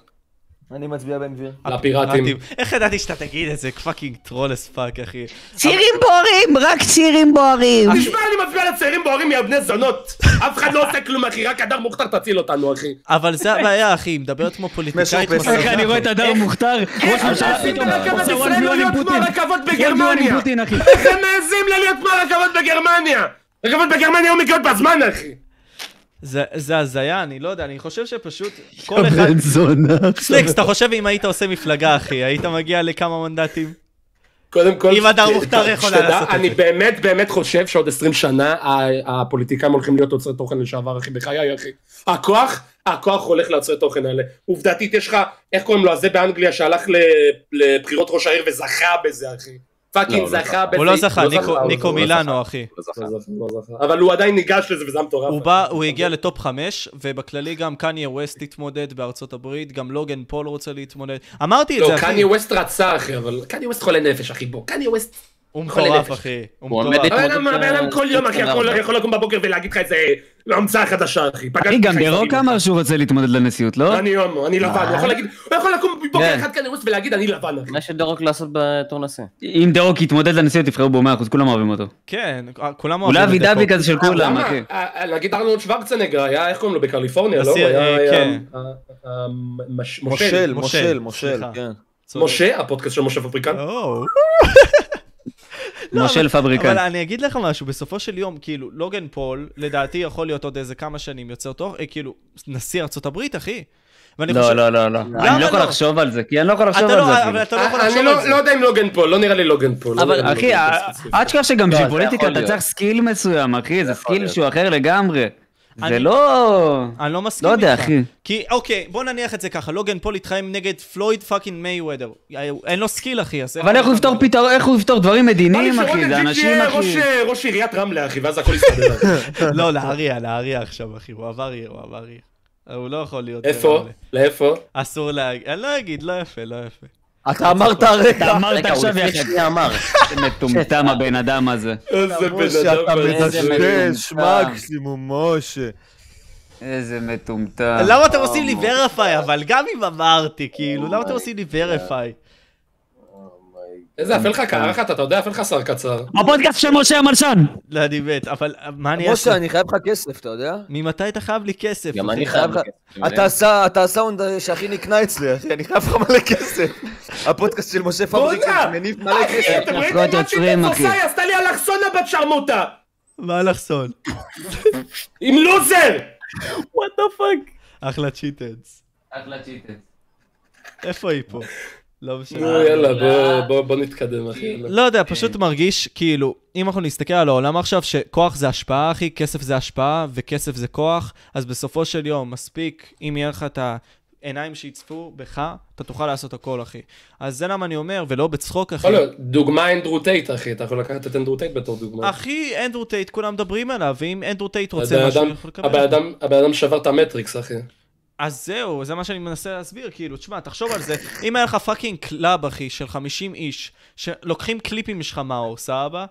אני מצביע בן גביר. לפיראטים. רטיב. איך ידעתי שאתה תגיד את זה? פאקינג טרול אס פאק, אחי. שירים בוערים, רק שירים בוערים. תשמע, אני מצביע לצעירים בוערים יא בני זונות. אף אחד לא עושה כלום, אחי, רק הדר מוכתר תציל אותנו, אחי. אבל זה הבעיה, אחי, היא מדברת כמו פוליטיקאית. כמו איך אני סרבנית. רואה את הדר מוכתר, ראש ממשלה עשית פתאום, לרכבת אה, עושה ישראל one לא million עם להיות כמו פוטין. הרכבות One million בגרמניה? עם פוטין, אחי. איך הם מעזים לה להיות כמו הרכבות בגרמניה? רכבות בגרמניה היו מגיעות בזמן, אחי. זה- זה הזיה, אני לא יודע, אני חושב שפשוט כל אחד... סלקס, אתה חושב אם היית עושה מפלגה, אחי, היית מגיע לכמה מנדטים? קודם כל, אם הדר ש- מוכתר יכולה שתדע, לעשות את אני זה. באמת באמת חושב שעוד 20 שנה ה- הפוליטיקאים הולכים להיות יוצרי תוכן לשעבר, אחי, בחיי, אחי. הכוח, הכוח הולך ליוצרי תוכן האלה. עובדתית יש לך, איך קוראים לו, הזה באנגליה שהלך ל- לבחירות ראש העיר וזכה בזה, אחי. פאקינג לא, לא זכה בזה. הוא לא זכה, ניקו- הוא ניקו לא מילאנו, אחי. זכה, לא זכה, לא זכה. אבל הוא עדיין ניגש לזה וזה מטורף. הוא בא, הוא הגיע לטופ חמש, ובכללי גם קניה ווסט התמודד בארצות הברית, גם לוגן פול רוצה להתמודד. אמרתי את לא, זה, אחי. קניה ווסט רצה, אחי, אבל קניה ווסט חולה נפש, אחי, בוא. קניה ווסט הוא חולה מטורף, נפש. אחי. הוא הוא עומד מטורף. להתמודד הבן אדם- הבן אדם כל יום, אחי, סטנדרט. יכול- יכול לקום בבוקר ולהגיד לך את זה אה, המצאה חדשה, אחי. פגעתי אחי, גם בחייזרים. דה-רוק אמר שהוא רוצה להתמודד לנשיאות, לא? אני הומו, אני לבן, הוא יכול להגיד, הוא יכול לקום בבוקר כן. אחד כנראה ולהגיד אני לבן, אחי. מה שדרוק לעשות בתור נשיא. אם דה-רוק יתמודד לנשיאות, יבחרו בו 100%, כולם אוהבים אותו. כן, כולם אולי אבי את דקו. דבי כזה של כולם, למה? אחי. אה, אה, נגיד ארנולד שוורצנגר היה, איך קוראים לו? בקליפורניה, לא? אסיר, הוא היה... אה, היה, כן. אה, אה, מש- מושל. מושל, מושל, מושל, מושל, סליחה. כן. צודק. משה, הפודקאסט של משה פבריקן. או. לא, מושל פבריקן. אבל אני אגיד לך משהו, בסופו של יום, כאילו, לוגן פול, לדעתי יכול להיות עוד איזה כמה שנים יוצר תוך, אה, כאילו, נשיא ארצות הברית, אחי. ואני לא, חושב- לא, לא, לא. אני לא יכול לא? לחשוב על זה, כי אני לא יכול לחשוב אתה על לא, זה. אבל אפילו. אתה לא יכול אני לחשוב לא- על זה. לא יודע אם לוגן פול, לא נראה לי לוגן פול. לא נראה לי אבל אחי, אה, לוגן פול ה- ספציפי. אשכרה שגם לא, זה ג'יפוליטיקה יכול אתה להיות. צריך סקיל מסוים, אחי, זה יכול סקיל להיות. שהוא אחר לגמרי. זה אני- לא... אני לא מסכים לא יודע, איתך. אחי. כי, אוקיי, בוא נניח את זה ככה, לוגן פול התחיים נגד פלויד פאקינג מייוודר. אין לו סקיל, אחי, אז... אבל איך הוא יפתור פתרון, איך הוא יפתור דברים מדיניים, אריק שרון אחי, זה לג'יפ אנשים, יהיה אחי. ראש, אה, ראש עיריית רמלה, אחי, ואז הכל יסתדר. לא, לאריה, לאריה עכשיו, אחי, הוא עבר עיר, הוא עבר עיר. הוא לא יכול להיות... איפה? אה, לאיפה? אסור להגיד, אני לא אגיד, לא יפה, לא יפה. אתה אמרת הרגע. אמרת רגע, הוא עכשיו לפני יחד. שנייה אמר. מטומטם הבן אדם הזה. איזה כמו בן שאתה אדם. איזה אה, מדשדש, מטומטם. מקסימום, משה. איזה מטומטם. אה. למה אתם עושים לי verify, אבל גם אם אמרתי, כאילו, למה אה, אתם עושים לי verify? איזה אפל לך קרחת, אתה יודע, אפל לך שר קצר. הפודקאסט של משה המלשן! לא, אני מת, אבל מה אני אעשה? משה, אני חייב לך כסף, אתה יודע? ממתי אתה חייב לי כסף? גם אחי? אני חייב... חייב לך- אתה עשה- אתה הסאונד שהכי נקנה אצלי, אחי, אני חייב לך מלא כסף. הפודקאסט של משה פבריקה בואנה! מניב מלא אחי, כסף. אתם אנחנו ראיתם מה עוצרים, שהיא אחי. תפוסה, היא עשתה לי אלכסונה בת שרמוטה! מה אלכסון? עם לוזר! וואט דה פאק. אחלה צ'יטנס. איפה היא פה? לא משנה. אה, נו, אה, יאללה, בוא- בוא- בוא נתקדם, אחי. יאללה. לא יודע, פשוט מרגיש כאילו, אם אנחנו נסתכל על העולם עכשיו, שכוח זה השפעה, אחי, כסף זה השפעה, וכסף זה כוח, אז בסופו של יום, מספיק, אם יהיה לך את העיניים שיצפו בך, אתה תוכל לעשות הכל, אחי. אז זה למה אני אומר, ולא בצחוק, אחי. יכול להיות, דוגמה אנדרו טייט, אחי, אתה יכול לקחת את אנדרו טייט בתור דוגמה. אחי, אנדרו טייט, כולם מדברים עליו, ואם אנדרו טייט לא. הבן רוצה משהו, הוא אדם- יכול הבן לקבל. אדם- הבן אדם שבר את המטריקס, אחי. אז זהו, זה מה שאני מנסה להסביר, כאילו, תשמע, תחשוב על זה. אם היה לך פאקינג קלאב, אחי, של 50 איש, שלוקחים קליפים שלך מאור, סבא,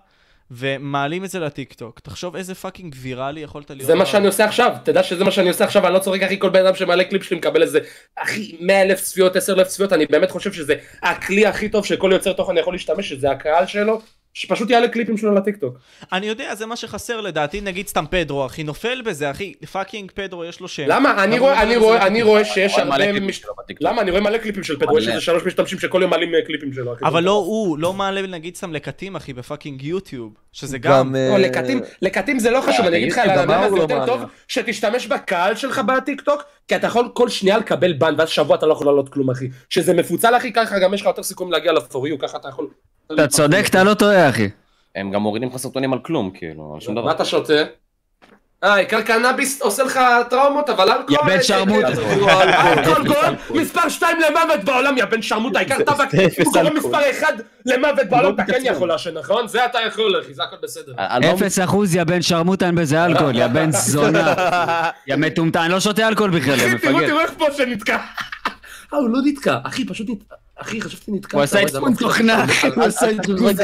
ומעלים את זה לטיקטוק, תחשוב איזה פאקינג ויראלי יכולת להיות. זה מה עליו. שאני עושה עכשיו, תדע שזה מה שאני עושה עכשיו, אני לא צוחק, אחי, כל בן אדם שמעלה קליפ שלי מקבל איזה, אחי, 100 אלף צפיות, 10 אלף צפיות, אני באמת חושב שזה הכלי הכי טוב שכל יוצר תוכן יכול להשתמש, שזה הקהל שלו, שפשוט יעלה קליפים שלו לטיקטוק. אני יודע, זה מה שחסר לדעתי, נגיד סתם פדרו, אחי, נופל בזה, אחי, פאקינג פדרו יש לו שם. למה? אני רואה- אני רואה- אני רואה שיש עוד מלא הרבה... קליפים מש- שלו בטיקטוק. למה? אני רואה מלא קליפים של פדרו, יש מלא. איזה שלוש משתמשים שכל יום מעלים אה, קליפים שלו. אחי. אבל לא הוא, לא מעלה נגיד סתם לקטים, אחי, בפאקינג יוטיוב, שזה גם... גם... לא, אה, לקטים, לקטים זה לא חשוב, אני אגיד לך, על גם המם הזה הוא לא יותר מעלה. טוב, שתשתמש בקהל שלך בטיקטוק, כי אתה יכול כל שנייה לקבל בן, ואז שבוע אתה לא יכול לעלות כלום, אחי. שזה מפוצל, אחי, ככה גם יש לך יותר סיכויים להגיע לפוריו, ככה אתה יכול... אתה צודק, אתה לא טועה, אחי. הם גם מורידים לך סרטונים על כלום, כאילו, על שום דבר. מה אתה שותה? אה, עיקר קנאביס עושה לך טראומות, אבל אלכוהול... יא בן שרמוט. אלכוהול גורם מספר 2 למוות בעולם, יא בן שרמוטה, עיקר טבק, הוא גורם מספר 1 למוות לא בעולם, אתה כן יכול לעשן, נכון? זה אתה יכול, אחי, זה הכל בסדר. אלבום- אפס אחוז, יא בן שרמוטן בזה אלכוהול, יא בן זונה. יא מטומטם, אני לא שותה אלכוהול בכלל, יא אחי, תראו, מפגר. תראו איך פה שנתקע. אה, הוא לא נתקע. אחי, פשוט נתקע. אחי, חשבתי נתקע. הוא עשה אתה לא. רואה, עדכון זה מפחיד. תוכנה, אחי, הוא עשה עדכון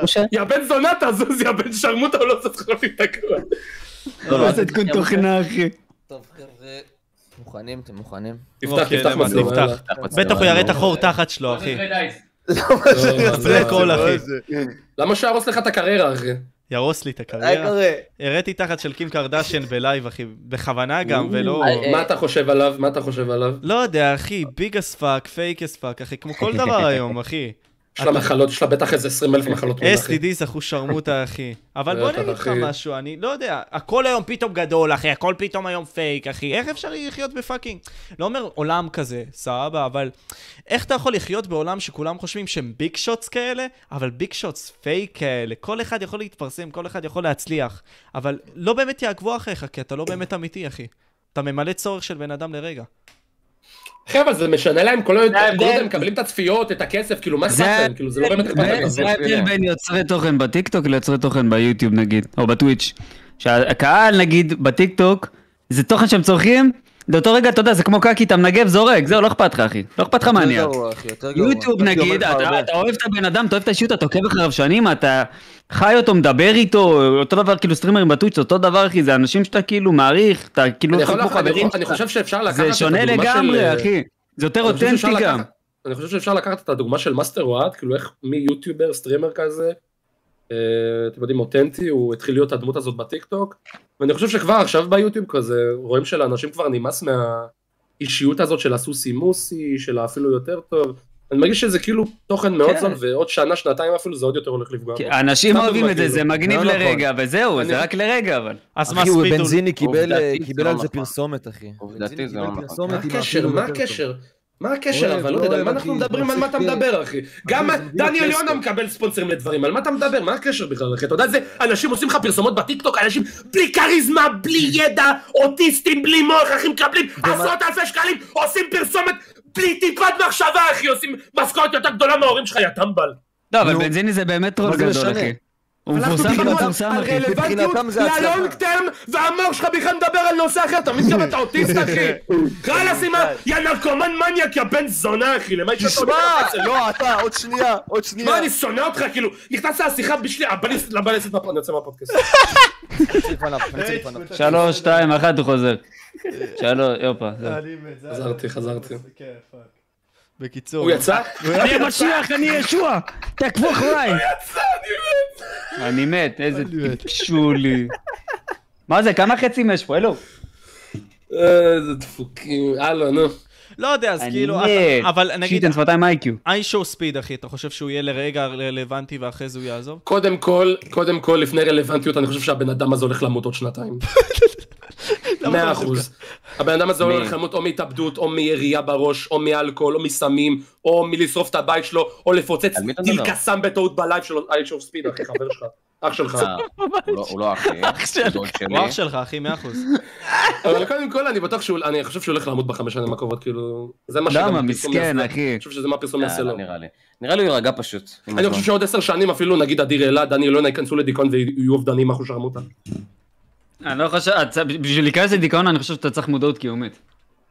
תוכנה. יא בן זונה, תזוז, יא בן שרמוטה, הוא לא צריך להביא את הכול. הוא עשה עדכון תוכנה, אחי. טוב, חבר'ה. מוכנים? אתם מוכנים? תפתח, אוקיי, תפתח למה, מצלמה. נפתח. בטח הוא יראה את החור תחת שלו, אחי. לא- בלק הול, אחי. למה שיהרוס לך את הקריירה, אחי? יהרוס לי את היי הקריירה. קרא. הראתי תחת של קים קרדשן בלייב, אחי, בכוונה גם, ולא... אה, מה אתה חושב עליו? מה אתה חושב עליו? לא יודע, אחי, ביג אס פאק, פייק אס פאק, אחי, כמו כל דבר היום, אחי. יש לה מחלות, יש לה בטח איזה 20 אלף מחלות. כן, מין, אחי. STD זכו שרמוטה, אחי. אבל בוא בטח, נגיד לך אחי. משהו, אני לא יודע, הכל היום פתאום גדול, אחי, הכל פתאום היום פייק, אחי. איך אפשר לחיות בפאקינג... לא אומר עולם כזה, סבבה, אבל איך אתה יכול לחיות בעולם שכולם חושבים שהם ביג שוטס כאלה, אבל ביג שוטס פייק כאלה? כל אחד יכול להתפרסם, כל אחד יכול להצליח, אבל לא באמת יעקבו אחריך, כי אתה לא באמת אמיתי, אחי. אתה ממלא צורך של בן אדם לרגע. אחי, אבל זה משנה להם, כל היום, ההבדל. כל עוד הם מקבלים את הצפיות, את הכסף, כאילו, מה אכפת זה- להם? כאילו, זה לא באמת אכפת להם. זה ההבדל בין יוצרי תוכן בטיקטוק ליוצרי תוכן ביוטיוב נגיד, או בטוויץ'. שהקהל נגיד בטיקטוק, זה תוכן שהם צורכים, באותו רגע, אתה יודע, זה כמו קקי, אתה מנגב, זורק, זהו, לא אכפת לך, אחי. לא אכפת לך יותר מהנייר. גרוע, אחי, יותר גרוע. יוטיוב קקי אומר נגיד, לך אתה הרבה. אתה אוהב את הבן אדם, אתה אוהב את האישיות, אתה עוקב אחריו שנים, אתה חי אותו, מדבר איתו, אותו דבר כאילו סטרימרים בטוויץ', אותו דבר אחי, זה אנשים שאתה כאילו מעריך, אתה כאילו, הם אני יכול כמו לך- אני חברים יכול- אני שלך. חושב שאפשר לקחת את זה הדוגמה של... אה, שונה לגמרי, אחי. זה יותר אני חושב אותנטי שאפשר גם. לקחת- אני חושב שאפשר לקחת את הדוגמה של מאסטר אוהד, כאילו איך מיוטיובר, סטרימר כזה, אה, אתם יודעים, אותנטי, הוא התחיל להיות הדמות הזאת בטיקטוק, ואני חושב שכבר עכשיו ביוטיוב כזה, רואים שלאנשים כבר נמאס מהאישיות הזאת של הסוסי מוסי, של האפילו יותר טוב, אני מרגיש שזה כאילו תוכן מאוד כן. זול, ועוד שנה, שנתיים אפילו, זה עוד יותר הולך לפגוע. בו. כי אנשים סתם אוהבים את זה, דוגמה, זה כאילו. מגניב לא נכון. לרגע, וזהו, אני- זה רק לרגע, אבל. אז מה אחי, הוא ספידול? בנזיני קיבל אה, עובדתית קיבל זה על לא זה נכון. פרסומת, אחי. עובדתית בנזיני זה קיבל לא נכון. פרסומת מה עם הקשר? האפילו מה יותר טוב. הקשר? מה הקשר? אוהב, אבל לא לא יודע, על מה אוהב, אנחנו אחי, מדברים? על מה אתה מפסיק, מדבר, אחי? גם זה מביא דניאל לכסף. יונה מקבל ספונסרים לדברים, על מה אתה מדבר? מה הקשר בכלל, אחי? אתה יודע, זה אנשים עושים לך פרסומות בטיקטוק, אנשים בלי כריזמה, בלי ידע, אוטיסטים, בלי מוח, אחי, מקבלים עשרות אלפי שקלים, עושים פרסומת בלי טיפת מחשבה, אחי, עושים משכורת יותר גדולה מההורים שלך, יא טמבל. לא, אבל נו. בנזיני זה באמת טרול מה זה גדול, משנה? אחי. הוא אנחנו מפורסם כי דיברנו הוא כאילו על- מפורסם, על אחי. רלוונטיות מבחינתם זה הצלחה. ללונג טרם, והמוח שלך בכלל מדבר על נושא אחר, אתה מבין כמה אתה אוטיסט, אחי? חלאס עם ה... יא נרקומן מניאק, יא בן זונה, אחי, למה יש לך... תשמע! לא, אתה, עוד שנייה, עוד שנייה. מה, אני שונא אותך, כאילו, נכנס לשיחה בשבילי, הבליסט, לבליסט, אני יוצא מהפודקאסט. נציג פניו, נציג פניו. שלוש, שתיים, אחת, הוא חוזר. שלוש, יופה. זהו. חזרתי, חזרתי. בקיצור, הוא יצא? אני המשיח, אני ישוע! תעקבו אחריי! אני מת, איזה טיפשולי. מה זה, כמה חצים יש פה, אלו? איזה אה, דפוקים, הלאה, נו. לא יודע, אז אני כאילו, מת. אתה- אבל נגיד, שיטן שפתיים איי-קיו. איי שואו ספיד, אחי, אתה חושב שהוא יהיה לרגע רלוונטי ואחרי זה הוא יעזוב? קודם כל, קודם כל, לפני רלוונטיות, אני חושב שהבן אדם הזה הולך למות עוד שנתיים. מאה אחוז. הבן אדם הזה הולך למות או מהתאבדות, או מירייה בראש, או מאלכוהול, או מסמים, או מלשרוף את הבית שלו, או לפוצץ על מי אתה טיל מדבר? קסאם בטעות בלייב שלו, אי שוב ספיד, אחי, חבר שלך. אח שלך. אה, הוא לא- הוא לא אחי, הוא דוד שלי. הוא אח שלך, אחי, מאה אחוז. אבל קודם כל, אני בטוח שהוא, אני חושב שהוא הולך לעמוד בחמש שנים הקרובות, כאילו... זה מה שגם למה, הפרסום מסכן, יעשה. אחי. אני חושב שזה מה הפרסום אה, יעשה לו. לא נראה לי. נראה לי הוא יירגע פשוט. עם אני הזמן. חושב שעוד עשר שנים אפילו נגיד אדיר אלעד, דני אלונה ייכנסו לדיכאון ויהיו אובדנים אחוז שרמוטה. אני לא חושב, את- בשביל להיכנס לדיכאון אני חושב שאתה צריך מודעות קיומית.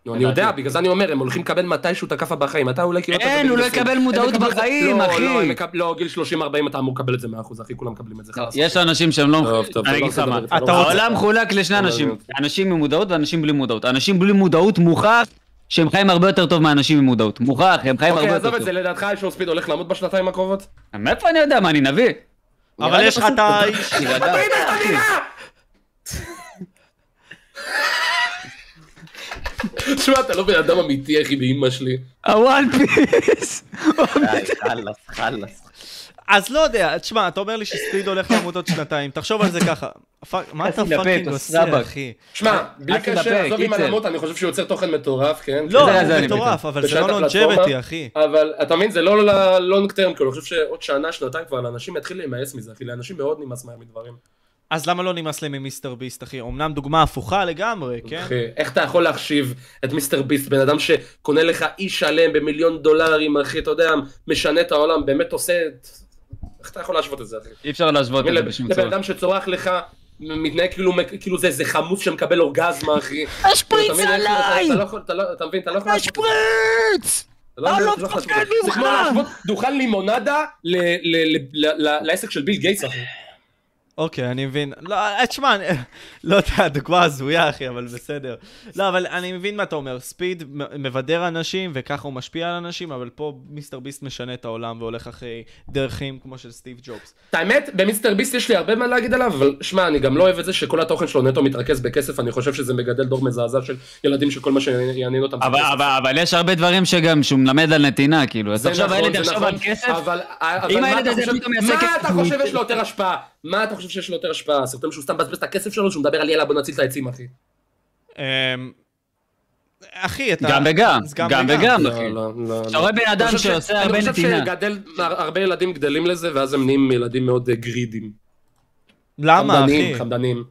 נו, אני יודע, בגלל זה אני אומר, הם הולכים לקבל מתישהו את הכאפה בחיים, אתה אולי כאילו... אתה אין, בגיל הוא לא 20. יקבל הם מודעות יקבלו את זה- בחיים, לא, אחי. לא, הם יקב- לא, גיל 30-40 אתה אמור לקבל את זה 100%, אחי, כולם מקבלים את זה. חלאס. יש אנשים שהם לא... טוב, טוב, אני לא אגיד לך רוצה מה. לדבר איתך, לא אתה רוצה. רוצה- העולם חולק לשני אנשים, הבנתי. אנשים עם מודעות ואנשים בלי מודעות. אנשים בלי מודעות מוכח שהם חיים הרבה יותר טוב מאנשים עם מודעות. מוכח, הם חיים הרבה אוקיי, יותר עזוב טוב. את זה, לדעתך אישור ספיד הולך לעמוד בשנתיים הקרובות? מאיפה אני יודע? מה, אני נביא? אבל יש לך את האיש... תגיד איך אתה נראה! תשמע, אתה לא בן אדם אמיתי, אחי, באמא שלי. הוואן פיס! די, חלאס, חלאס. אז לא יודע, תשמע, אתה אומר לי שספיד הולך למות עוד שנתיים, תחשוב על זה ככה. פאק, מה אתה חצי לפה, פאקינג אתה עושה, סבק. אחי? שמע, בלי אה, אל תדפק, קשר, עזוב עם איצל. הלמות, אני חושב שהוא יוצר תוכן מטורף, כן? לא, זה- זה הוא אני מטורף, אבל זה בשעת לא הפלטפורמה. לונג'בטי, אחי. אבל אתה מבין, זה לא ללונג טרם, כאילו, אני חושב שעוד שנה, שנתיים כבר, לאנשים יתחיל להימאס מזה, אחי, לאנשים מאוד נמאס מהם מדברים. אז למה לא נמאס להם ממיסטר ביסט, אחי? אמנם דוגמה הפוכה לגמרי, כן? אחי, איך אתה יכול להחשיב את מיסטר ביסט, בן אדם שקונה לך אי שלם במיליון דולרים, אחי, אתה יודע, משנה את העולם, באמת עושה... את- איך אתה יכול להשוות את זה, אחי? אי אפשר להשוות את זה לא בשום לבן צורה. אדם שצורח לך, מתנהג כאילו- כאילו זה איזה חמוץ שמקבל אורגזמה, אחי. כאילו, השפריץ אתה מבין, אתה- אתה- עליי! אתה לא יכול- אתה לא- אתה מבין, אתה לא יכול... לעשות את זה. השפריץ! אתה לא יכול- לא אתה יכול לעשות את מפחד זה. זה ממך. כמו להשוות דוכן לימונדה ל- ל- ל- ל- ל- לעסק של ביל גייטס, אחי. אוקיי, אני מבין. לא, אה, תשמע, אני- לא יודע, דוגמה הזויה, אחי, אבל בסדר. לא, אבל אני מבין מה אתה אומר. ספיד מ- מבדר אנשים, וככה הוא משפיע על אנשים, אבל פה מיסטר ביסט משנה את העולם והולך אחרי דרכים כמו של סטיב ג'ובס. את האמת, במיסטר ביסט יש לי הרבה מה להגיד עליו, אבל שמע, אני גם לא אוהב את זה שכל התוכן שלו נטו מתרכז בכסף, אני חושב שזה מגדל דור מזעזע של ילדים שכל מה שיעניין אותם זה אבל- כסף. אבל אבל יש הרבה דברים שגם, שהוא מלמד על נתינה, כאילו. אז זה עכשיו נכון, הילד זה יחשוב נכון, על כסף, אבל- אבל אם מה הילד אתה הזה חושב- פתאום יעשה מה כסף- אתה חושב יש לו יותר השפעה? מה אתה חושב שיש לו יותר השפעה? הסרטון שהוא סתם מבזבז את הכסף שלו, שהוא מדבר על יאללה בוא נציל את העצים אחי. אמ, אחי, אתה... גם וגם, אז גם וגם, אחי. לא, לא, אתה לא. רואה בן אני אדם חושב ש- שעושה הרבה אני חושב נתינה. שגדל, הרבה ילדים גדלים לזה, ואז הם נהיים ילדים מאוד אה, גרידים. למה, חמדנים, אחי? חמדנים.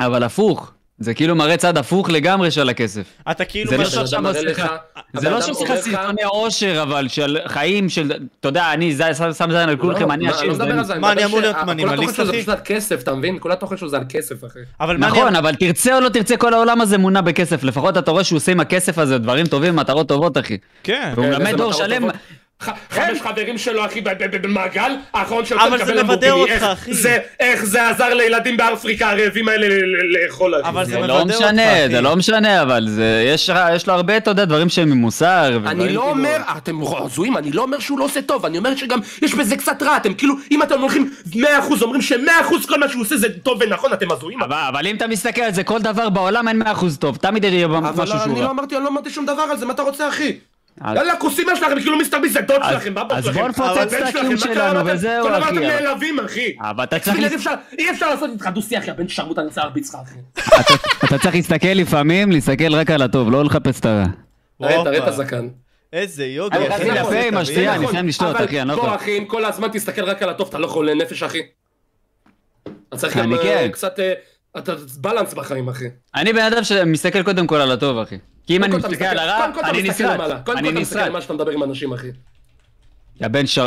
אבל הפוך, זה כאילו מראה צד הפוך לגמרי של הכסף. אתה כאילו זה אומר לא שאתה שם שאדם מראה לך, מסכה. זה הבן לא אדם שיש לך אומר לך- סרטוני עושר, אבל של חיים של... אתה יודע, אני ז- שם שם זין על כולכם, אני לא, אני עשיר. לא מדבר על זה, אני מה, אני מדבר אמור להיות שה- מנימליסט, כל התוכן שלו אחי? זה פשוט על כסף, אתה מבין? כל התוכן שלו זה על כסף, אחי. אבל מה אני... נכון, אבל תרצה או לא תרצה, כל העולם הזה מונע בכסף. לפחות אתה רואה שהוא עושה עם הכסף הזה דברים טובים, מטרות טובות, אחי. כן. והוא כן, מלמד איזה דור מטרות שלם... טובות. ח- חמש חברים שלו, אחי, ב- ב- במעגל, האחרון שיוצא אבל זה מבדר למבורגני. אותך, איך אחי. זה- איך זה עזר לילדים באפריקה הרעבים האלה ל- ל- לאכול, אחי. אבל זה זה מבדר לא אותך, משנה, אחי. זה לא משנה, אבל זה... יש לך- יש לו הרבה, אתה יודע, דברים שהם ממוסר. אני לא אומר, אתם הזויים, אני לא אומר שהוא לא עושה טוב, אני אומר שגם יש בזה קצת רע, אתם כאילו, אם אתם הולכים 100% אומרים ש-100% כל מה שהוא עושה זה טוב ונכון, אתם הזויים. אבל, אבל אם אתה מסתכל על זה, כל דבר בעולם אין 100% טוב, תמיד יהיה אבל משהו לא, שהוא אני לא רע. אמרתי, אני לא אמרתי שום דבר על זה, מה אתה רוצה, אחי? אז- יאללה, הכוסימה שלכם, כאילו מסתבר זה דוד אז- שלכם, מה בוא אז שלכם? בוא נפוצץ את הבן הקיום שלכם, שלנו, מה קרה? מה אתם- וזהו, כל דבר אחי, אתם אבל- נעלבים, אחי. אבל אתה צריך, תגיד, להס... אי אפשר- אי אפשר לעשות איתך דו-שיח, יא בן שרמוט, אני רוצה להרביץ לך, אחי. אתה צריך להסתכל לפעמים, להסתכל רק על הטוב, לא לחפש את הרע. תראה תראה את הופה. הזקן. איזה יוגי. אני אחי, נכנסתי לפה זה עם תבין. השתייה, אני- נכון, חייב לשתות, אבל אחי, אני לא בוא, יכול. אחי, אם כל הזמן תסתכל רק על הטוב, אתה לא חולה נפש, אחי. אתה צריך אני גם אה, כן. קצת... אה, אתה בלנס בחיים, אחי. אני בן אדם שמסתכל קודם כל על הטוב, אחי. כי אם אני קודם כל אתה מסתכל על הרע, קודם כל אתה אני מסתכל נסרט. למעלה. קודם כל אני אתה מסתכל נסרט. על מה שאתה מדבר עם אנשים, אחי. יא בן שר...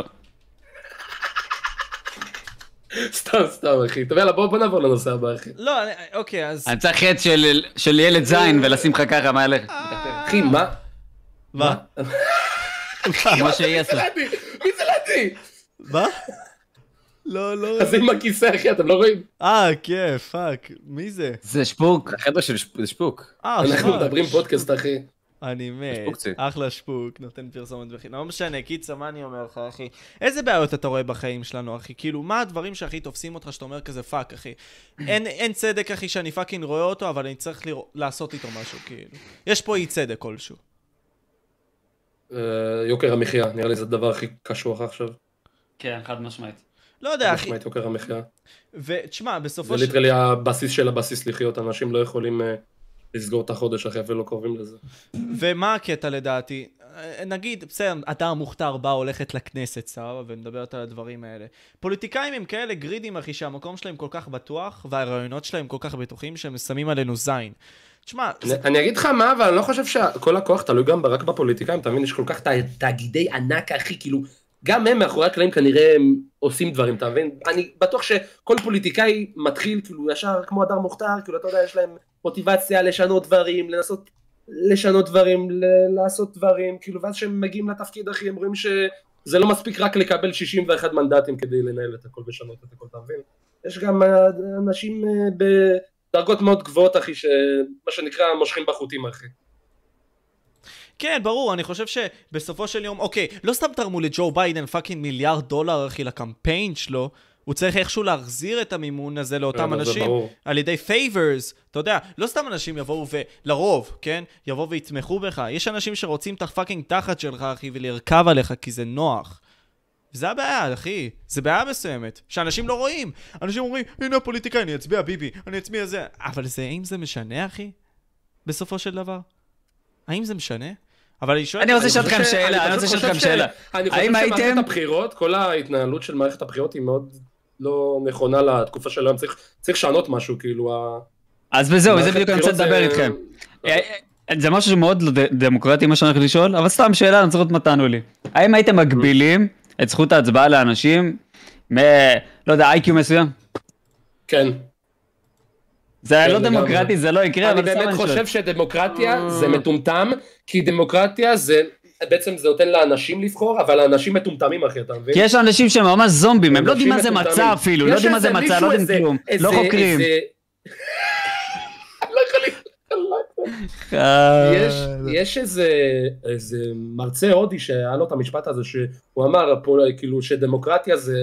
סתם, סתם, אחי. טוב, יאללה, בוא בוא נעבור לנושא הבא, אחי. לא, אני- אוקיי, אז... אני צריך חץ של- של ילד זין ולשים לך ככה מעל הלחם. אחי, מה? מה? כמו שהיא מי זה עשתה. לידי? מי זה לידי? מה? לא, לא... אז עם הכיסא, אחי, אתם לא רואים? אה, כן, פאק. מי זה? זה שפוק. החדר של שפ- שפוק. אה, אנחנו פאק. מדברים פודקאסט, אחי. אני מת, שפוקצי. אחלה שפוק, נותן פרסומת בחינם. לא משנה, קיצה, מה אני אומר לך, אחי? איזה בעיות אתה רואה בחיים שלנו, אחי? כאילו, מה הדברים שהכי תופסים אותך שאתה אומר כזה פאק, אחי? אין, אין צדק, אחי, שאני פאקינג רואה אותו, אבל אני צריך לרא... לעשות איתו משהו, כאילו. יש פה אי צדק כלשהו. אה, יוקר המחיה, נראה לי זה הדבר הכי קשוח עכשיו. כן, חד משמעית. לא יודע, אחי. נשמע את יוקר המחיה. ותשמע, בסופו זה של... ליטרלי הבסיס של הבסיס לחיות, אנשים לא יכולים אה, לסגור את החודש אחרי ולא קרובים לזה. ומה הקטע לדעתי? אה, נגיד, בסדר, אתה המוכתר בא, הולכת לכנסת, סבבה, ומדברת על הדברים האלה. פוליטיקאים הם כאלה גרידים, אחי, שהמקום שלהם כל כך בטוח, והרעיונות שלהם כל כך בטוחים, שהם שמים עלינו זין. תשמע, זה- אני אגיד לך מה, אבל אני לא חושב שכל הכוח תלוי גם רק בפוליטיקאים, אתה מבין? יש כל כך ת- תאגידי ענק, אחי, כאילו, גם הם מאחורי הקלעים כנראה הם עושים דברים, אתה מבין? אני בטוח שכל פוליטיקאי מתחיל, כאילו, ישר כמו הדר מוכתר, כאילו, אתה יודע, יש להם מוטיבציה לשנות דברים, לנסות לשנות דברים, ל- לעשות דברים, כאילו, ואז כשהם מגיעים לתפקיד, אחי, הם רואים שזה לא מספיק רק לקבל 61 מנדטים כדי לנהל את הכל ולשנות את הכל, אתה מבין? יש גם אה, אנשים אה, ב... דרגות מאוד גבוהות אחי, שמה שנקרא מושכים בחוטים אחי. כן, ברור, אני חושב שבסופו של יום, אוקיי, לא סתם תרמו לג'ו ביידן פאקינג מיליארד דולר, אחי, לקמפיין שלו, הוא צריך איכשהו להחזיר את המימון הזה לאותם אבל זה אנשים, ברור. על ידי פייברס, אתה יודע, לא סתם אנשים יבואו ולרוב, כן? יבואו ויתמכו בך. יש אנשים שרוצים את הפאקינג תחת שלך, אחי, ולרכב עליך, כי זה נוח. זה הבעיה, אחי. זה בעיה מסוימת, שאנשים לא רואים. אנשים אומרים, הנה הפוליטיקאי, אני אצביע ביבי, אני אצביע זה. אבל זה, האם זה משנה, אחי? בסופו של דבר? האם זה משנה? אבל אני שואל... אני רוצה לשאול חושב אתכם ש- שאלה, אני פשוט רוצה לשאול חושב אתכם ש- שאלה. האם אני חושב שמערכת הייתם- הבחירות, כל ההתנהלות של מערכת הבחירות היא מאוד לא נכונה לתקופה של היום, צריך- צריך לשנות משהו, כאילו... ה- אז וזהו, זה מערכת בדיוק אני רוצה הבחירות לדבר זה- איתכם. אה, אה, זה משהו שמאוד לא ד- דמוקרטי מה שאני הולך לשאול, אבל סתם שאלה, אני צריך לראות מה תענו לי. האם הייתם מגבילים את זכות ההצבעה לאנשים מ... לא יודע, איי-קיו מסוים? כן. זה כן, לא לגמרי. דמוקרטי, זה לא יקרה, אני אבל סתם באמת אני שואל. Mm. חושב שדמוקרטיה זה מטומטם, כי דמוקרטיה זה... בעצם זה נותן לאנשים לבחור, אבל האנשים מטומטמים אחי, אתה מבין? כי יש אנשים שהם ממש זומבים, כן, הם לא יודעים מה זה אנשים מצע מטומטמים. אפילו, לא יש יודעים מה זה איזה מצע, לא מישהו, יודעים איזה- כלום, איזה- לא חוקרים. איזה- אני לא יכול להתקלח. אה, יש- יש איזה איזה מרצה הודי שהיה לו את המשפט הזה שהוא אמר פה כאילו שדמוקרטיה זה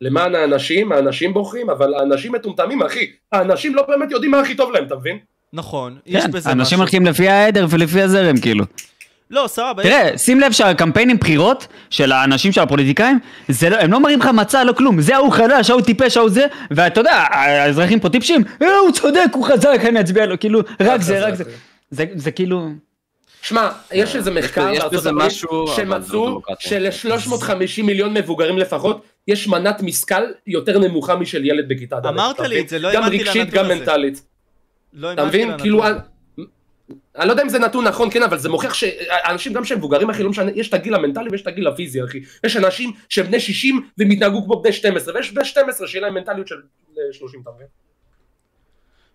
למען האנשים, האנשים בוחרים, אבל האנשים מטומטמים אחי, האנשים לא באמת יודעים מה הכי טוב להם, אתה מבין? נכון, יש כן, בזה אנשים משהו. הולכים לפי העדר ולפי הזרם, כאילו. לא, סבבה. יש- תראה, שים לב שהקמפיינים בחירות של האנשים, של הפוליטיקאים, זה לא, הם לא מראים לך מצע, לא כלום. זה ההוא חלש, ההוא טיפש, ההוא זה, ואתה יודע, האזרחים פה טיפשים, אה, הוא צודק, הוא חזק, אני אצביע לו, כאילו, רק זה, רק זה. זה, זה כאילו... שמע, יש איזה מחקר יש בארצות בזה הברית משהו, אבל זה לא שמצאו דמוקרטיה. של-350 מיליון מבוגרים לפחות, יש מנת משכל יותר נמוכה משל ילד בכיתה ד'. אמרת אתה לי מבין? את זה, לא גם האמנתי רגשית, לנתון גם הזה. מנטלית. לא אתה האמנתי מבין? לנתון. כאילו... אני- אני לא יודע אם זה נתון נכון, כן, אבל זה מוכיח שאנשים, גם שהם מבוגרים, אחי, לא משנה, יש את הגיל המנטלי ויש את הגיל הפיזי, אחי. יש אנשים שהם בני 60 והם התנהגו כמו בני 12, ויש בני 12 שיהיה להם מנטליות של אה, 30, אתה מבין?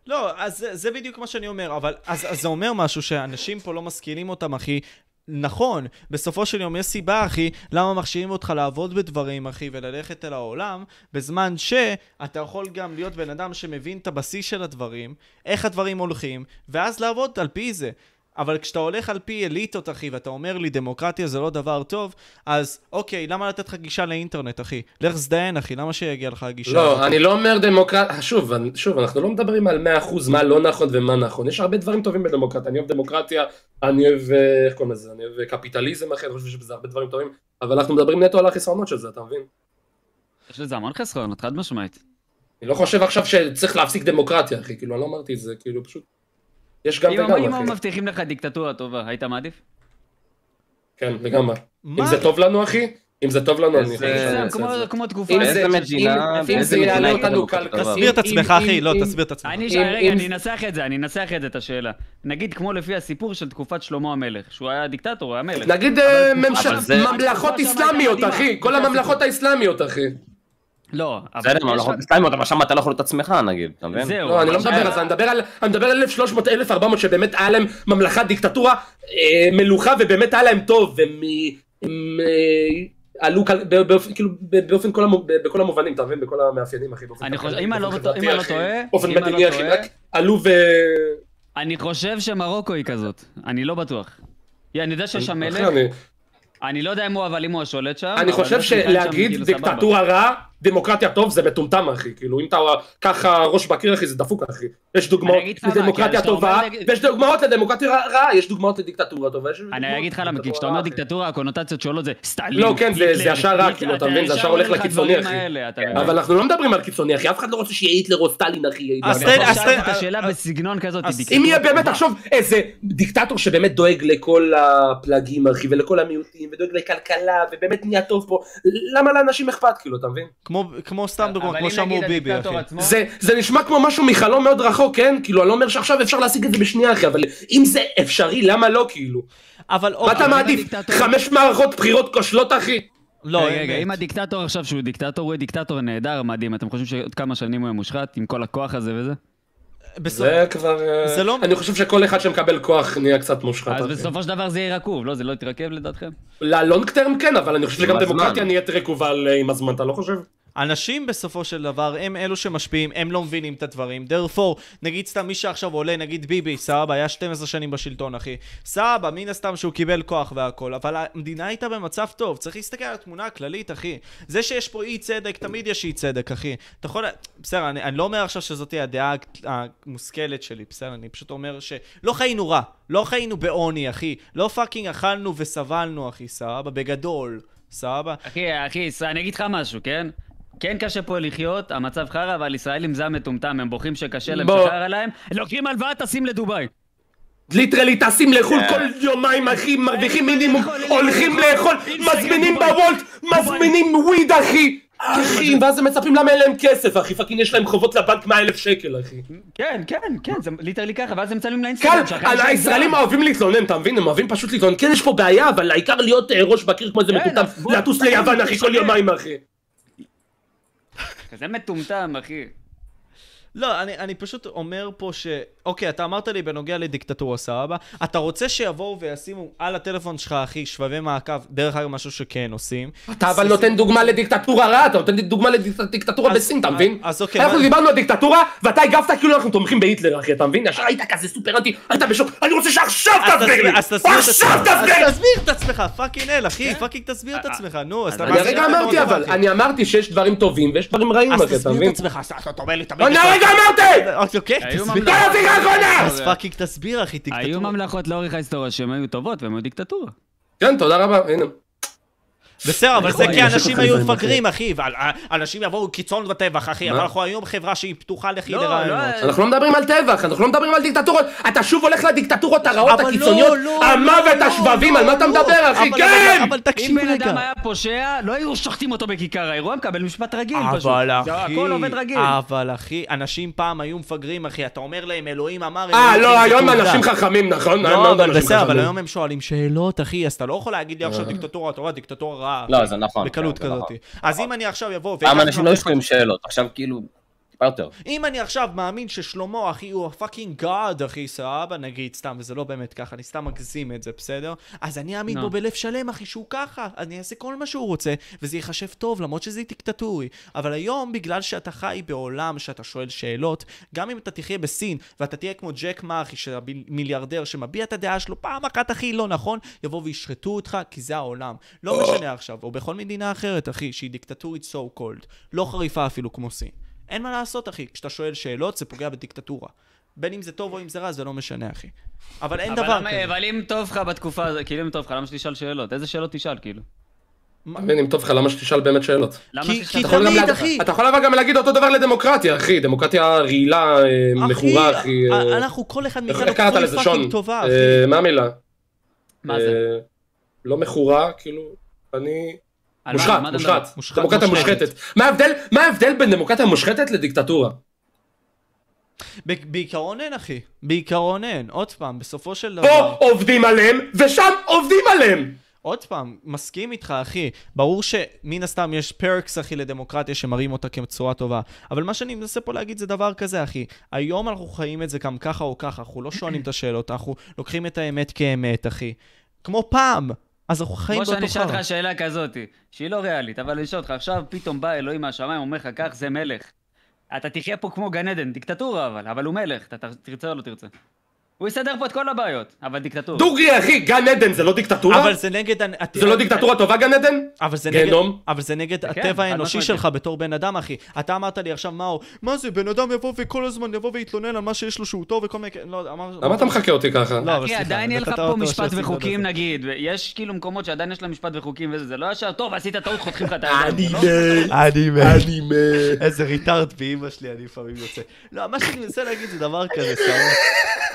לא, אז זה, זה בדיוק מה שאני אומר, אבל אז, אז זה אומר משהו שאנשים פה לא משכילים אותם, אחי. נכון, בסופו של יום יש סיבה, אחי, למה מכשירים אותך לעבוד בדברים, אחי, וללכת אל העולם, בזמן שאתה יכול גם להיות בן אדם שמבין את הבסיס של הדברים, איך הדברים הולכים, ואז לעבוד על פי זה. אבל כשאתה הולך על פי אליטות, אחי, ואתה אומר לי, דמוקרטיה זה לא דבר טוב, אז אוקיי, למה לתת לך גישה לאינטרנט, אחי? לך זדיין, אחי, למה שיגיע לך הגישה? הזאת? לא, אני לא אומר דמוקרטיה, שוב, אני- שוב, אנחנו לא מדברים על 100% מה לא נכון ומה נכון, יש הרבה דברים טובים בדמוקרטיה, אני אוהב דמוקרטיה, אני אוהב, אה, איך קוראים לזה, אני אוהב אה, קפיטליזם, אחי, אני חושב שיש בזה הרבה דברים טובים, אבל אנחנו מדברים נטו על החסרונות של זה, אתה מבין? יש לזה המון חסרונות, חד משמעית. אני לא חושב עכשיו שצריך להפסיק דמוקרטיה, אחי, כאילו, אני לא אמרתי את זה, כאילו, פשוט, יש גם אם וגם, אם אחי, מבטיחים לך דיקטטורה טובה, היית מעדיף? כן, לגמרי. אם מה? זה טוב לנו, אחי, אם זה טוב לנו, אני איזה- חושב שזה סתם, זה- כמו- זה- כמו תקופה. אם של- זה- באיזה של- מדינה, אם- באיזה אם זה מדינה יעלה הייתה אותנו דמוקרטיה כלכלה. טובה? תסביר את אם- עצמך, אם- אחי, לא, אם- תסביר את עצמך. אני אם- אשאל, רגע, אם- אני אנסח את זה, אני אנסח את זה, את השאלה. נגיד כמו לפי הסיפור של תקופת שלמה המלך, שהוא היה דיקטטור, הוא היה מלך. נגיד אה, אבל- ממשל- אבל זה- ממלכות התקופה שם הייתה איסלאמיות, מדהימה. אחי, כל הממלכות האסלאמיות, אחי. לא, אבל... בסדר, יש אבל לך- אנחנו סתם, אבל שם אתה לא יכול להיות עצמך, נגיד, אתה מבין? זהו. לא, אני לא אבל- מדבר על זה, אני מדבר על- אני מדבר על 1300, 1400 שבאמת היה להם ממלכה, דיקטטורה, אה, מלוכה, ובאמת היה להם טוב, והם הם, אה, עלו כל- ב- באופן- כאילו, ב- באופן כל המו- ב- בכל המובנים, אתה מבין? בכל המאפיינים, אחי. באופן אני חושב- כלכלי, אם אני לא- באופן חברתי, אם אני לא אחי, טועה, באופן אם אני לא מדיני, אחי, טועה- רק עלו ו... אני חושב שמרוקו היא כזאת, אני לא בטוח. יא, אני יודע שיש שם אחי, מלך, אני- אני לא יודע אם הוא, אבל אם הוא השולט שם. אני אה, אבל חושב זה שהוא חי שם, שלהגיד כאילו, סבבה. דיקטטורה רע, דמוקרטיה טוב, זה מטומטם, אחי. כאילו, אם אתה ככה ראש בקיר, אחי, זה דפוק, אחי. יש דוגמאות אגיד לך למה, כי לדמוקרטיה כשאתה אומר טובה, נגד- ויש דוגמאות לדמוקרטיה רע- רעה, יש דוגמאות לדיקטטורה טובה. יש דוגמאות אני אגיד לך למה, כי לדיקטטורה כשאתה רעה, אומר אחי. דיקטטורה, הקונוטציות שעולות זה סטלין, לא, כן, זה- היטלר, זה ישר רע, היטלר, כאילו, אתה מבין? זה ישר ישר הולך הולך לקיצוני, לדברים אחי. האלה, אתה מבין? אבל אנחנו לא מדברים על קיצוני, אחי, אף אחד לא רוצה שיהיה היטלר או סטלין, אחי. אז אבל- תן- אבל אז שאלתי תן- את השאלה אז- בסגנון כזאת, אז- דיקטטורה. אם יהיה באמת, תחשוב, איזה דיקטטור שבאמת דואג לכל הפלגים, אחי, ולכל המיעוטים, ודואג לכלכלה, ובאמת נהיה טוב פה, למה לאנשים אכפת, כאילו, אתה מבין? כמו, כמו סתם דוגמא, אבל כמו אם שאמרו נגיד ביבי, אחי. הדיקטטור עצמו- זה, זה נשמע כמו משהו מחלום מאוד רחוק, כן? כאילו, אני לא אומר שעכשיו אפשר להשיג את זה בשנייה, אחי, אבל אם זה אפשרי, למה לא, כאילו? אבל מה אוקיי, אתה מעדיף? הדיקטטור- חמש מערכות בחירות כושלות, אחי? לא, רגע, רגע, אה, אם אמת. הדיקטטור עכשיו שהוא דיקטטור, הוא יהיה דיקטטור נהדר, מדהים, אתם חושבים שעוד כמה שנים הוא יהיה מושחת עם כל הכוח הזה וזה? בסוף... זה כבר... אה, זה לא- אני חושב שכל אחד שמקבל כוח נהיה קצת מושחת, אז אחי. בסופו של דבר זה יהיה רקוב, לא? זה לא יתרקב לדעתכם? ללונג טרם כן, אבל אני חושב עם שגם הזמן. דמוקרטיה נהיית רקובה ל- עם הזמן, אתה לא חושב? אנשים בסופו של דבר הם אלו שמשפיעים, הם לא מבינים את הדברים. דרפור, נגיד סתם מי שעכשיו עולה, נגיד ביבי, סבבה, היה 12 שנים בשלטון, אחי. סבבה, מן הסתם שהוא קיבל כוח והכל, אבל המדינה הייתה במצב טוב, צריך להסתכל על התמונה הכללית, אחי. זה שיש פה אי צדק, תמיד יש אי צדק, אחי. אתה יכול... בסדר, אני, אני לא אומר עכשיו שזאת תהיה הדעה הק- המושכלת שלי, בסדר, אני פשוט אומר שלא חיינו רע, לא חיינו בעוני, אחי. לא פאקינג אכלנו וסבלנו, אחי, סבבה, בגדול, סבבה. אחי, אחי, ישראל, אני אגיד לך משהו, כן? כן קשה פה לחיות, המצב חרא, אבל ישראלים זה המטומטם, הם בוכים שקשה להם, בוא. שחרא להם, לוקחים הלוואה, טסים לדובאי. ליטרלי טסים לחו"ל כל יומיים אחי, מרוויחים מינימום, הולכים לאכול, מזמינים בוולט, מזמינים וויד אחי! אחי, ואז הם מצפים למה אין להם כסף אחי, פאקינג יש להם חובות לבנק 100 אלף שקל אחי. כן, כן, כן, זה ליטרלי ככה, ואז הם מצלמים כאן, כן, לאינסטגרם. שהחיים על שלהם הישראלים זהב. אוהבים להתלונן, אתה מבין? הם אוהבים פשוט להתלונן. כן, יש פה בעיה, אבל העיקר להיות אה, ראש בקיר כמו איזה כן, מטומטם, אז בוא, לטוס תגיד, ליוון אחי כל תשנה. יומיים אחי. כזה מטומטם, אחי. לא, אני, אני פשוט אומר פה ש... אוקיי, אתה אמרת לי בנוגע לדיקטטורה, סבבה? אתה רוצה שיבואו וישימו על הטלפון שלך, אחי, שבבי מעקב, דרך אגב, משהו שכן עושים. אתה אבל נותן דוגמה לדיקטטורה רעה, אתה נותן דוגמה לדיקטטורה אז- בסין, אתה מבין? אז אוקיי, אנחנו מה- דיברנו על דיקטטורה, ואתה הגבת כאילו אנחנו תומכים בהיטלר, אחי, אתה מבין? ישר היית כזה סופר אנטי, היית בשוק, אני רוצה שעכשיו אז תסביר לי! תסביר- אז תסביר את עכשיו עצמך. תסביר! אז תסביר את עצמך, פאקינג אל, אחי, פאקינג תסביר את עצמך, נו, אז אתה... אני הרגע אמרתי אבל, אני אמרתי שיש דברים טובים ויש דברים רעים, אז אחי, אתה תסביר מבין? את עצמך, אז אתה אומר לי תמיד... אני יש- הרגע אמרתי! אוקיי, היו תסביר. די ממלכות- לפיגה האחרונה! אז פאקינג תסביר, אחי, היו דיקטטורה. ממלכות לאורך ההיסטוריה שהן היו טובות והן היו דיקטטורה. כן, תודה רבה, הנה. בסדר, אבל זה יכול כי להיות אנשים שככה היו זה עם מפגרים, אחי, ואנשים יבואו קיצון וטבח, אחי, אבל אנחנו היום חברה שהיא פתוחה לכי לרעיונות. אנחנו לא מדברים על טבח, אנחנו לא מדברים על דיקטטורות. אתה שוב הולך לדיקטטורות הרעות אבל לא, הקיצוניות, לא, לא, המוות, לא, השבבים, על מה אתה לא. מדבר, אחי? אבל- כן! אבל תקשיב אם בן רגע. אדם היה פושע, לא היו שוחטים אותו בכיכר האירוע, מקבל משפט רגיל פשוט. אבל זה אחי, הכל עובד רגיל. אבל אחי, אנשים פעם היו מפגרים, אחי, אתה אומר להם, אלוהים אמר... אה, אלוהים לא, זה היום תעודה." אנשים חכמים, נכון? היום לא, מאוד אבל אנשים בסדר, אבל חכמים. היום הם שואלים שאלות, אחי, אז אתה לא יכול להגיד לי עכשיו דיקטטורה טובה, דיקטטורה רעה. לא, אחי, זה נכון, בקלות כן, זה כזאת. נכון. אז אם אני עכשיו אבוא... פעם ואקח אנשים לא מהפכת- שואלים שאלות, עכשיו כאילו, טיפה יותר. אם אני עכשיו מאמין ששלמה, אחי, הוא הפאקינג גאד, אחי, סבבה, נגיד, סתם, וזה לא באמת ככה, אני סתם מגזים את זה, בסדר? אז אני אאמין נו. בו בלב שלם, אחי, שהוא ככה, אני אעשה כל מה שהוא רוצה, וזה ייחשב טוב, למרות שזה דיקטטורי. אבל היום, בגלל שאתה חי בעולם שאתה שואל שאלות, גם אם אתה תחיה בסין, ואתה תהיה כמו ג'ק מה, אחי, של המיליארדר שמביע את הדעה שלו, פעם אחת, אחי, לא נכון, יבואו וישחטו אותך, כי זה העולם. לא משנה עכשיו, או בכל מדינה אחרת, אחי, שהיא דיקטטורית so called. לא חריפה אפילו כמו סין. אין מה לעשות, אחי. כשאתה שואל שאלות, זה פוגע בדיקטטורה. בין אם זה טוב או אם זה רע, זה לא משנה, אחי. אבל אין אבל דבר למה- כזה. אבל אם טוב לך בתקופה הזאת, כאילו אם טוב לך, למה שתשאל שאלות? איזה שאלות תשאל, כאילו? מה- מבין, אם טוב לך, למה שתשאל באמת שאלות? למה כי- שתשאל כי אתה יכול גם תמיד, לה- אחי. אתה יכול אבל גם להגיד אותו דבר לדמוקרטיה, אחי. דמוקרטיה רעילה, אה, מכורה, אחי. א- אה, אנחנו, כל אחד איך מאיתנו איך קראת כפוי לזה, שון? פאקינג טובה, אה, אחי. מה המילה? מה זה? אה, לא מכורה, כאילו, אני... על מה- מושחת, על מה אתה מדבר? מושחת. מושחת, דמוקרטיה מושחתת. מושחתת. מה ההבדל- מה ההבדל בין דמוקרטיה מושחתת לדיקטטורה? ב- בעיקרון אין, אחי. בעיקרון אין. עוד פעם, בסופו של דבר... פה עובדים עליהם, ושם עובדים עליהם! עוד פעם, מסכים איתך, אחי. ברור שמן הסתם יש פרקס, אחי, לדמוקרטיה שמראים אותה כצורה טובה. אבל מה שאני מנסה פה להגיד זה דבר כזה, אחי. היום אנחנו חיים את זה גם ככה או ככה, אנחנו לא שואלים את השאלות, אנחנו לוקחים את האמת כאמת, אחי. כמו פעם. אז אנחנו חיים כמו שאני באותו אשאל חרא. אותך שאלה כזאת, שהיא לא ריאלית, אבל אני אשאל אותך, עכשיו פתאום בא אלוהים מהשמיים, אומר לך, כך זה מלך. אתה תחיה פה כמו גן עדן, דיקטטורה אבל, אבל הוא מלך, אתה ת- תרצה או לא תרצה. הוא יסדר פה את כל הבעיות, אבל דיקטטורה. דוגרי, אחי, גן עדן זה לא דיקטטורה? אבל זה נגד... הנ- הת- זה לא דיקטטורה טובה, גן עדן? אבל זה נגד, גיהנום. אבל זה נגד כן, הטבע חד האנושי משמעית. שלך בתור בן אדם, אחי. אתה אמרת לי עכשיו, מאור, מה זה, בן אדם יבוא וכל הזמן יבוא ויתלונן על מה שיש לו שהוא טוב וכל מיני... כאלה", לא, אמר... למה אתה מחקה אותי ככה? לא, אבל אחי, סליחה, עדיין יהיה לך נתת פה אותו משפט שעשית את וחוקים זה. נגיד, יש כאילו מקומות שעדיין יש להם משפט וחוקים וזה, זה לא ישר, טוב, עשית טעות, חותכים לך את הידיים. זה לא- אני מת. אני מת. איזה ריטארד באימא שלי, אני לפעמים יוצא. לא, מה שאני מנסה להגיד זה דבר כזה,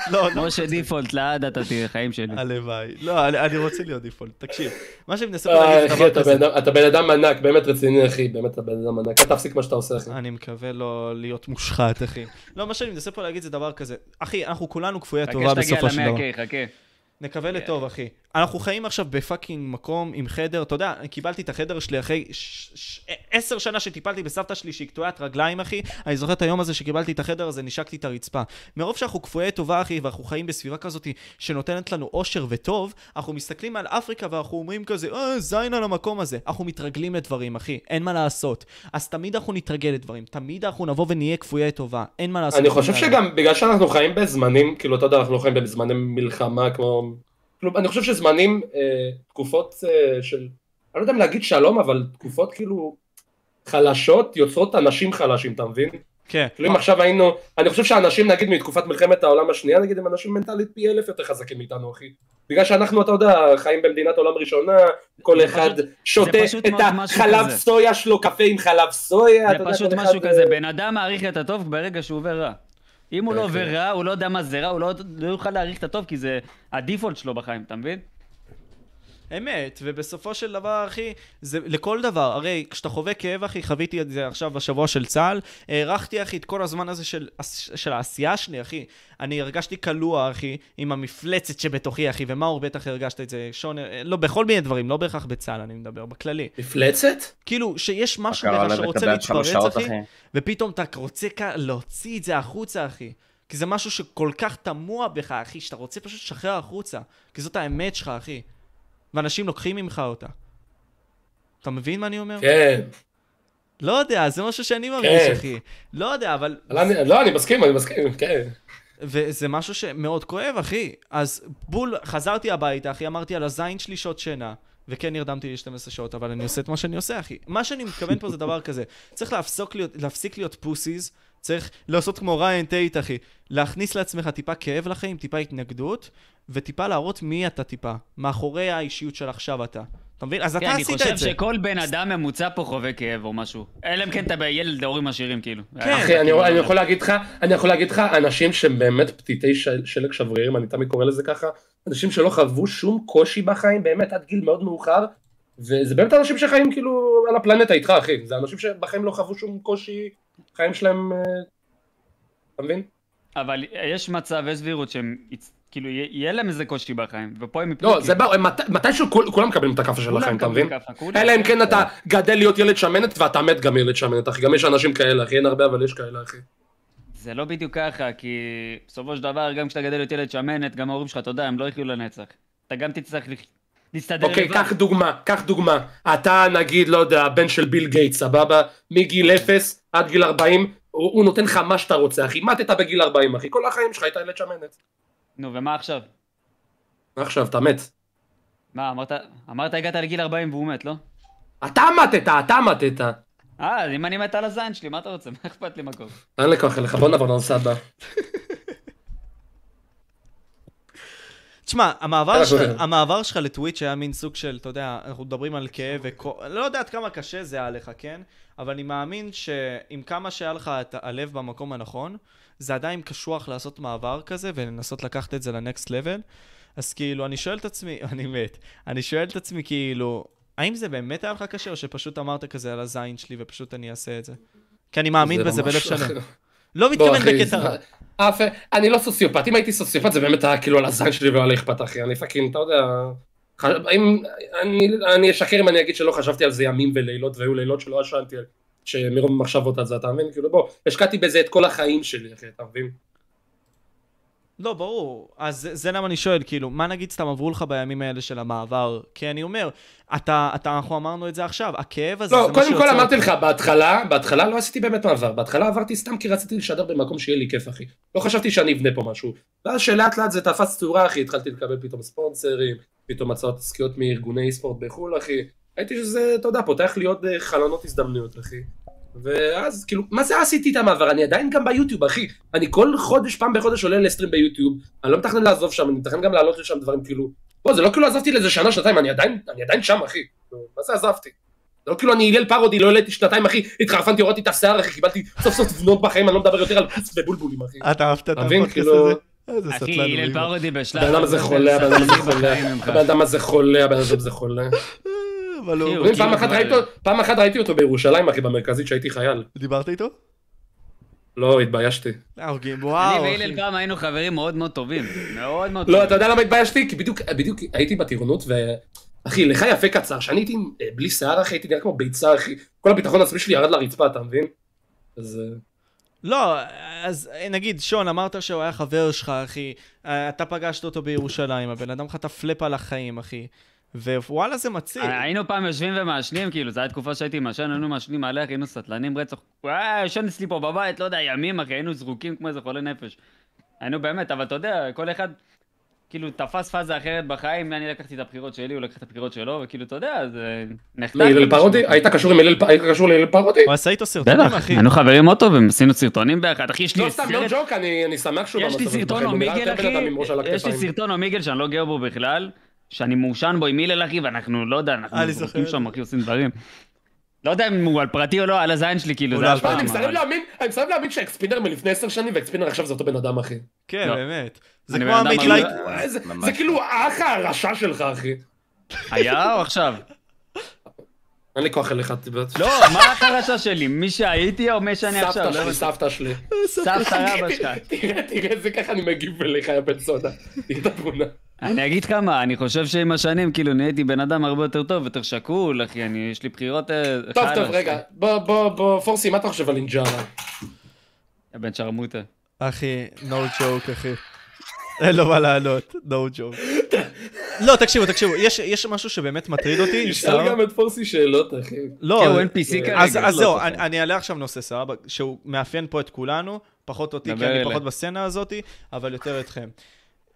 סבבה. לא, לא, משה דיפולט, לעד אתה תהיה חיים שלי. הלוואי. לא, אני אני רוצה להיות דיפולט. תקשיב, מה שאני מנסה פה אה, להגיד זה אחי, דבר אתה כזה. בן אדם- אתה בן אדם ענק, באמת רציני, אחי, באמת אתה בן אדם ענק. אתה תפסיק מה שאתה עושה, אחי. אני מקווה לא להיות מושחת, אחי. לא, מה שאני מנסה פה להגיד זה דבר כזה. אחי, אנחנו כולנו כפויי חכה טובה שתגיע בסופו של דבר. ל-100K, כן, חכה. נקווה לטוב, אחי. אנחנו חיים עכשיו בפאקינג מקום עם חדר, אתה יודע, קיבלתי את החדר שלי אחרי ש- ש- עשר שנה שטיפלתי בסבתא שלי שהיא קטועת רגליים, אחי. אני זוכר את היום הזה שקיבלתי את החדר הזה, נשקתי את הרצפה. מרוב שאנחנו כפויי טובה, אחי, ואנחנו חיים בסביבה כזאת שנותנת לנו אושר וטוב, אנחנו מסתכלים על אפריקה ואנחנו אומרים כזה, אה, זין על המקום הזה. אנחנו מתרגלים לדברים, אחי, אין מה לעשות. אז תמיד אנחנו נתרגל לדברים, תמיד אנחנו נבוא ונהיה כפויי טובה, אין מה לעשות. אני חושב בגלל זה. שגם בגלל שאנחנו חיים בזמנים, כאילו, אתה יודע, אנחנו לא חיים בזמני מלחמה, כמו... כאילו, אני חושב שזמנים, אה, תקופות אה, של... אני לא יודע אם להגיד שלום, אבל תקופות כאילו חלשות יוצרות אנשים חלשים, אתה מבין? כן. כאילו אה. אם עכשיו היינו, אני חושב שאנשים נגיד מתקופת מלחמת העולם השנייה נגיד הם אנשים מנטלית פי אלף יותר חזקים מאיתנו אחי. בגלל שאנחנו אתה יודע חיים במדינת עולם ראשונה, כל זה אחד פשוט- שותה פשוט את מאוד משהו החלב כזה. סויה שלו, קפה עם חלב סויה, אתה זה יודע, פשוט כל אחד, משהו אה, כזה, בן אדם מעריך את הטוב ברגע שהוא עובר רע. אם הוא לא אוקיי. עובר רע, הוא לא יודע מה זה רע, הוא לא לא יוכל להעריך את הטוב, כי זה הדיפולט שלו בחיים, אתה מבין? אמת, ובסופו של דבר, אחי, זה לכל דבר. הרי כשאתה חווה כאב, אחי, חוויתי את זה עכשיו בשבוע של צה"ל, הערכתי, אחי, את כל הזמן הזה של, של העשייה שלי, אחי. אני הרגשתי קלוע, אחי, עם המפלצת שבתוכי, אחי, ומאור בטח הרגשת את זה, שון, אה, לא, בכל מיני דברים, לא בהכרח בצה"ל, אני מדבר, בכללי. מפלצת? כאילו, שיש משהו הקרלה בך שרוצה מקבלת לא שלוש להתפרץ, שעות, אחי, ופתאום אתה רוצה כ- להוציא את זה החוצה, אחי. כי זה משהו שכל כך תמוה בך, אחי, שאתה רוצה פשוט לשחרר החוצה. כי זאת האמת שלך, אחי. ואנשים לוקחים ממך אותה. אתה מבין מה אני אומר? כן. לא יודע, זה משהו שאני מרגיש, כן. אחי. לא יודע, אבל... אבל אני- לא, אני מסכים, אני מסכים, כן. וזה משהו שמאוד כואב, אחי. אז בול, חזרתי הביתה, אחי, אמרתי על הזין שלי שעות שינה. וכן נרדמתי לי 12 שעות, אבל אני עושה את מה שאני עושה, אחי. מה שאני מתכוון פה זה דבר כזה. צריך להפסוק להיות, להפסיק להיות פוסיס, צריך לעשות כמו ריין טייט, אחי. להכניס לעצמך טיפה כאב לחיים, טיפה התנגדות, וטיפה להראות מי אתה טיפה. מאחורי האישיות של עכשיו אתה. אתה מבין? אז אתה כן, אני עשית חושב את זה. שכל בן אדם ממוצע פה חווה כאב או משהו. אלא אם כן אתה ילד להורים עשירים, כאילו. כן, אחי, אני אני יכול להגיד לך, אני יכול להגיד לך, אנשים שהם באמת פתיתי של- שלג שברירים, אני תמיד קורא לזה ככה, אנשים שלא חוו שום קושי בחיים, באמת עד גיל מאוד מאוחר, וזה באמת אנשים שחיים כאילו על הפלנטה איתך, אחי, זה אנשים שבחיים לא חוו שום קושי, חיים שלהם, אה, אתה מבין? אבל יש מצב, יש סבירות שהם, יצ- כאילו, יה- יהיה להם איזה קושי בחיים, ופה הם יפלו. לא, כאילו. זה ברור, מת- מתישהו כול- כולם מקבלים את הכאפה של כולם החיים, אתה מקבלים מבין? כאפה, כולם. אלא אם כן אתה גדל להיות ילד שמנת ואתה מת גם ילד שמנת, אחי, גם יש אנשים כאלה, אחי, אין הרבה אבל יש כאלה, אחי. זה לא בדיוק ככה, כי בסופו של דבר, גם כשאתה גדל להיות ילד שמנת, גם ההורים שלך, אתה יודע, הם לא יחיו לנצח. אתה גם תצטרך לח- להסתדר אוקיי, לבד. קח דוגמה, קח דוגמה. אתה נגיד, לא יודע, הבן של ביל גייט, סבבה? מגיל 0 עד גיל 40, הוא הוא נותן לך מה שאתה רוצה, אחי. מתת בגיל 40, אחי. כל החיים שלך היית ילד שמנת. נו, ומה עכשיו? עכשיו, אתה מת. מה, אמרת, אמרת הגעת לגיל 40 והוא מת, לא? אתה מתת, אתה מתת. אה, אז אם אני מת על הזין שלי, מה אתה רוצה? מה אכפת לי מקום? אין לי כוח אליך, בוא נעבור לנושא הבא. תשמע, המעבר, אה, שלך, בסדר. המעבר שלך לטוויץ' היה מין סוג של, אתה יודע, אנחנו מדברים על כאב וכו... אני לא יודע עד כמה קשה זה היה לך, כן? אבל אני מאמין שעם כמה שהיה לך את הלב במקום הנכון, זה עדיין קשוח לעשות מעבר כזה ולנסות לקחת את זה לנקסט לבל. אז כאילו, אני שואל את עצמי, אני מת, אני שואל את עצמי כאילו, האם זה באמת היה לך קשה או שפשוט אמרת כזה על הזין שלי ופשוט אני אעשה את זה? כי אני מאמין זה בזה ממש- בלב שלם. לא בוא, מתכוון אחי, בקטע רע. אף, אני לא סוציופט, אם הייתי סוציופט זה באמת היה כאילו על הזין שלי ולא היה לי אכפת אחי, אני פאקינג, אתה יודע, ח- אם, אני, אני אשקר אם אני אגיד שלא חשבתי על זה ימים ולילות, והיו לילות שלא ישנתי, שמרוב מחשבות על זה, אתה מבין? כאילו בוא, השקעתי בזה את כל החיים שלי אחי, אתה מבין? לא, ברור. אז זה, זה למה אני שואל, כאילו, מה נגיד סתם עברו לך בימים האלה של המעבר? כי אני אומר, אתה, אתה, אנחנו אמרנו את זה עכשיו, הכאב הזה לא, זה מה קודם כל שיוצר- אמרתי לך, בהתחלה, בהתחלה לא עשיתי באמת מעבר, בהתחלה עברתי סתם כי רציתי לשדר במקום שיהיה לי כיף אחי, לא חשבתי שאני אבנה פה משהו, ואז שלאט לאט זה תפס צורה אחי, התחלתי לקבל פתאום ספונסרים, פתאום הצעות עסקיות מארגוני ספורט בחו"ל אחי, ראיתי שזה, אתה יודע, פותח לי עוד אה, חלונות הזדמנויות אחי, ואז כאילו, מה זה עשיתי את המעבר, אני עדיין גם ביוטיוב אחי, אני כל חודש, פעם בחודש עולה לסטרים ביוטיוב, אני לא מתכנן לעזוב שם, אני מתכנן גם לעלות לשם דברים כאילו, בוא, זה לא כאילו עזבתי לאיזה שנה, שנתיים, אני עדיין, אני עדיין שם אחי, כאילו, מה זה עזבתי? לא כאילו אני הלל פרודי, לא העליתי שנתיים, אחי, התחרפנתי, הורדתי את השיער, אחי, קיבלתי סוף סוף תבונות בחיים, אני לא מדבר יותר על פוץ ובולבולים, אחי. אתה אהבת את אתה מבין? הפודקאסט כאילו- הזה? איזה אחי, סטלן. הוא הלל אימא. פרודי בשלב... הבן אדם הזה חולה, הבן אדם הזה חולה, בחיים ממך. הבן אדם הזה חולה, הבן אדם הזה חולה. אבל הוא... אחי, הוא אומרים, פעם כאילו אחת כבר- ראיתי אותו- פעם אחת ראיתי אותו בירושלים, אחי, במרכזית, שהייתי חייל. דיברת איתו? לא, התביישתי. הרוגים, אני אוקיי, וואו. והלל פעם היינו חברים מאוד מאוד טובים. מאוד מאוד לא, טובים. אתה יודע למה התביישתי? כי בדיוק, בדיוק הייתי בטירונות, ו... אחי, לך יפה קצר, שאני הייתי אה, בלי שיער, אחי, הייתי נראה כמו ביצה, אחי. כל הביטחון העצמי שלי ירד לרצפה, אתה מבין? אז... אה, לא, אז אה, נגיד, שון, אמרת שהוא היה חבר שלך, אחי. אה, אתה פגשת אותו בירושלים, הבן אדם חטף פלאפ על החיים, אחי. ווואלה זה מציל. היינו פעם יושבים ומעשנים, כאילו, זו הייתה תקופה שהייתי מעשן, היינו מעשנים עליה, היינו סטלנים רצח. הוא היה ישן אצלי פה בבית, לא יודע, ימים, אחי, היינו זרוקים כמו איזה חולי נפש. היינו באמת, אבל אתה יודע, כל אחד, כאילו, תפס פאזה אחרת בחיים, אני לקחתי את הבחירות שלי, הוא לקח את הבחירות שלו, וכאילו, אתה יודע, זה כן, נחתך. מי, הלל פרודי? היית קשור עם הלל פ- היית קשור להלל פרודי? הוא עשה איתו סרטונים, בטח, אחי. היינו חברים מאוד טובים, עשינו סרטונים ביחד, אחי, יש לא לי סתם, לא סרט, ג'וק, אני אני שמח שהוא יש לי במצב הזה סרטון בחיים, הוא נראה אומיגל, יותר אחי, בן אדם עם ראש על יש לי הכתפיים. סרטון אומיגל שאני לא גאה בו בכלל, שאני מעושן בו עם הלל, אחי, ואנחנו, לא יודע, אנחנו אה, אני זורקים זוכר. שם, אחי, עושים דברים. לא יודע אם הוא על פרטי או לא, על הזין שלי, כאילו, הוא זה לא היה על מה, פעם. אה, אני מסרב אבל- להאמין, אני מסרב להאמין שאקספינר מלפני עשר שנים ואקספינר עכשיו זה אותו בן אדם אחי. כן, לא. באמת. זה אני כמו בן אדם עמית אמיתי. לייט. וואי, זה- ממש זה כאילו האח הרשע שלך אחי. היה או עכשיו? אין לי כוח אליך, תבט. לא, מה החרשה שלי? מי שהייתי או מי שאני עכשיו? סבתא לא שלי, הבנתי. סבתא שלי. סבתא רבא שלך. תראה, תראה, זה ככה אני מגיב אליך, יא בן סודה. תראה את התמונה. אני אגיד לך מה, אני חושב שעם השנים, כאילו, נהייתי בן אדם הרבה יותר טוב, יותר שקול, אחי, אני, יש לי בחירות... אה, טוב, טוב, חלאס. רגע. בוא, בוא, בוא, פורסי, מה אתה חושב על אינג'ארה? יא בן שרמוטה. אחי, no joke, אחי. אין לו מה לענות, no joke. לא, תקשיבו, תקשיבו, יש, יש משהו שבאמת מטריד אותי, תשאל סבבה? גם את פורסי שאלות, אחי. לא, כן, הוא NPC כרגע. אז, אז לא זהו, צוחק. אני, אני אעלה עכשיו נושא, סבבה? שהוא מאפיין פה את כולנו, פחות אותי, דבר כי אני אליי. פחות בסצנה הזאתי, אבל יותר אתכם.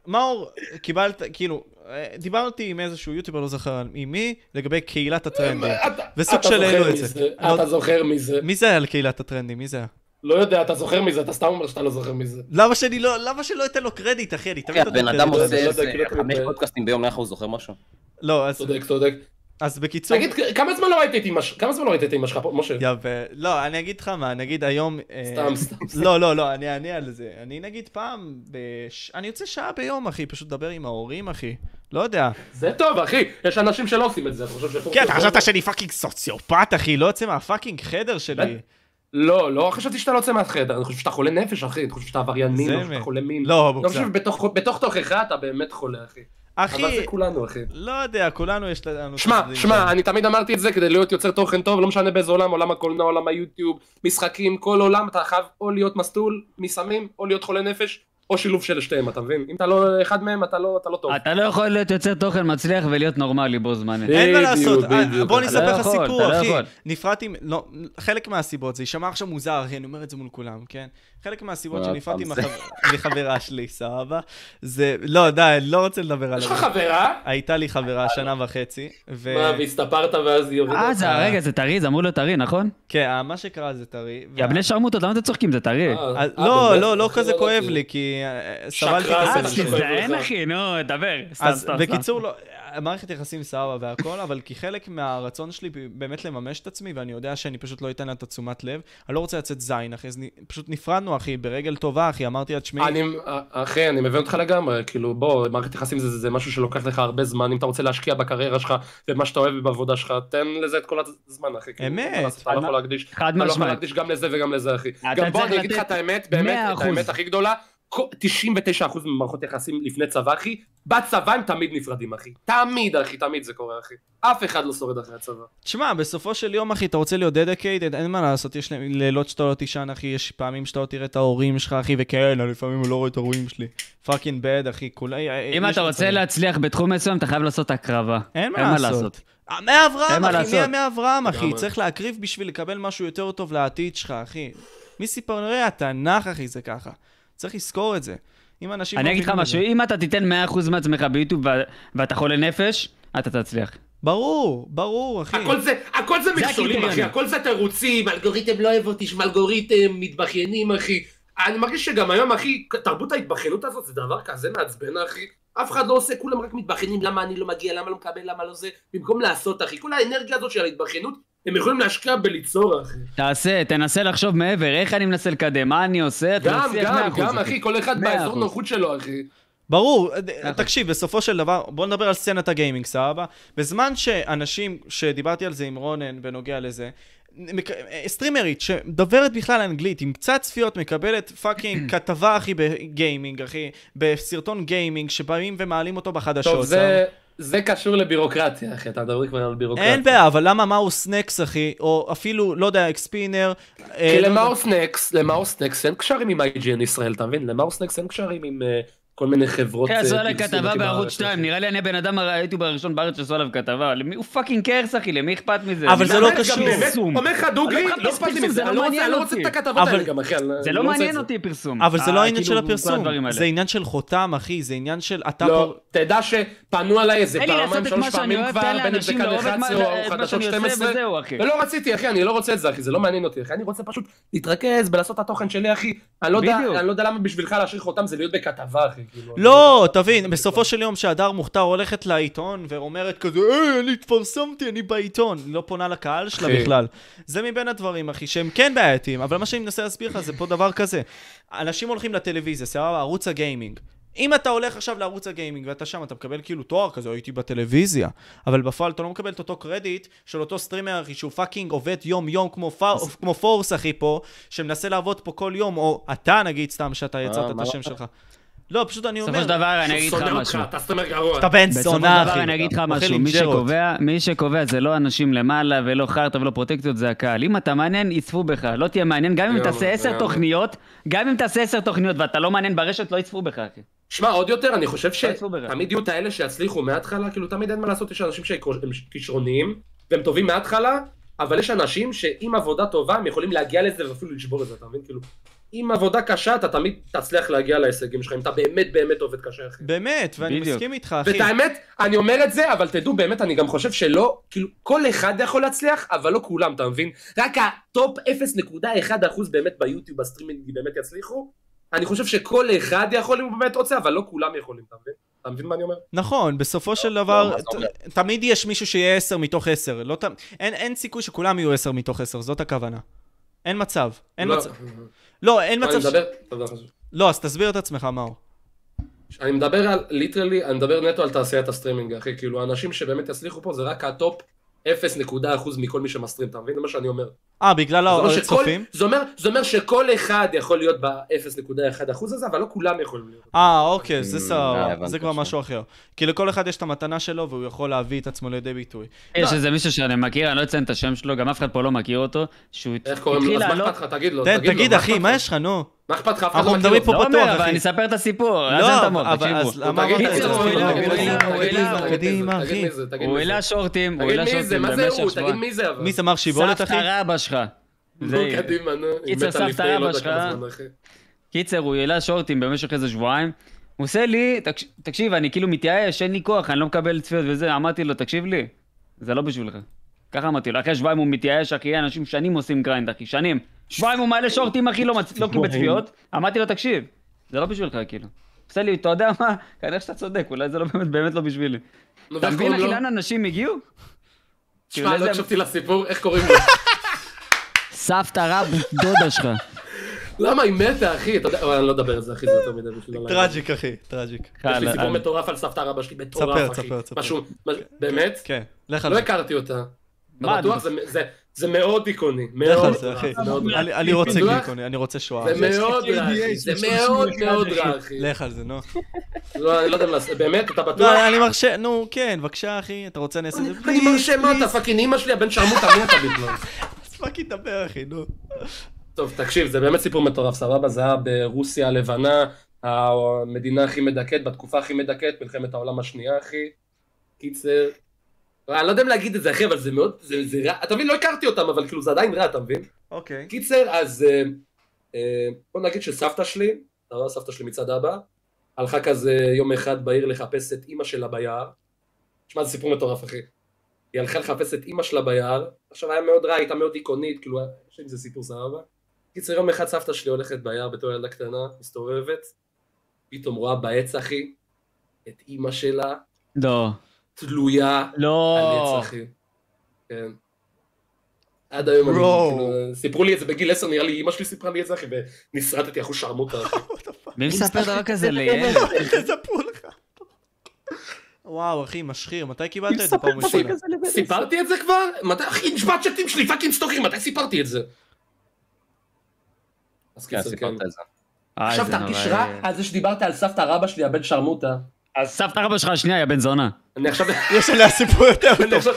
מאור, קיבלת, כאילו, אה, דיברתי עם איזשהו יוטיובר, לא זוכר עם מי, לגבי קהילת הטרנדים. אתה- וסוג אתה של זוכר העלו את מזה, זה. אתה לא- זוכר מזה. מי זה היה על קהילת הטרנדים? מי זה היה? לא יודע, אתה זוכר מזה, אתה סתם אומר שאתה לא זוכר מזה. למה שאני לא, למה שלא אתן לו קרדיט, כן, אחי? אני תמיד הבן אדם קרדיט. עושה לא יודע, איזה כאילו אתה חמש מתאר. פודקאסטים ביום, איך הוא זוכר משהו? לא, אז צודק, צודק. אז בקיצור... תגיד, כמה זמן לא ראית את אמא שלך? כמה זמן לא ראית את אמא שלך פה, משה? יפה. לא, אני אגיד לך מה, נגיד היום... אה, סתם, סתם, סתם. לא, לא, לא, אני אענה על זה. אני נגיד פעם, בש- אני יוצא שעה ביום, אחי, פשוט לדבר עם ההורים, אחי. לא יודע. זה טוב, אחי. יש אנשים שלא עושים את זה, אתה חושב לא, שפה... כן, אתה חשבת שאני פאקינג סוציופט, אחי? לא יוצא מהפאקינג חדר שלי. לא, לא חשבתי שאתה לא יוצא מהחדר, אני חושב שאתה חולה נפש, אחי. אני חושב שאתה עבריין מין, אני חושב שאתה חולה מין. לא, אני מוגזם. חושב שבתוך תוכך אתה באמת חולה, אחי. אבל אחי, זה כולנו, אחי. לא יודע, כולנו יש לנו... את שמע, הצדדים שלנו. שמע, אני תמיד אמרתי את זה כדי להיות יוצר תוכן טוב, לא משנה באיזה עולם, עולם הקולנוע, עולם היוטיוב, משחקים, כל עולם, אתה חייב או להיות מסטול מסמים, או להיות חולה נפש, או שילוב של שתיהם, אתה מבין? אם אתה לא אחד מהם, אתה לא אתה לא טוב. אתה לא יכול להיות יוצר תוכן מצליח ולהיות נורמלי בו זמנית. אין מה לעשות, אה, בדיוק, בדיוק. בוא אני אתה אספר לא יכול, לך סיפור, אתה לא אחי. יכול. נפרדתי, עם- לא, חלק מהסיבות, זה יישמע עכשיו מוזר, אחי, אני אומר את זה מול כולם, כן? חלק מהסיבות עוד שנפרדתי פעם עם החבר- מחברה שלי, סבבה? זה, לא, די, לא רוצה לדבר על יש זה. לך חברה? הייתה לי חברה שנה וחצי, ו... מה, והסתפרת ואז היא הורידה אה, אותך? זה רגע, זה טרי, זה אמור להיות טרי, נכון? כן, מה שקרה זה טרי. וה- יא בני שרמוטות, למה אתם צוחקים? זה טרי. אה, אז- אה, לא, באמת? לא, לא אחי, כזה כואב ידעתי. לי, כי אה, סבלתי שקרן, כזה. אתה שנים. שואל. תזדיין אחי, נו, דבר. סתם, אז סתם, סתם. בקיצור, לא, מערכת יחסים סבבה והכל, אבל כחלק מהרצון שלי באמת לממש את עצמי, ואני יודע שאני פשוט לא אתן לה את התשומת לב, אני לא רוצה לצאת זין, אחי, אז נ- פשוט נפרדנו, אחי, ברגל טובה, אחי, אמרתי לה, תשמעי, אני, אחי, אני מבין אותך לגמרי, כאילו, בוא, מערכת יחסים זה, זה משהו שלוקח לך הרבה זמן, אם אתה רוצה להשקיע בקריירה שלך, במה שאתה אוהב ובעבודה שלך, תן לזה את כל הזמן, אחי. כאילו, אמת. מה לעשות, אתה לא יכול להקדיש, חד אתה לא יכול משמעית. להקדיש גם לזה וגם לזה, אחי. גם בוא, צריך אני אגיד לך לתת את האמת, באמת, את 100%. האמת הכי גדולה, כל- 99% ממערכות יחסים לפני צבא, אחי, בצבא הם תמיד נפרדים, אחי. תמיד, אחי, תמיד זה קורה, אחי. אף אחד לא שורד אחרי הצבא. תשמע, בסופו של יום, אחי, אתה רוצה להיות דדיקייטד, אין מה לעשות, יש לילות שאתה לא תישן, אחי, יש פעמים שאתה לא תראה את ההורים שלך, אחי, וכן, אני לפעמים לא רואה את ההורים שלי. פאקינג בד, אחי, אה, כולי... אם אתה רוצה להצליח בתחום מסוים, אתה חייב לעשות הקרבה. אין מה לעשות. עמי אין אברהם, מה אחי, מי לעשות. עמי אברהם, אחי? לגמרי. צריך להקריב בשביל לקבל משהו יותר טוב לעתיד שלך, אחי. מסיפורי התנ"ך, אחי, זה ככה. צריך לזכור את זה. אם אנשים... אני לא אגיד לך מבינים את משהו, זה. אם אתה תיתן 100% מעצמך ביוטיוב ו- ואתה חולה נפש, אתה תצליח. ברור, ברור, אחי. הכל זה, הכל כן. זה מכשולים, אחי, הקריטריונים. הכל זה תירוצים, אלגוריתם לא אוהב אותי, שמאלגוריתם, מתבכיינים, אחי. אני מרגיש שגם היום, אחי, תרבות ההתבכיינות הזאת זה דבר כזה מעצבן, אחי. אף אחד לא עושה, כולם רק מתבכיינים, למה אני לא מגיע, למה לא מקבל, למה לא זה. במקום לעשות, אחי, כל האנרגיה הזאת של ההתבכיינות, הם יכולים להשקיע בליצור, אחי. תעשה, תנסה לחשוב מעבר, איך אני מנסה לקדם, מה אני עושה, אתה גם, תצליח 100%. גם, גם, אחי, כל אחד מאה באזור אחוז. נוחות שלו, אחי. ברור, אה, נכון. תקשיב, בסופו של דבר, בוא נדבר על סצנת הגיימינג, סבבה? בזמן שאנשים, שדיברתי על זה עם רונן בנוגע לזה, מק- אה, סטרימרית שמדברת בכלל אנגלית, עם קצת צפיות, מקבלת פאקינג כתבה, אחי, בגיימינג, אחי, בסרטון גיימינג, שבאים ומעלים אותו בחדשות. סבבה? זה קשור לבירוקרטיה, אחי, אתה מדבר כבר על אוקיי. בירוקרטיה. אין בעיה, אבל למה מאור סנקס, אחי, או אפילו, לא יודע, אקספינר. אה, כי לא יודע. למאוס נקס, למאוס נקס אין קשרים עם IGN ישראל, אתה מבין? למאוס נקס אין קשרים עם אה, כל מיני חברות... אחי, כן, עשו אה, עליי פרסום כתבה אחי לא בערוץ בארץ, 2, אחי. נראה לי אני הבן אדם היוטיובר הראשון בארץ שעשו עליו כתבה. למי הוא פאקינג קרס, אחי, למי אכפת מזה? אני אבל זה לא באמת, גם קשור. באמת, פרסום. אומר לך דוגרי, אני לא לא מחפש אכפת לי פרסום, זה מזה, לא אני לא רוצה- מעניין אני לא רוצה אותי. את הכתבות אבל- האלה גם, אחי. אני זה רוצה לא את מעניין זה. אותי פרסום. אבל זה לא אה, העניין של כאילו, כל הפרסום, הדברים האלה. זה עניין של חותם, אחי, זה עניין של... אתה פה- לא, תדע שפנו עליי איזה תן לי פעמיים, לעשות את מה שלוש שאני פעמים אוהב, תן כבר, בין אם זה לאנשים כאן לאהוב את מה- 11 או את מה חדשות שאני 12, עושה וזהו, אחי. ולא רציתי, אחי, אני לא רוצה את זה, אחי, זה לא מעניין אותי, אחי, אני רוצה פשוט להתרכז בלעשות את התוכן שלי, אחי. אני לא יודע- בדיוק. אני לא יודע למה בשבילך להשאיר חותם זה להיות בכתבה, אחי. כאילו, אני לא, תבין, בסופו של יום שהדר מוכתר הולכת לעיתון ואומרת כזה, היי, אני התפרסמתי, אני בעיתון. היא לא פונה לקהל שלה אחי. בכלל. זה מבין הדברים, אחי, שהם כן בעייתיים, אבל מה שאני מנסה להסביר לך זה פה דבר כזה. אנשים הולכים לטלוויזיה, סבבה, ערוץ הגיימינג. אם אתה הולך עכשיו לערוץ הגיימינג ואתה שם, אתה מקבל כאילו תואר כזה, הייתי בטלוויזיה, אבל בפועל אתה לא מקבל את אותו קרדיט של אותו סטרימר, אחי, שהוא פאקינג עובד יום-יום כמו, פאר- כמו פורס, אחי, פה, שמנסה לעבוד פה כל יום, או אתה, נגיד, סתם, שאתה יצרת את מה השם שלך. לא, פשוט אני אומר... בסופו של דבר, אני אגיד לך שונא אותך, משהו. אתה סטרימר גרוע. אתה בן בסופו של זונה, אחי. דבר אני אגיד לך אוכל משהו, עם מי ג'רות. שקובע, מי שקובע זה לא אנשים למעלה ולא חרטא ולא פרוטקציות, זה הקהל. אם אתה מעניין, יצפו בך, לא תהיה מעניין, גם אם לגמרי, תעשה עשר לגמרי. תוכניות, גם אם תעשה עשר תוכניות ואתה לא מעניין ברשת, לא יצפו בך, אחי. שמע, עוד יותר, אני חושב תעשו ברע. שתמיד יהיו את האלה שיצליחו מההתחלה, כאילו תמיד אין מה לעשות, יש אנשים שהם כישרוניים, והם טובים מההתחלה, אבל יש אנשים שעם עבודה טובה הם יכולים להגיע לזה ואפילו לשבור את זה, אתה מבין? כאילו, עם עבודה קשה אתה תמיד תצליח להגיע להישגים שלך, אם אתה באמת באמת עובד קשה, אחי. באמת, ואני בדיוק. מסכים איתך, אחי. ואת האמת, אני אומר את זה, אבל תדעו, באמת, אני גם חושב שלא, כאילו, כל אחד יכול להצליח, אבל לא כולם, אתה מבין? רק הטופ 0.1% באמת ביוטיוב, בסטרימינג, באמת יצליחו. אני חושב שכל אחד יכול אם הוא באמת רוצה, אבל לא כולם יכולים, אתה מבין? אתה מבין מה אני אומר? נכון, בסופו של לא, דבר, מה זה אומר? ת- תמיד יש מישהו שיהיה 10 מתוך 10. לא ת... אין, אין סיכוי שכולם יהיו 10 מתוך 10, זאת הכוונה. אין מצב. אין לא, מצב. לא, אין אני מצב... ש- מדבר- תודה, חשוב. לא, אז תסביר את עצמך, מאור. אני מדבר על, ליטרלי, אני מדבר נטו על תעשיית הסטרימינג, אחי, כאילו, האנשים שבאמת יצליחו פה זה רק הטופ 0.1% מכל מי שמסטרים, אתה מבין? זה מה שאני אומר. אה, בגלל זה אומר העוד שכל- צופים? זה אומר- זה אומר שכל אחד יכול להיות ב-0.1% הזה, אבל לא כולם יכולים להיות. אה, אוקיי, זה אה, סבבה, הבנתי זה כבר עכשיו. משהו אחר. כי לכל אחד יש את המתנה שלו והוא יכול להביא את עצמו לידי ביטוי. לא. יש איזה מישהו שאני מכיר, אני לא אציין את השם שלו, גם אף אחד פה לא מכיר אותו, שהוא איך קוראים לו? התחיל אז מה לעלות... אכפת לך? תגיד לו, תן, לו, תגיד, מה אחי, אכפת מה לך? יש לך, נו? מה אכפת לך? אף אחד אנחנו לא מכיר מדברים אותו. פה לא פתוח, אומר, אבל אחי. אני אספר את הסיפור, אז אין את לא, המוח, אבל תקשיבו. אז למה תגיד אמרת מי את זה, זה? הוא העלה, הוא העלה, הוא העלה, קדימה, קדימה, הוא קדימה, אחי. תגיד מי זה, תגיד הוא מי זה. העלה שורטים, הוא תגיד העלה מי זה, שורטים מה זה במשך שבועיים. הוא? תגיד מי זה אבל. מי זה מר שיבולת, אחי? סבתא רבא שלך. נו, זה- קדימה, נו. היא קיצר, מתה סבתא לפני, לא אבא יודע כמה שלך. זמן, אחי. קיצר, הוא העלה שורטים במשך איזה שבועיים. הוא עושה לי, תקש- תקשיב, אני כאילו מתייאש, אין לי כוח, אני לא מקבל צפיות וזה. אמרתי לו, תקשיב לי, זה לא בשבילך. ככה אמרתי לו, אחרי שבועיים הוא מתייאש, אחי, אנשים שנים עושים גריינד, אחי, שנים. שבועיים הוא מעלה שורטים, אחי, לא מצ- לא קיבל צפיות. אמרתי לו, תקשיב, זה לא בשבילך, כאילו. עושה לי, אתה יודע מה, כנראה שאתה צודק, אולי זה לא באמת, באמת לא בשבילי. נו, אתה ואיך מבין, קוראים אחי, לא לו? לאן אנשים הגיעו? כאילו, תשמע, לא לאיזה- הקשבתי לסיפור, איך קוראים לו? סבתא רב דודה שלך. למה היא מתה, אחי? אתה יודע, אבל אני לא אדבר על זה, אחי, זה יותר מדי בשביל... הלילה. טראג'יק, אחי, טראג'יק. יש לי יאללה, סיפור אה. מטורף על סבתא רבא שלי, תספר, מטורף, אחי. תספר, תספר. משהו, משהו- באמת? כן, לך על לא זה. הכרתי אותה. מה, אתה בטוח? אני- זה- זה- זה מאוד איקוני. לך על מאוד זה, רע. אחי. זה מאוד רע. אני- אני רוצה בטוח? גליקוני, אני רוצה שואה. זה מאוד רע, אחי. KDH, זה זה מאוד 31, מאוד אחי. רע, אחי. לך על זה, נו. לא, אני לא יודע מה לעשות. באמת, אתה בטוח? לא, אני מרשה, נו, כן, בבקשה, אחי, אתה רוצה אני אעשה את זה? אני מרשה מה אתה פאקינג אימא שלי, הבן שרמוטה, מי אתה בכלל? אז פאקינג דבר, אחי, נו. טוב, תקשיב, זה באמת סיפור מטורף, סבבה? זה היה ברוסיה הלבנה, המדינה הכי מדכאת, בתקופה הכי מדכאת, מלחמת העולם השנייה, אחי. קיצר... אני לא יודע אם להגיד את זה, אחי, אבל זה מאוד... זה זה רע. אתה מבין? לא הכרתי אותם, אבל כאילו זה עדיין רע, אתה מבין? אוקיי. קיצר, אז אה, אה, בוא נגיד שסבתא שלי, אתה רואה סבתא שלי מצד אבא, הלכה כזה יום אחד בעיר לחפש את אימא שלה ביער. תשמע, זה סיפור מטורף, אחי. היא הלכה לחפש את אימא שלה ביער, עכשיו היה מאוד רע, היא הייתה מאוד איקונית, כאילו, יש עם זה סיפור סבבה. קיצר, יום אחד סבתא שלי הולכת ביער בתור ילדה קטנה, מסתובבת, פתאום רואה בעץ, אחי, את אימא שלה לא. תלויה על לא. עץ, אחי. כן. עד היום אני... Bro. כאילו, סיפרו לי את זה בגיל 10, נראה לי, אמא שלי סיפרה לי את זה, אחי, ונסרטתי אחוז שרמוטה. אחי. מי מספר דבר כזה לילד? תספרו לך. וואו, אחי, משחיר, מתי קיבלת את זה פעם ראשונה? סיפרתי את זה כבר? מתי, אחי, נשבעת שטים שלי, פאקינג סטוקים, מתי סיפרתי את זה? אז כן, קיצר, כן. סיפרת את זה. אה, עכשיו זה תרגיש נורא. רע על זה שדיברת על סבתא רבא שלי, הבן שרמוטה. אז סבתא רבא שלך השנייה, יא בן זונה. אני עכשיו... יש עליה סיפור יותר אני טוב. עכשיו...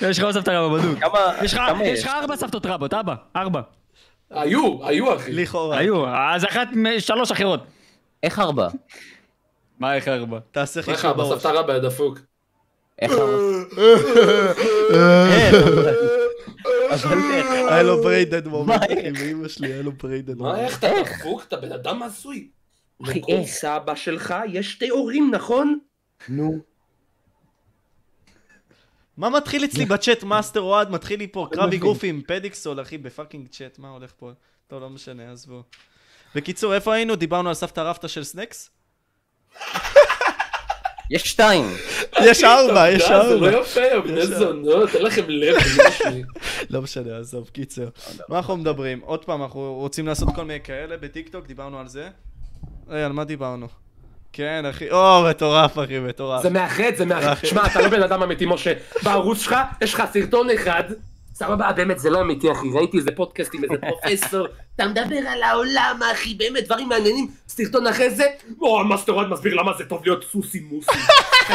יש לך עוד סבתא רבא בדוק. כמה- יש לך- כמה יש יש? לך ארבע סבתות רבות, אבא, ארבע. היו, היו, אחי. לכאורה. היו, אז אחת משלוש אחרות. איך ארבע? מה, איך ארבע? תעשה מה לך, חישוב בראש. בסבתא רבא היה דפוק. איך ארבע? היה לו בריידד מומנט, אחי, ואימא שלי, היה לו בריידד מה, מומנט. איך אתה דפוק? אתה בן אדם הזוי. לכל סבא שלך יש שתי הורים, נכון? מה מתחיל אצלי בצ'אט, מאסטר אוהד? מתחיל לי לא פה קרב אגרוף עם פדיקסול, אחי, בפאקינג צ'אט, מה הולך פה? טוב, לא משנה, עזבו. בקיצור, איפה היינו? דיברנו על סבתא רבתא של סנקס? יש שתיים. יש ארבע, יש זה ארבע. לא יפה, בני זונות, אין לכם לב, בני שלי. לא משנה, עזוב, קיצר. מה אנחנו מדברים? עוד פעם, אנחנו רוצים לעשות כל מיני כאלה בטיקטוק, דיברנו על זה? היי, על מה דיברנו? כן, אחי, או, מטורף, אחי, מטורף. זה מאחד, זה מאחד. אחי. שמע, אתה לא בן אדם אמיתי, משה. בערוץ שלך, יש לך סרטון אחד. סבבה, באמת, זה לא אמיתי, אחי. ראיתי איזה פודקאסט עם איזה פרופסור. אתה מדבר על העולם, אחי, באמת, דברים מעניינים. סרטון אחרי זה, או, המאסטרואד מסביר למה זה טוב להיות סוסי מוסי.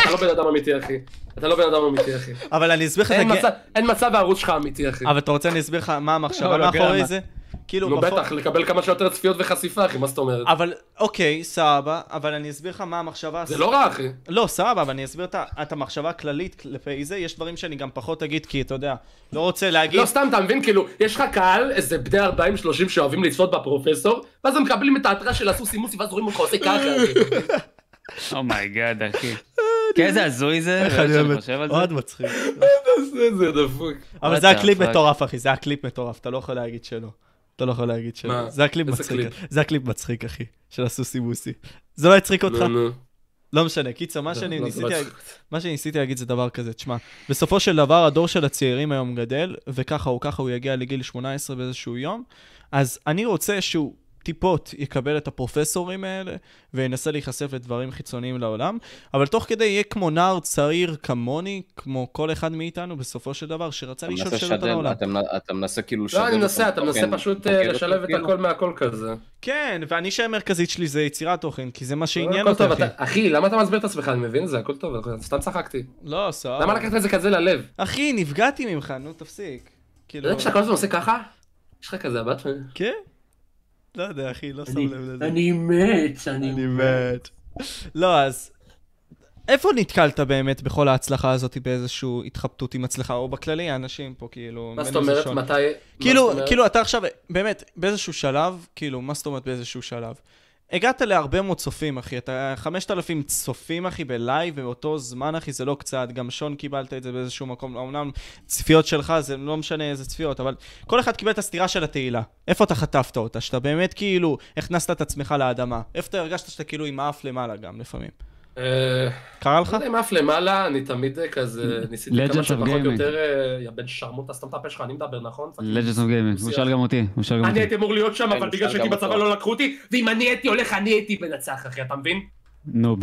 אתה לא בן אדם אמיתי, אחי. אתה לא בן אדם אמיתי, אחי. אבל אני אסביר לך את אין הג... מצב- אין מצב הערוץ שלך אמיתי, אחי. אבל אתה רוצה אני אסביר לך מה לא, המחשבה לא, מאחורי למה? זה? כאילו, נו, בפו- לא, בטח, לא. לקבל כמה שיותר צפיות וחשיפה, אחי, מה זאת אומרת? אבל, אוקיי, סבבה, אבל אני אסביר לך מה המחשבה... זה לא רע, אחי. לא, סבבה, אבל אני אסביר את ה- את המחשבה הכללית כלפי זה, יש דברים שאני גם פחות אגיד, כי אתה יודע, לא רוצה להגיד... לא, סתם, אתה מבין? כאילו, יש לך קהל, איזה בני 40-30 שאוהבים לצפות בפרופסור, ואז הם מקבלים את ההתראה של הסוסי מוסי, ואז רואים אותך עושה ככה. אה, כאילו. אחי. אומייגאד, אחי. כן, איזה הזוי זה. איך אני שאני אוהב את חושב על זה. עוד מצחיק. זה דפוק. אבל What זה the הקליפ fuck? מטורף, אחי, זה הקליפ מטורף, אתה לא יכול להגיד שלא. אתה לא יכול להגיד שלא. מה? זה הקליפ איזה מצחיק. קליפ? זה הקליפ מצחיק, אחי, של הסוסי בוסי. זה לא יצחיק אותך? נו, נו. לא משנה. קיצר, מה שאני לא, ניסיתי... לא, להגיד- מה שניסיתי להגיד זה דבר כזה, תשמע, בסופו של דבר הדור של הצעירים היום גדל, וככה או ככה הוא יגיע לגיל 18 באיזשהו יום, אז אני רוצה שהוא טיפות יקבל את הפרופסורים האלה, וינסה להיחשף לדברים חיצוניים לעולם, אבל תוך כדי יהיה כמו נער צעיר כמוני, כמו כל אחד מאיתנו בסופו של דבר, שרצה אתה לשאול מנסה שאלות על לא לשדל- העולם. אתה מנ- אתה מנסה כאילו לשדל לא, אני אותו אוקיי. מנסה, אתה מנסה אוקיי. בתוכן, פשוט תוקד לא אה, אותו, לשלב את כאילו. הכל מהכל כזה. כן, והנישה המרכזית שלי זה יצירת תוכן, כי זה מה שעניין אותי, הכל טוב, אחי. לא, אתה- אחי, למה אתה מסביר את עצמך? אני מבין, זה הכל טוב, אבל סתם צחקתי. לא, סבבה. למה לקחת את זה כזה ללב? אחי, נפגעתי ממך, נו, תפסיק. אתה כאילו... יודע לא כשאתה כל הזמן עושה ככה? יש לך כזה הבת? כן? לא יודע, אחי, לא שם לב לזה. אני מת, אני מת. לא, אז... איפה נתקלת באמת בכל ההצלחה הזאת באיזשהו התחבטות עם הצלחה, או בכללי האנשים פה, כאילו... מה זאת בין איזה אומרת? שון. מתי... מה כאילו, זאת אומרת? כאילו, אתה עכשיו, באמת, באיזשהו שלב, כאילו, מה זאת אומרת באיזשהו שלב? הגעת להרבה מאוד צופים, אחי. אתה 5,000 צופים, אחי, בלייב, באותו זמן, אחי, זה לא קצת. גם שון קיבלת את זה באיזשהו מקום. אמנם צפיות שלך, זה לא משנה איזה צפיות, אבל כל אחד קיבל את הסטירה של התהילה. איפה אתה חטפת אותה? שאתה באמת, כאילו, הכנסת את עצמך לאדמה. איפה אתה הרגשת שאתה, כאילו, עם האף למעלה גם, לפעמים. אה, קרה לא לך? יודע אם אף למעלה, אני תמיד אה, כזה Mm. ניסיתי Legends כמה of שפחות Gaming. יותר... אה, יא בן שרמוטה, סתם את הפה שלך, אני מדבר, נכון? Legends of Gaming, הוא שאל גם אותי, הוא שאל גם אני אותי. הייתי אמור להיות שם, כן, אבל אפשר בגלל שהייתי גם בצבא אותו. לא לקחו אותי, ואם אני הייתי הולך, אני הייתי מנצח, אחי, אתה מבין? נוב.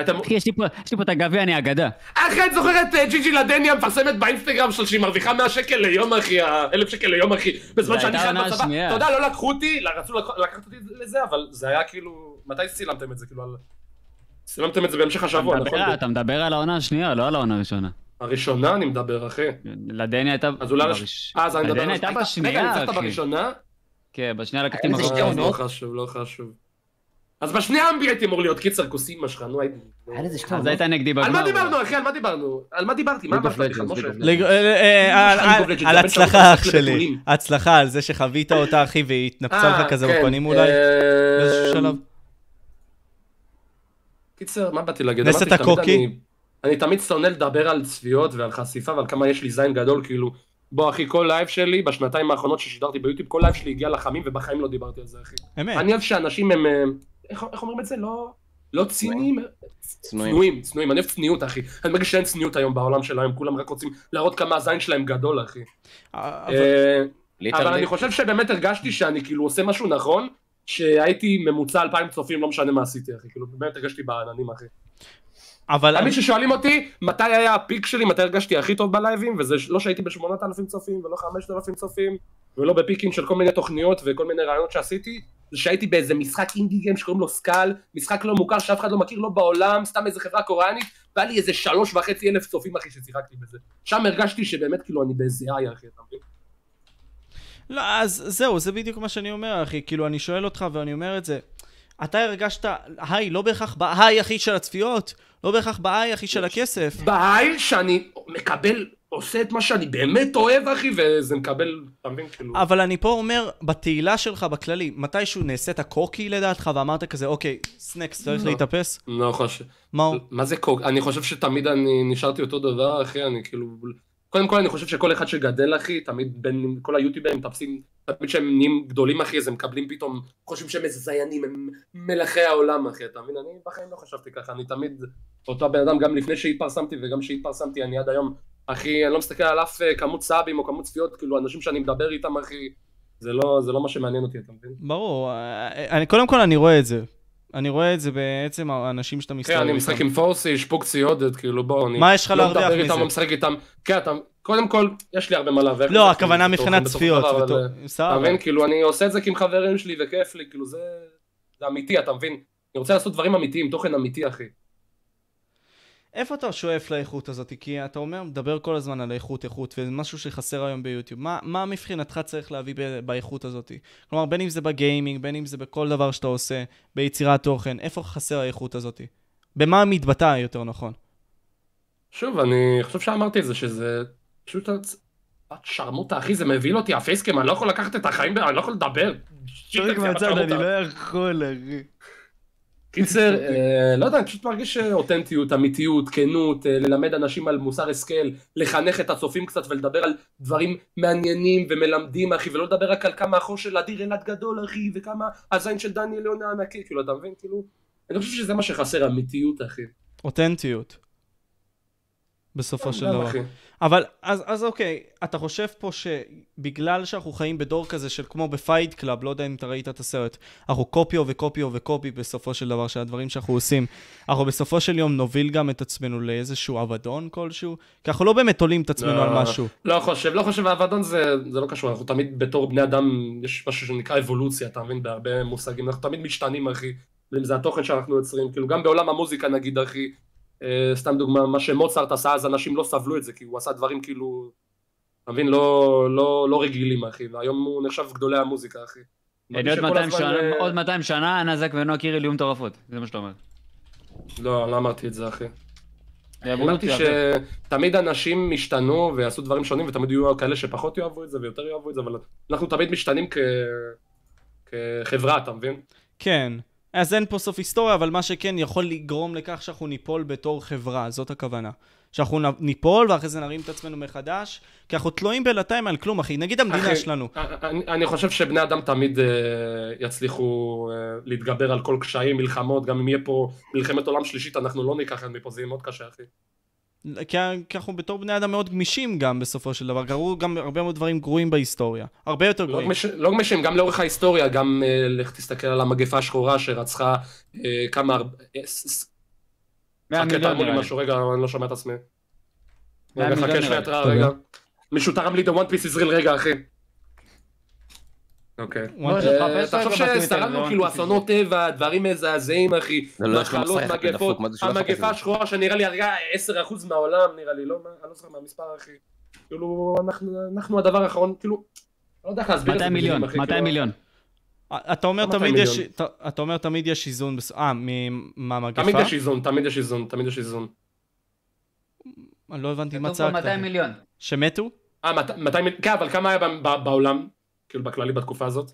אתה מ- אחי, יש לי פה- יש לי פה את הגביע, אני אגדה. אחי, את זוכרת אה, ג'י ג'י לדני המפרסמת באינסטגרם שלה שהיא מרוויחה 100 שקל ליום אחי, ה- 1,000 שקל ליום אחי, בזמן זו שאני הייתה חייב העונה בצבא, השנייה. אתה יודע, לא לקחו אותי, לא, רצו לק- לקחת אותי לזה, אבל זה היה כאילו, מתי צילמתם את זה, כאילו, על- צילמתם את זה בהמשך השבוע, אתה נכון? מדבר- אתה מדבר על העונה השנייה, לא על העונה הראשונה. הראשונה אני מדבר, אחי. לדני הייתה... אז אולי... ברש- לש- אה, אז אני מדבר... לדני על- הייתה היית- רגע, בשנייה, ניצחת אחי. בראשונה? כן, בשנייה לקחתי אה, מקום. אז לא חשוב, לא חשוב. אז בשנייה הייתי אמור להיות, קיצר, כוסימה שלך, נו, הייתי... אז הייתה נגדי בגמר. על מה דיברנו, אחי? על מה דיברנו? על מה דיברתי? מה League of אמרת בכלל, Legends, משה? League of לג- אה, אה, יש על- לך על- לגוגל של על ג'בן הצלחה, שאול, אח חשף שלי. לבתולים. הצלחה על זה שחווית אותה, אחי, והיא התנפצה אה, לך כזה כן, בפנים אולי, אה, באיזשהו שלב. קיצר, מה באתי להגיד? נסת אמרתי שתמיד הקוקי. אני- אני תמיד שונא לדבר על צפיות ועל חשיפה ועל כמה יש לי זין גדול, כאילו, בוא אחי, כל לייב שלי, בשנתיים האחרונות ששידרתי ביוטיוב, כל לייב שלי הגיע לחמים ובחיים לא דיברתי על זה, אחי. אמת. אני אוהב שאנשים הם, אה, איך איך אומרים את זה? לא... לא ציניים, צנועים. צנועים, צנועים, אני אוהב צניעות אחי, אני מרגיש שאין צניעות היום בעולם של היום, כולם רק רוצים להראות כמה הזין שלהם גדול אחי. אבל- אה, אבל ליטרלי. אני חושב שבאמת הרגשתי שאני כאילו עושה משהו נכון, שהייתי ממוצע 2,000 צופים, לא משנה מה עשיתי, אחי. כאילו, באמת הרגשתי בעננים, אחי. אבל תמיד ששואלים אותי, מתי היה הפיק שלי, מתי הרגשתי הכי טוב בלייבים, וזה לא שהייתי ב-8,000 צופים, ולא 5,000 צופים, ולא בפיקים של כל מיני תוכניות וכל מיני רעיונות שעשיתי, זה שהייתי באיזה משחק אינדי גיים שקוראים לו סקל, משחק לא מוכר שאף אחד לא מכיר, לא בעולם, סתם איזה חברה קוריאנית, והיה לי איזה שלוש וחצי אלף צופים, אחי, ששיחקתי בזה. שם הרגשתי שבאמת, כאילו, אני באיזה איי, אחי, אתה מבין? לא, אז זהו, זה בדיוק מה שאני אומר, אחי. כאילו, אני שואל אותך ואני אומר את זה. אתה הרגשת, היי, לא בהכרח בהיי, אחי, של הצפיות. לא בהכרח בהיי, אחי, של הכסף. בעיל שאני מקבל, עושה את מה שאני באמת אוהב, אחי, וזה מקבל, אתה מבין, כאילו... אבל אני פה אומר, בתהילה שלך, בכללי, מתישהו נעשית קוקי לדעתך, ואמרת כזה, אוקיי, סנקס, צריך לא. להתאפס? לא חושב. מה הוא? מה זה קוק? אני חושב שתמיד אני נשארתי אותו דבר, אחי, אני כאילו... קודם כל, אני חושב שכל אחד שגדל, אחי, תמיד בין כל היוטיוברים מטפסים, תמיד שהם נהיים גדולים, אחי, אז הם מקבלים פתאום, חושבים שהם איזה זיינים, הם מלאכי העולם, אחי, אתה מבין? אני בחיים לא חשבתי ככה, אני תמיד אותו הבן אדם, גם לפני שהתפרסמתי וגם שהתפרסמתי, אני עד היום, אחי, אני לא מסתכל על אף אה, כמות סאבים או כמות צפיות, כאילו, אנשים שאני מדבר איתם, אחי, זה לא, זה לא מה שמעניין אותי, אתה מבין? ברור. אה, אני, קודם כל, אני רואה את זה. אני רואה את זה בעצם האנשים שאתה מסתובב כן, אני משחק עם פורסי, שפוקסי, עודד, כאילו בוא, אני... מה יש לך להרוויח לא מדבר מזה? איתם, לא משחק איתם. כן, אתה... קודם כל, יש לי הרבה מה להרוויח. לא, מזה, הכוונה כאילו, מבחינת בתוך צפיות. הדבר, אבל, בתור- אה, אתה סבבה. מבין? כאילו, אני עושה את זה כי עם חברים שלי וכיף לי, כאילו, זה... זה אמיתי, אתה מבין? אני רוצה לעשות דברים אמיתיים, תוכן אמיתי, אחי. איפה אתה שואף לאיכות הזאת? כי אתה אומר, מדבר כל הזמן על איכות, איכות, וזה משהו שחסר היום ביוטיוב. מה, מה מבחינתך צריך להביא ב- באיכות הזאת? כלומר, בין אם זה בגיימינג, בין אם זה בכל דבר שאתה עושה, ביצירת תוכן, איפה חסר האיכות הזאת? במה מתבטא יותר נכון? שוב, אני חושב שאמרתי את זה, שזה פשוט... הצ- בת שרמוטה, אחי, זה מבהיל אותי, הפייסקאם, אני לא יכול לקחת את החיים, ב- אני לא יכול לדבר. שיט, אחי, בת שרמוטה. יכול, אחי. קיצר, אה, לא יודע, אני פשוט מרגיש אותנטיות, אמיתיות, כנות, אה, ללמד אנשים על מוסר השכל, לחנך את הצופים קצת ולדבר על דברים מעניינים ומלמדים, אחי, ולא לדבר רק על כמה החור של אדיר אלעד גדול, אחי, וכמה הזין של דני ליאון הענקי, כאילו, אתה מבין? כאילו, אני חושב שזה מה שחסר, אמיתיות, אחי. אותנטיות. בסופו של גם, דבר. אחי. אבל, אז, אז אוקיי, אתה חושב פה שבגלל שאנחנו חיים בדור כזה של כמו בפייט קלאב, לא יודע אם אתה ראית את הסרט, אנחנו קופיו וקופיו וקופי בסופו של דבר, שהדברים שאנחנו עושים, אנחנו בסופו של יום נוביל גם את עצמנו לאיזשהו אבדון כלשהו, כי אנחנו לא באמת תולים את עצמנו לא. על משהו. לא חושב, לא חושב, האבדון זה, זה לא קשור, אנחנו תמיד בתור בני אדם, יש משהו שנקרא אבולוציה, אתה מבין, בהרבה מושגים, אנחנו תמיד משתנים, אחי, אם זה התוכן שאנחנו יוצרים, כאילו גם בעולם המוזיקה נגיד, אחי, אה, סתם דוגמה, מה שמוצרט עשה, אז אנשים לא סבלו את זה, כי הוא עשה דברים כאילו, אתה מבין, לא, לא, לא רגילים, אחי, והיום הוא נחשב גדולי המוזיקה, אחי. אני עוד שכל 200 הזמן, שנה, אה, עוד 200 שנה, נזק ונועה קירל יהיו מטורפות, זה מה שאתה אומר. לא, לא אמרתי את זה, אחי. זה אמרתי אבולוציה, אחי. שתמיד אנשים השתנו ויעשו דברים שונים, ותמיד יהיו כאלה שפחות יאהבו את זה ויותר יאהבו את זה, אבל אנחנו תמיד משתנים כ... כחברה, אתה מבין? כן. אז אין פה סוף היסטוריה, אבל מה שכן יכול לגרום לכך שאנחנו ניפול בתור חברה, זאת הכוונה. שאנחנו נ- ניפול ואחרי זה נרים את עצמנו מחדש, כי אנחנו תלויים בינתיים על כלום, אחי. נגיד המדינה אחי, שלנו. אני, אני חושב שבני אדם תמיד אה, יצליחו אה, להתגבר על כל קשיים, מלחמות, גם אם יהיה פה מלחמת עולם שלישית, אנחנו לא ניקח את מפה, זה יהיה מאוד קשה, אחי. כי, כי אנחנו בתור בני אדם מאוד גמישים גם בסופו של דבר, קרו גם הרבה מאוד דברים גרועים בהיסטוריה. הרבה יותר לא גרועים. גמיש- לא גמישים, גם לאורך ההיסטוריה, גם אה, לך תסתכל על המגפה השחורה שרצחה אה, כמה... הרבה- אה, ס- ס- 100 חכה, מיליון תרמו לי נראה לי. משהו, רגע, אני לא שומע את עצמי. מאה רגע, מיליון חכה שנייה, נראה לי. התראה, רגע. מישהו תרם לי את הוואן פיס ישראל רגע, אחי. אוקיי. וואן בוא, פיס. אה, תחפש תחשוב רגע בטוויטר, שסתרנו זה כאילו One Piece אסונות טבע, דברים מזעזעים, אחי. לא, לא, יש לו מחלות, מסך אחד מגפות. דפוק, מה זה שהוא לא יכול לעשות את המגפה זה? השחורה שנראה לי הרגה 10% מהעולם, נראה לי, לא, מה- אני לא זוכר מהמספר, אחי. כאילו, אנחנו- אנחנו הדבר האחרון, כאילו, לא יודע איך להסביר את זה. 200 מיליון, במילים, אחי, 200 כאילו. מיליון. אתה אומר, כמה תמיד מיליון? יש, ת- אתה אומר תמיד יש איזון, בס... אה, מ- מהמגפה? תמיד יש איזון, תמיד יש איזון, תמיד יש איזון. אני לא הבנתי מה כתוב פה צעקת. 200 מיליון. שמתו? אה, מת- 200 מיליון, כן, אבל כמה היה ב- ב- בעולם? כאילו, בכללי, בתקופה הזאת?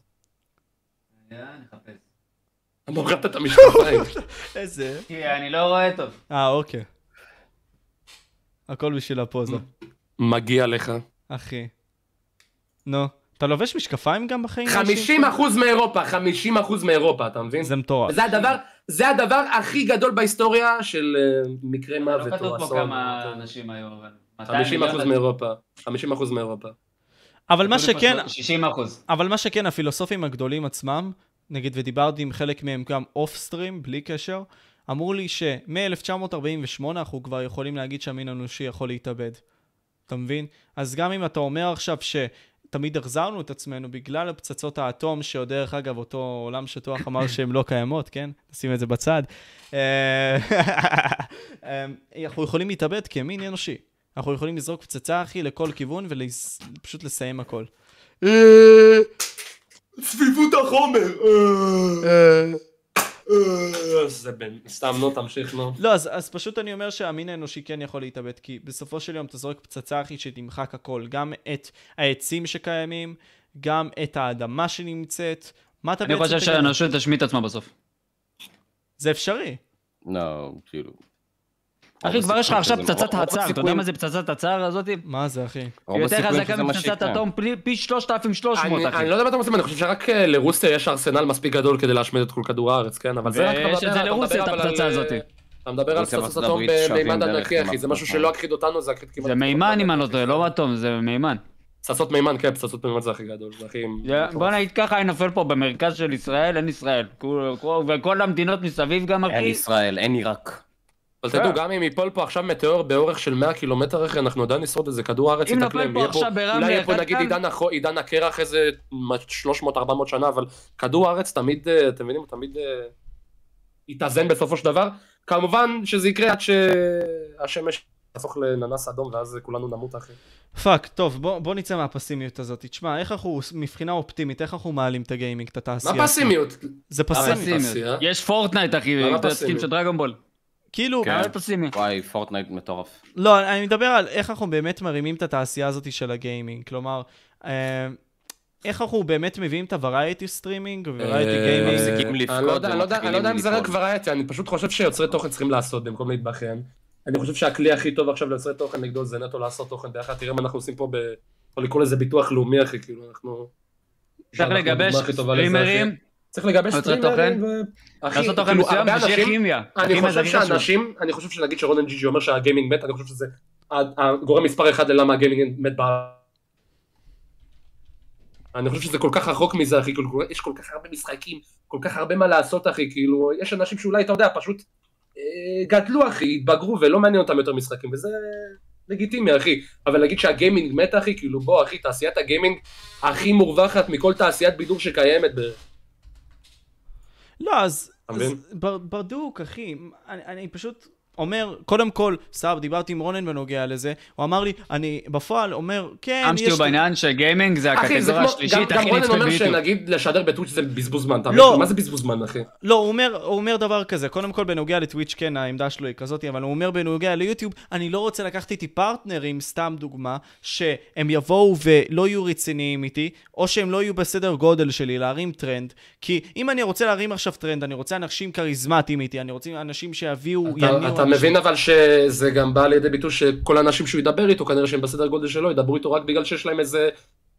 אמרת את המשקפיים. איזה? כי אני לא רואה טוב. אה, אוקיי. הכל בשביל הפוזה, Mm. מגיע לך. אחי. נו, אתה לובש משקפיים גם בחיים? 50 אחוז מאירופה, 50 אחוז מאירופה, אתה מבין? זה מטורף. זה הדבר, זה הדבר הכי גדול בהיסטוריה של אה, מקרה מוות לא או כתוב פה אסון. כמה אנשים היו, אבל... 50 אחוז מאירופה, 50 אחוז מאירופה. אבל מה שכן, 60 אחוז. אבל מה שכן, הפילוסופים הגדולים עצמם, נגיד, ודיברתי עם חלק מהם גם אוף סטרים, בלי קשר, אמרו לי שמ-1948 אנחנו כבר יכולים להגיד שהמין האנושי יכול להתאבד. אתה מבין? אז גם אם אתה אומר עכשיו שתמיד החזרנו את עצמנו בגלל הפצצות האטום, שעוד דרך אגב, אותו עולם שטוח אמר שהן לא קיימות, כן? נשים את זה בצד. אה, אה, אנחנו יכולים להתאבד כמין אנושי. אנחנו יכולים לזרוק פצצה, אחי, לכל כיוון ופשוט לסיים הכל. צפיפות החומר! אה, זה בן, סתם נו, תמשיך נו. לא, אז, אז פשוט אני אומר שהמין האנושי כן יכול להתאבד, כי בסופו של יום אתה זורק פצצה אחי שתמחק הכל, גם את העצים שקיימים, גם את האדמה שנמצאת, מה אתה אני בעצם... חושב תגיד? שהאנושות תשמיט עצמה בסוף. זה אפשרי. לא, כאילו... אחי, לא כבר יש לך עכשיו רוב פצצת הצער, אתה יודע הסיכויים- מה זה פצצת הצער הזאתי? מה זה אחי? רוב היא יותר הסיכויים חזקה שזה מה מפצצת שיקרה. אטום פי- פי 3,300, אני אחי. אני לא יודע מה אתם רוצים, אני חושב שרק אה, לרוסיה יש ארסנל מספיק גדול כדי להשמיד את כל כדור הארץ, כן? אבל זה רק... אתה ויש את מדבר- זה אתה לרוסיה, מדבר את אבל הפצצה על, אה, הזאתי. אתה מדבר על רוסיה, פצצת ארצות אטום הברית שואבים במימד דרך ענקי, אחי, ממערב זה משהו אירופה. שלא הכחיד אותנו, זה הכחיד כמעט... זה את כל מימן, אם אני לא העולם. טועה, לא אטום, זה מימן. פצצות מימן, כן, פצצות מימן זה הכי גדול, זה הכי... זה- בוא נגיד ככה, אני נופל פה במרכז של ישראל, אין ישראל. כול- כול- וכל המדינות מסביב גם, אין אחי. ישראל, אין עיראק. אבל תדעו, גם אם ייפול פה עכשיו מטאור באורך של 100 קילומטר, אחי, אנחנו עדיין נשרוד את זה, כדור הארץ אם נופל פה יהיה עכשיו ברמלה אולי יהיה פה אחד נגיד כאן? עידן החו- עידן הקרח איזה 300-400 שנה, אבל כדור הארץ תמיד, אה, אתם מבינים, הוא תמיד אה, יתאזן בסופו של דבר. כמובן שזה יקרה עד שהשמש תהפוך לננס אדום, ואז כולנו נמות, אחי. פאק, טוב, בוא, בוא נצא מהפסימיות הזאת. תשמע, איך אנחנו, מבחינה אופטימית, איך אנחנו מעלים את הגיימינג, את התעשייה? מה פסימיות? זה פסימי. פסימיות. תעשייה. יש פורטנייט, אחי, למה אתה פסימיות? יודעים שדרגונבול. כאילו, כן. למה פסימי? וואי, פורטנייט מטורף. לא, אני מדבר על איך אנחנו באמת מרימים את התעשייה הזאת של הגיימינג. כלומר, אה, איך אנחנו באמת מביאים את הוורייטי סטרימינג ווורייטי אה, גיימינג? מפסיקים אני לא לבכות יודע, אני לא יודע- אני לא יודע אם זה רק וריאטי, אני פשוט חושב שיוצרי תוכן צריכים לעשות במקום להתבכיין. אני חושב שהכלי הכי טוב עכשיו ליוצרי תוכן נגדו זה נטו לעשות תוכן ביחד, תראה מה אנחנו עושים פה ב... או לקרוא לזה ביטוח לאומי, אחי, כאילו אנחנו... צריך אנחנו לגבש הדוגמה הכי טובה לזה, אחי. סטרימרים, צריך לגבש יוצרי סטרימרים, תוכן? ו- אחי, לעשות תוכן כאילו, מסוים, הרבה ושיהיה אנשים- כימיה. אני הכימיה זה חושב הכי חשוב. שאנשים, אני חושב שנגיד שרונן ג'יג'י אומר שהגיימינג מת, אני חושב שזה ה- הגורם מספר אחד ללמה הגיימינג מת בארץ. אני חושב שזה כל כך רחוק מזה, אחי, כל- יש כל כך הרבה משחקים, כל כך הרבה מה לעשות, אחי, כאילו, יש אנשים שאולי, אתה יודע, פשוט אה, גדלו, אחי, התבגרו, ולא מעניין אותם יותר משחקים, וזה לגיטימי, אחי. אבל להגיד שהגיימינג מת, אחי, כאילו, בוא, אחי, תעשיית הגיימינג הכי מורווחת מכל תעשיית בידור שקיימת בערך. לא, אז... אתה מבין? אז בר- ברדוק, אחי, אני, אני פשוט אומר, קודם כל, סער, דיברתי עם רונן בנוגע לזה, הוא אמר לי, אני בפועל אומר, כן, אמרתי יש... לי-" בעניין שגיימינג זה אחי, זה הקטגוריה כמו, גם, השלישית גם הכי רונן נצפה אומר ביוטיוב. שנגיד לשדר בטוויץ' זה בזבוז זמן, אתה לא. מבין? מה זה בזבוז זמן, אחי? לא, הוא אומר, הוא אומר דבר כזה, קודם כל בנוגע לטוויץ', כן, העמדה שלו היא כזאת, אבל הוא אומר בנוגע ליוטיוב, אני לא רוצה לקחת איתי פרטנרים, סתם דוגמה, שהם יבואו ולא יהיו רציניים איתי, או שהם לא יהיו בסדר גודל שלי להרים טרנד, כי אם אני רוצה להרים עכשיו טרנד, אני רוצה אנשים כריזמטיים איתי, אני רוצה אנשים שיביאו, אתה, אתה אנשים. מבין אבל שזה גם בא לידי ביטוי שכל האנשים שהוא ידבר איתו, כנראה שהם בסדר גודל שלו, ידברו איתו רק בגלל שיש להם איזה,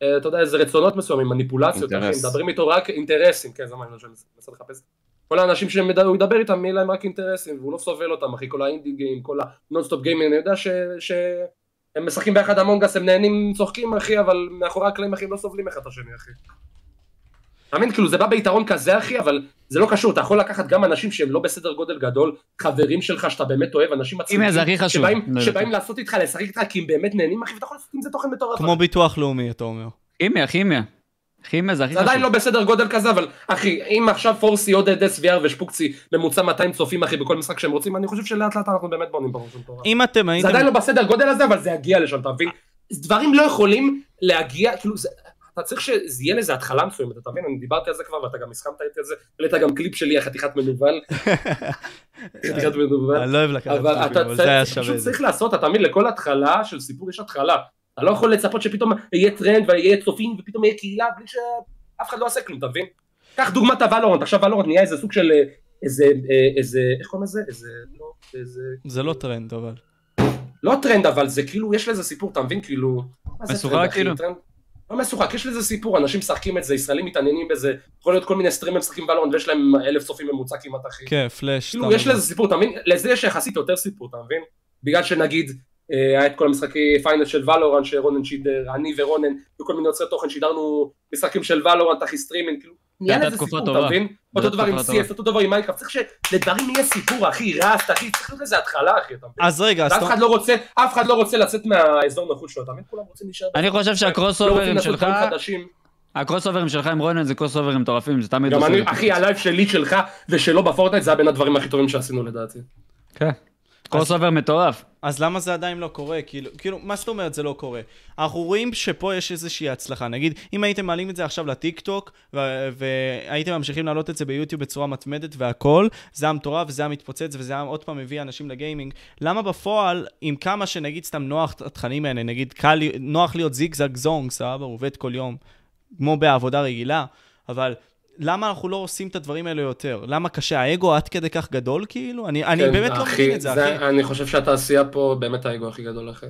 אה, אתה יודע, איזה רצונות מסוימים, מניפולציות, אחי, אינטרס. הם מדברים איתו רק אינטרסים, כן, זה מה שאני מנסה לחפש. כל האנשים שהוא ידבר איתם, יהיה להם רק אינטרסים, והוא לא סובל אותם, אחי, כל האינדי גיים, כל הנונסטופ גיימינג, אני יודע ש... ש... הם משחקים ביחד המונגס, הם נהנים, צוחקים אחי, אבל מאחורי הקלעים אחי הם לא סובלים אחד את השני אחי. אתה מבין? כאילו זה בא ביתרון כזה אחי, אבל זה לא קשור, אתה יכול לקחת גם אנשים שהם לא בסדר גודל גדול, חברים שלך שאתה באמת אוהב, אנשים מצליחים, זה הכי חשוב. שבאים, לא, שבאים לעשות איתך, לשחק איתך, כי הם באמת נהנים אחי, ואתה יכול לעשות עם זה תוכן מטורף. כמו ביטוח לאומי, אתה אומר. כימיה, כימיה. כימיה זה הכי זה עדיין חשוב. לא בסדר גודל כזה, אבל אחי, אם עכשיו פורסי, עודד, SVR ושפוקצי, ממוצע 200 צופים אחי בכל משחק שהם רוצים, אני חושב שלאט לאט אנחנו באמת בונים פה משהו מטורף. אם אתם זה הייתם... עדיין לא בסדר גודל הזה, אבל זה יגיע לשם, אתה מבין? דברים לא יכולים להגיע, כאילו, זה, אתה צריך שזה יהיה לזה התחלה מסוימת, אתה מבין? אני דיברתי על זה כבר, ואתה גם הסכמת איתי על זה, העלית גם קליפ שלי, החתיכת מנוול. חתיכת מנוול. אני לא אוהב לקחת את אבל זה, אתה אבל זה היה צריך- שווה פשוט את זה. צריך לעשות, אתה מבין? לכל התחלה של סיפור יש התחלה. אתה לא יכול לצפות שפתאום יהיה טרנד ויהיה צופים ופתאום יהיה קהילה בלי שאף אחד לא עושה כלום, אתה מבין? קח דוגמת הוולורנט, עכשיו וולורנט נהיה איזה סוג של אה, איזה, אה, איזה, איך קוראים לזה? איזה, לא, איזה... זה לא טרנד, אבל. לא טרנד, אבל זה כאילו, יש לזה סיפור, אתה מבין? כאילו... מה זה משוחק, טרנד, אחי? כאילו? טרנד- לא משוחק, יש לזה סיפור, אנשים משחקים את זה, ישראלים מתעניינים בזה, יכול להיות כל מיני סטרימים משחקים בלון, ויש להם אלף צופים ממוצע כמעט, אחי. כן, פלאש. כאילו, אתה יש אומר. לזה סיפור, אתה מבין? לזה יש יחסית יותר סיפור, אתה מבין? בגלל שנגיד, אה, היה את כל המשחקי פיינל של ולורן, שרונן שידר, אני ורונן, וכל מיני יוצרי תוכן, שידרנו משחקים של ולורן, אחי סטרימינג, כאילו, נהיה הייתה לזה תקופה סיפור, טובה. אתה מבין? אותו דבר עם תקופה טובה. CS, אותו דבר עם מיינקראפט, צריך שלדברים יהיה סיפור, אחי, רסט, אחי, צריך להיות לזה התחלה, אחי, אתה מבין? אז רגע, אז ואף אתה- אחד לא רוצה, אף אחד לא רוצה לצאת מהאזור נוחות שלו, אתה מבין? כולם רוצים להישאר... לא לא אני חושב שהקרוס אוברים שלך, חדשים. הקרוס אוברים שלך עם רונן זה קרוס אוברים מטורפים, זה תמיד גם לא עושה אני, לי- אחי, הלייב שלי שלך ושלו בפורטנייט זה היה בין הדברים הכי טובים שעשינו לדעתי. כן. קרוס אובר מטורף. אז למה זה עדיין לא קורה? כאילו, כאילו, מה זאת אומרת זה לא קורה? אנחנו רואים שפה יש איזושהי הצלחה. נגיד, אם הייתם מעלים את זה עכשיו לטיק טוק, ו- והייתם ממשיכים להעלות את זה ביוטיוב בצורה מתמדת והכל, זה היה מטורף, זה היה מתפוצץ, וזה היה עוד פעם מביא אנשים לגיימינג. למה בפועל, עם כמה שנגיד סתם נוח התכנים האלה, נגיד, קל, לי- נוח להיות זיגזג זונג, סבבה, עובד כל יום, כמו בעבודה רגילה, אבל... למה אנחנו לא עושים את הדברים האלה יותר? למה קשה? האגו עד כדי כך גדול כאילו? אני, אני כן, באמת לא אחי, מבין את זה, אחי. אני חושב שהתעשייה פה באמת האגו הכי גדול, אחי.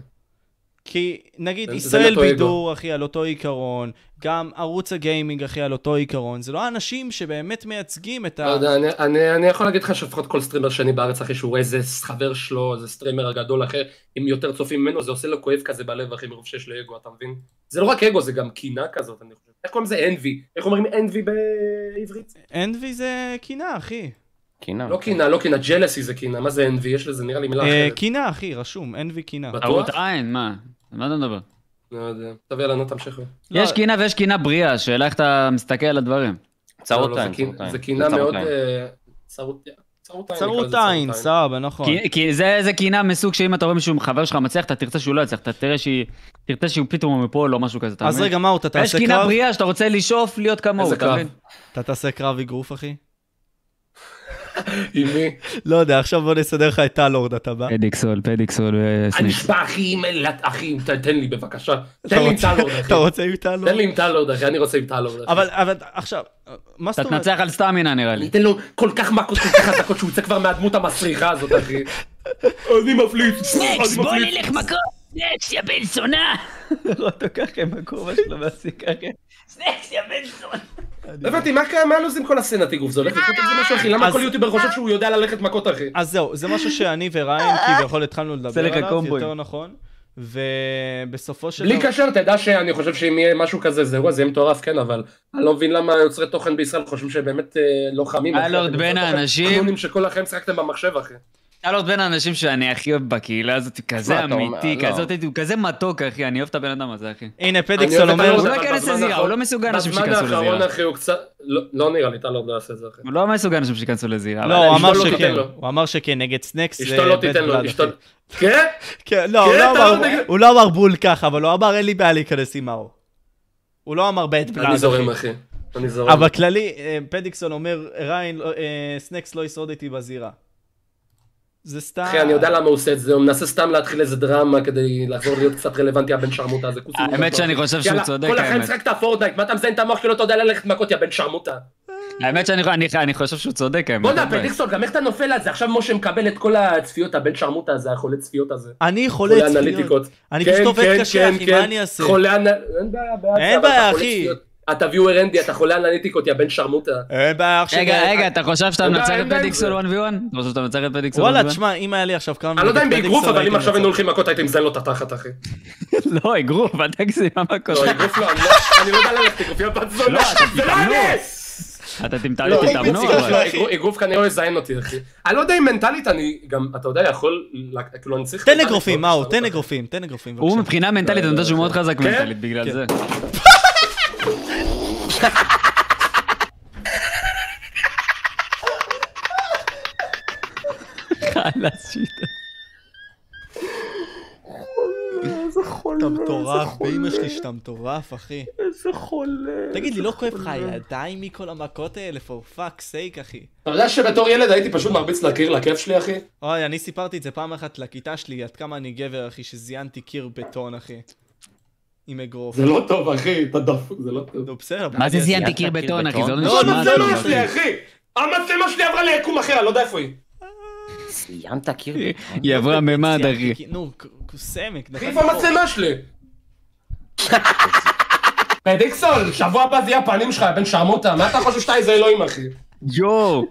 כי נגיד זה- זה ישראל נטו אגו. בידור, אחי, על אותו עיקרון, גם ערוץ הגיימינג, אחי, על אותו עיקרון, זה לא האנשים שבאמת מייצגים את לא ה... יודע, אני, אני, אני יכול להגיד לך שלפחות כל סטרימר שני בארץ, אחי, שהוא רואה איזה חבר שלו, איזה סטרימר הגדול אחר, עם יותר צופים ממנו, זה עושה לו כואב כזה בלב, אחי, מרוב שיש לו אגו, אתה מבין? זה לא רק אגו, זה גם קינה כזאת, אני חושב. איך קוראים לזה אנבי? איך אומרים אנבי בעברית? אנבי זה קינה, אחי. קינה. לא קינה, לא קינה, ג'לסי זה קינה, מה זה אנבי? יש לזה נראה לי מילה אה, לא, אחרת. קינה, אחי, רשום, אנבי קינה. בטוח? טעות עין, מה? על מה אתה מדבר? לא יודע. טוב, יאללה, נו, תמשיכו. לא, יש קינה ויש קינה בריאה, השאלה איך אתה מסתכל על הדברים. לא, צרות לא, זה עין, קינ- צרות עין. זה קינה צרות מאוד... עין. אה, צרות צרות עין. נקרא לזה צרות עין, סבבה, נכון. כי- כי זה זה קינה מסוג שאם אתה רואה מישהו חבר שלך מצליח, אתה תרצה שהוא לא יצליח, אתה תראה שהיא- תרצה שהוא פתאום מפול או משהו כזה, אתה אז מבין? רגע, מה, אתה יש תעשה קינה קרב? בריאה שאתה רוצה לשאוף להיות כמוהו, איזה אתה קרב? מבין? אתה תעשה קרב אגרוף, אחי? עם מי? לא יודע, עכשיו בוא נסדר לך את טלורד, אתה בא. פדיקסול, פדיקסול אה, אני וסניקס. נשבע אחי, עם אילת, אחי, ת- תן לי בבקשה. אתה תן לי עם רוצה- טלורד אחי. אתה רוצה עם טלורד? תן לי עם טלורד אחי, אני רוצה עם טלורד אחי. אבל, אבל עכשיו, מה אתה זאת אומרת? תנצח על סטמינה נראה אני לי. אתן לו כל כך מכות כל כך חזקות שהוא יצא כבר מהדמות המסריחה הזאת אחי. אני מפליץ. סנקס, אני בוא מפליץ. נלך מכות! סנקס, יא בן זונה! אותו ככה עם הכובע שלו והסיכה. סנקס, יא בן זונה! לא הבנתי, מה קרה- מה לוזים כל הסצנת אגרוף? זה הולך לקרות עם זה משהו אחי? למה אז- כל יוטיובר חושב שהוא יודע ללכת מכות אחי? אז זהו, זה משהו שאני וריין כביכול התחלנו עושה לדבר לך עליו, קומבואים. יותר נכון, ובסופו של בלי דבר- קשר, תדע שאני חושב שאם יהיה משהו כזה, זה וואי, זה יהיה מטורף, כן, אבל אני לא מבין למה יוצרי תוכן בישראל חושבים שהם באמת אה, לא חמים. אחי. הלורד, אתם בין יוצרי תוכן האנשים- חנונים שכל החיים שיחקתם במחשב, אחי. טלורד בין האנשים שאני הכי אוהב בקהילה הזאת, הוא כזה מה אתה אומר? אמיתי, לא. כזאת, הוא כזה מתוק אחי, אני אוהב את הבן אדם הזה אחי. הנה, אני אוהב פדיקסול את אומר, הלורד, הוא לא אבל ייכנס בזמן לזירה, האחרון- הוא לא מסוגל אנשים בזמן שייכנסו האחרון, לזירה. אחי, הוא קצת... לא לא נראה לי, טלוב לא יעשה את זה, אחי. הוא לא מסוגל אנשים שייכנסו לזירה. לא, הוא אשתו אמר לא שכן, תיתן לו. הוא אמר שכן, נגד סנקס זה אשתו לא bad תיתן blood, לו, אחי. אשתו... כן? כן, לא, הוא כן, לא אתה לא אמר- נגד- הוא לא אמר בול ככה, אבל הוא אמר אין לי בעיה להיכנס עם מאור. הוא לא אמר bad אני blood, זורם, אחי. אחי. אני זורם. אבל כללי, אה, פדיקסון אומר, ריין, לא- אה, סנקס לא ישרוד איתי בזירה. זה סתם... אחי, אני יודע למה הוא עושה את זה, הוא מנסה סתם להתחיל איזה דרמה כדי לחזור להיות קצת רלוונטי, הבן שרמוטה הזה. כוס האמת מוזר. שאני חושב שהוא יאללה, צודק, כל החיים האמת. שיחקת פורדייט, מה אתה מזיין את המוח כאילו אתה יודע ללכת מכות, יא בן שרמוטה. האמת שאני אני- אני חושב שהוא צודק האמת. בואנה, אין בעיה. פדיקסון, גם איך אתה נופל על זה? עכשיו משה מקבל את כל הצפיות, הבן שרמוטה הזה, החולה צפיות הזה. אני חולה חולה צפיות. אנליטיקות. אני כן, פשוט עובד כן, קשה, כן, אחי, כן. מה אני אעשה? חולה אנ... אין בעיה, בעיה. אין אבל אתה בעיה, חולה אחי. צפיות. אתה ויואר אנדי, אתה חולה אנליטיקות, יא בן שרמוטה. אין בעיה, אח שלי. רגע, רגע, אתה חושב שאתה אין בעיה, מנצח אין את בעיה עם פדיקסול זה. 1v1? אתה חושב שאתה מנצח את פדיקסול 1v1? אה, וואלה, תשמע, אם היה לי עכשיו כמה... אני לא יודע אם מיליון באגרוף, פדיקסול, אבל אם הייתי עכשיו מנצח. היינו הולכים מכות, הייתי מזיין לו את התחת, אחי. לא, אגרוף, אל תגזים, מה לא, קורה? אגרוף לא, אני לא- אני לא יודע ללכת אגרוף, יא בת זונה. לא, אתם זה לא תתאמנו. אנס! אתה לא, תמתנו, איגרוף תתאמנו. זה אבל- לא, איגרוף- איגרוף כנראה לא יזיין אותי, אחי. אני לא יודע אם מנטלית אני גם, אתה יודע, יכול, ל- כאילו אני צריך... תן מנטלית אגרופים, לא מאור, לשנות תן אותי. אגרופים, תן אגרופים, הוא בבקשה. מבחינה מנטלית, אני יודע שהוא מאוד חזק כן? מנטלית בגלל זה. חלאס שיטה. אתה מטורף, באמא שלי שאתה מטורף, אחי. לא, איזה חולה. תגיד לי, לא כואב לך הידיים מכל המכות האלה? for fuck's sake, אחי. אתה יודע שבתור ילד הייתי פשוט מרביץ לקיר לכיף שלי, אחי? אוי, אני סיפרתי את זה פעם אחת לכיתה שלי, עד כמה אני גבר, אחי, שזיינתי קיר בטון, אחי. עם אגרוף. זה לא טוב, אחי, אתה דפוק, זה לא טוב. נו, בסדר. מה זה בסדר. זיינתי קיר בטון, אחי? זה לא לא, נשמע זה לא טוב. יפה. שלי, אחי! המצלמה שלי עברה ליקום אחר, אני לא יודע איפה היא. סיימת קיר? היא עברה ממד, אחי. זיינתי קיר- נו, נכון? ק- סמק. אחי, נתתי איפה פה. המצלמה שלי? פדיקסון, שבוע הבא זה יהיה הפנים שלך, בן שרמוטה, מה אתה חושב שאתה איזה אלוהים, אחי? יואו.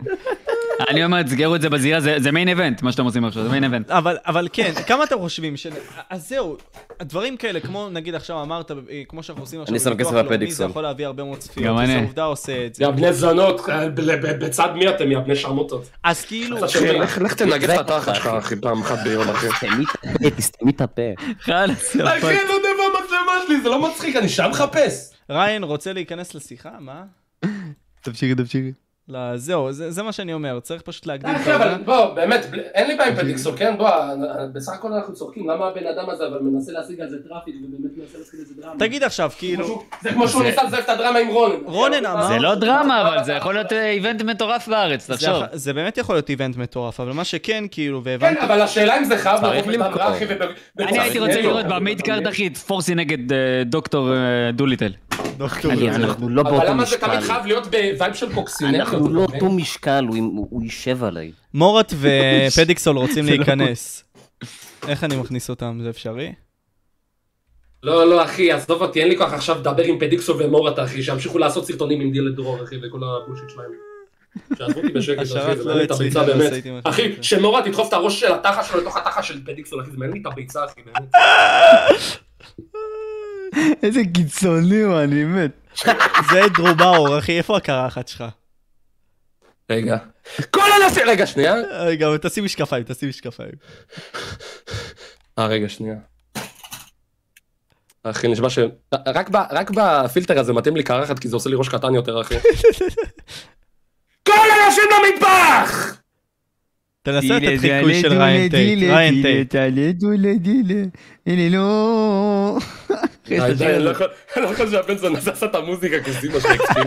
אני אומר, תסגרו את זה בזירה, זה זה מיין איבנט, מה שאתם עושים עכשיו, זה מיין איבנט. אבל, אבל כן, כמה אתם חושבים ש... אז זהו, הדברים כאלה, כמו נגיד עכשיו אמרת, אה, כמו שאנחנו עושים עכשיו, אני שם בביטוח כסף על לאומי, פדיקסון. זה יכול להביא הרבה מאוד צפיות, גם אז אני. העובדה עושה את זה. יא בני זונות, אה, בצד מי אתם, יא בני שרמוטות? אז כאילו, לך תנגב את התחת שלך, אחי, פעם אחת ביום, אחי. סתמי את הפה, תסתמי את הפה. חלאס, יא אחי, פאק. אני לא יודע מה המצלמה שלי, זה לא מצחיק, אני שם מחפש. ריין רוצה להיכנס לשיחה, מה? תמשיכי, תמשיכי. לא, זהו, זה, זה מה שאני אומר, צריך פשוט להגדיל את אחי, אבל העונה. בוא, באמת, בלי- אין לי בעיה עם פדיקסון, כן? בוא, בסך הכל אנחנו צוחקים, למה הבן אדם הזה אבל מנסה להשיג על זה טראפיק, ובאמת מנסה להשיג על זה דרמה? תגיד עכשיו, כמו כאילו, שהוא- זה כמו שהוא ניסה לזייף את הדרמה עם רונן. רונן אמר- זה לא דרמה, אבל זה יכול להיות אה, איבנט מטורף בארץ, זה, תחשוב. אח- זה באמת יכול להיות איבנט מטורף, אבל מה שכן, כאילו, כן, והבנתי, אבל השאלה אם זה חייב לבוא למכור. בדברה, אחי, וב- אני הייתי רוצה בצד. לראות במידקארד, אחי, את פורסי נגד אה, דוקטור אה, דוליטל. דוקטור, אני- זה- אנחנו לא אבל באותו למה זה תמיד משקל. חייב להיות בווייב של קוקסינט? אנחנו לא אותו משקל, הוא- הוא הוא יישב עליי. מורת לא- ופדיקסול רוצים להיכנס. איך אני מכניס אותם, זה אפשרי? לא, לא, אחי, עזוב אותי, אין לי כוח עכשיו לדבר עם פדיקסו ומורת, אחי, שימשיכו לעשות סרטונים עם דיל דרור, אחי, וכל הבולשיט שלהם. שעזבו אותי בשקט, אחי, השרת זה לא מעניין לי את הצליחה, הביצה לא באמת. עשיתי מה אחי, שאתה שמורת תדחוף את הראש של התחה שלו לתוך התחה של פדיקסון, אחי, זה מעניין לי את הביצה, אחי, באמת. איזה קיצוני הוא, אני מת. זה דרו באור, אחי, איפה הקרחת שלך? רגע. כל הנשים, רגע, שנייה. רגע, אבל אה, תשים משקפיים, תשים משקפיים. אה, רגע, שנייה. אחי, נשמע ש... רק, ב... רק בפילטר הזה מתאים לי קרחת, כי זה עושה לי ראש קטן יותר, אחי. כל הנשים במטבח! תנסה לתת חיקוי של ריין טייט, ריין טייט. תעלה דולה דילה, הנה לא... אחי, אני זה שיר הזה. לא יכול- אני לא יכול שהבן זונה הזה עשה את המוזיקה כסימה של אקסטרים.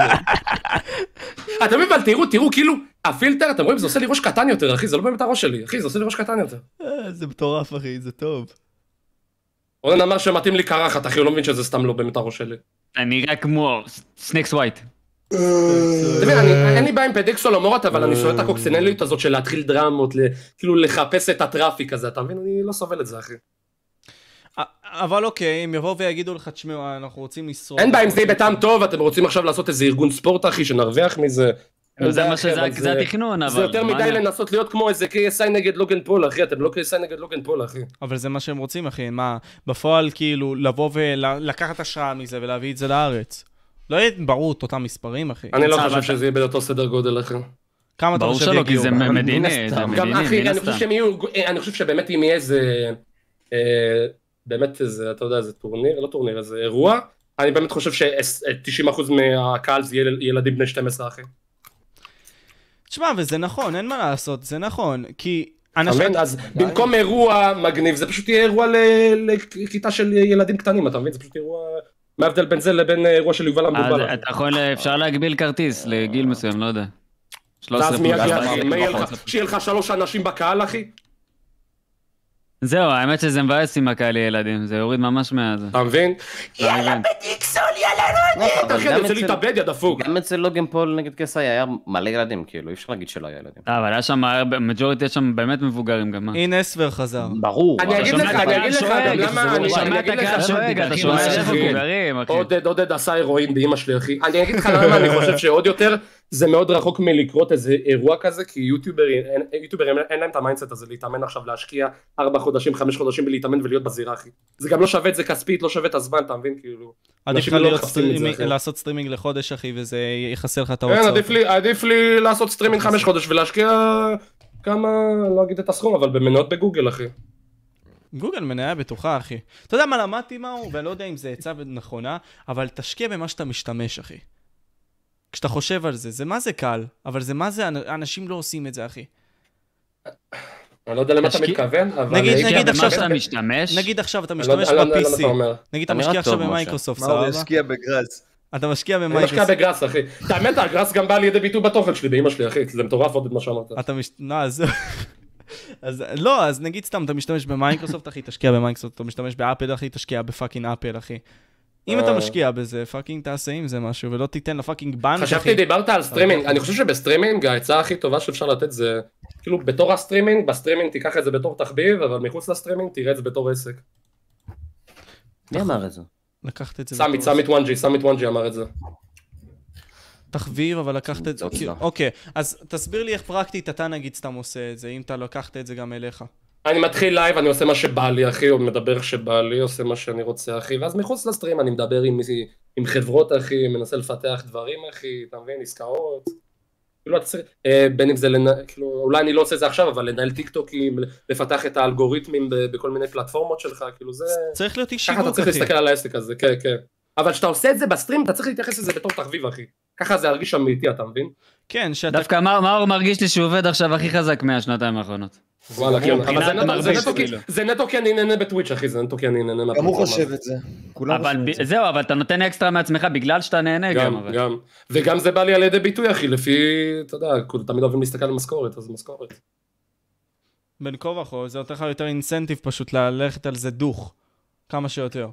אתם מבינים, אבל תראו, תראו, כאילו, הפילטר, אתם רואים, זה עושה לי ראש קטן יותר, אחי, זה לא באמת הראש שלי, אחי, זה עושה לי ראש קטן יותר. אה, זה מטורף, אחי, זה טוב. רונן אמר שמתאים לי קרחת, אחי, הוא לא מבין שזה סתם לא באמת הראש שלי. אני רק כמו סנקס ווייט. אתה מבין, אה. אני- אין לי בעיה עם פדקסול הומורת, אבל אני שונא את הקוקסינליות הזאת של להתחיל דרמות, ל- כאילו לחפש את הטראפיק הזה, אתה מבין? אני לא סובל את זה, אחי. א- אבל אוקיי, אם יבואו ויגידו לך, תשמעו, אנחנו רוצים לשרוד. אין בעיה אם זה יהיה בטעם טוב, אתם רוצים עכשיו לעשות איזה ארגון ספורט, אחי, שנרוויח מזה. אין זה בעיה, מה אחי, שזה, אבל זה התכנון, אבל... זה יותר מה מדי אני- לנסות להיות כמו איזה KSI נגד לוגן פול, אחי, אתם לא KSI נגד לוגן פול, אחי. אבל זה מה שהם רוצים, אחי, מה, בפועל, כאילו, לבוא ולקחת השראה מזה ולהביא את זה לארץ. לא יהיה ברור את אותם מספרים, אחי. אני לא אבל חושב אתה- שזה יהיה באותו סדר גודל, אחי. כמה אתה ברור חושב שלא, כי יגיעו? זה מה? מדיני, הסתם. זה גם, גם מדיני, אחי, מן אני חושב הסתם. שהם יהיו, אה, אני חושב שבאמת אם יהיה איזה, אה, באמת איזה, אתה יודע, איזה טורניר, לא טורניר, איזה אירוע, אני באמת חושב ש-90% מהקהל זה יל- ילדים בני 12 אחי. תשמע, וזה נכון, אין מה לעשות, זה נכון, כי... אתה אנשים... מבין? אז במקום אירוע מגניב, זה פשוט יהיה אירוע ל- לכיתה של ילדים קטנים, אתה מבין? זה פשוט אירוע... מה ההבדל בין זה לבין אה, אירוע של יובל אז המדובר? אחי? אתה יכול, אפשר להגביל כרטיס לגיל מסוים, לא יודע. 13 ואז מי פלוס, יגיע, 14 אחי? פלוס. מה יהיה לך? שיהיה לך שלוש אנשים בקהל, אחי? זהו, האמת שזה מבאס עם הקהל ילדים, זה יוריד ממש מה... זה. אתה מבין? יאללה, אבל אחי, אני גם אצל- רוצה להתאבד, יא דפוק. גם אצל לוגן פול נגד קסאי היה מלא ילדים, כאילו, אי אפשר להגיד שלא היה ילדים. אה, אבל היה שם, מג'וריטי יש שם באמת מבוגרים גם, מה? הנה אסבר חזר. ברור. אני אבל- אגיד שומע לך, את אני הקהל אגיד לך, שואג, גם למה, אתה אני שומע אני את אגיד לך, הקהל שואג, אתה שומע אחי, שיש מבוגרים, אחי. עודד, עודד עשה הירואין באמא שלי, אחי. אני אגיד לך למה אני חושב שעוד יותר, זה מאוד רחוק מלקרות איזה אירוע כזה, כי יוטיוברים, אין- יוטיוברים אין- אין להם את המיינדסט הזה להתאמן עכשיו, להשקיע ארבע חודשים, חמש חודשים ולהתאמן ולהיות בזירה, אחי. זה גם לא שווה את זה כספית, לא שווה את הזמן, אתה מבין? כאילו... עדיף אנשים לך לא להיות מחפשים את זה, סטרימינג- אחי. לעשות סטרימינג לחודש, אחי, וזה יכסה לך את כן, ההוצאות. עדיף לי, עדיף לי לעשות סטרימינג חמש חודש ולהשקיע כמה, לא אגיד את הסכום, אבל במניות בגוגל, אחי. גוגל מניה בטוחה, אחי. אתה יודע מה למדתי מהו, ואני לא יודע אם זה עצה נכונה, אבל תשקיע במה שאתה משתמש, אחי. כשאתה חושב על זה, זה מה זה קל, אבל זה מה זה, אנ- אנשים לא עושים את זה, אחי. אני לא יודע למה אתה תשקיע- מתכוון, אבל... נגיד- תשקיע נגיד במה עכשיו- שאתה משתמש, נגיד עכשיו אתה אני לא- משתמש אני לא- אני לא יודע מה ב-PC, אתה אומר. נגיד אתה אתה נראה משקיע עכשיו טוב, משה. במייקרוסופט, מה הוא סבבה? השקיע בגראס? אתה משקיע אני לא משקיע במייקרוסופט. בגראס אחי. את האמת הגראס גם בא לידי ביטוי בתוכן שלי באמא שלי אחי, זה מטורף עוד מה שאמרת. אתה מש... לא, אז... אז לא, אז נגיד סתם, אתה משתמש במייקרוסופט, אחי, תשקיע במייקרוסופט, אתה משתמש באפל, אחי, תשקיע בפאקינג אפל, אחי. אם אתה אה. משקיע בזה, פאקינג תעשה עם זה משהו, ולא תיתן לפאקינג בנק, אחי. חשבתי דיברת על סטרימינג, אני חושב שבסטרימינג העצה הכי טובה שאפשר לתת זה כאילו בתור הסטרימינג, בסטרימינג תיקח את זה בתור תחביב, אבל מחוץ לסטרימינג תראה את זה בתור עסק. מי אמר את זה? לקחת את זה. סמית, בתור- סמית וואנג'י, סמית וואנג'י אמר את זה. תחביב, אבל לקחת את זה. זאת כאילו- לא. אוקיי, אז תסביר לי איך פרקטית אתה נגיד סתם עושה את זה, אם אתה לקחת את זה גם אליך. אני מתחיל לייב, אני עושה מה שבא לי אחי, או מדבר איך שבא לי, עושה מה שאני רוצה אחי, ואז מחוץ לסטרים אני מדבר עם, עם חברות אחי, מנסה לפתח דברים אחי, אתה מבין, עסקאות. כאילו, אתה צריך- אה, בין אם זה, לנ... כאילו, אולי אני לא עושה את זה עכשיו, אבל לנהל טיקטוקים, לפתח את האלגוריתמים ב- בכל מיני פלטפורמות שלך, כאילו זה... צריך להיות איש ככה אתה שיווק, צריך אחי. להסתכל על העסק הזה, כן, כן. אבל כשאתה עושה את זה בסטרים, אתה צריך להתייחס לזה בתור תחביב, אחי. ככה זה ירגיש אמיתי, אתה מבין? כן, שאתה... דווקא מאור מאור מרגיש לי שהוא עובד עכשיו הכי חזק מהשנתיים האחרונות. וואלה, כן. אבל זה מבחינת נטו- זה המרבה נטו כי- שלו. זה נטו כי אני נהנה בטוויץ', אחי, זה נטו כי אני נהנה גם הוא מהפלטפורמה חושב את זה. כולם אבל חושבים ב- את זה. זהו, אבל אתה נותן אקסטרה מעצמך בגלל שאתה נהנה גם, גם, אבל. גם. וגם זה בא לי על ידי ביטוי, אחי, לפי, אתה יודע, כאילו, תמיד אוהבים להסתכל על משכורת, אז משכורת. בין כה וכה, זה נותן לך יותר אינסנטיב פשוט ללכת על זה דוך, כמה שיותר.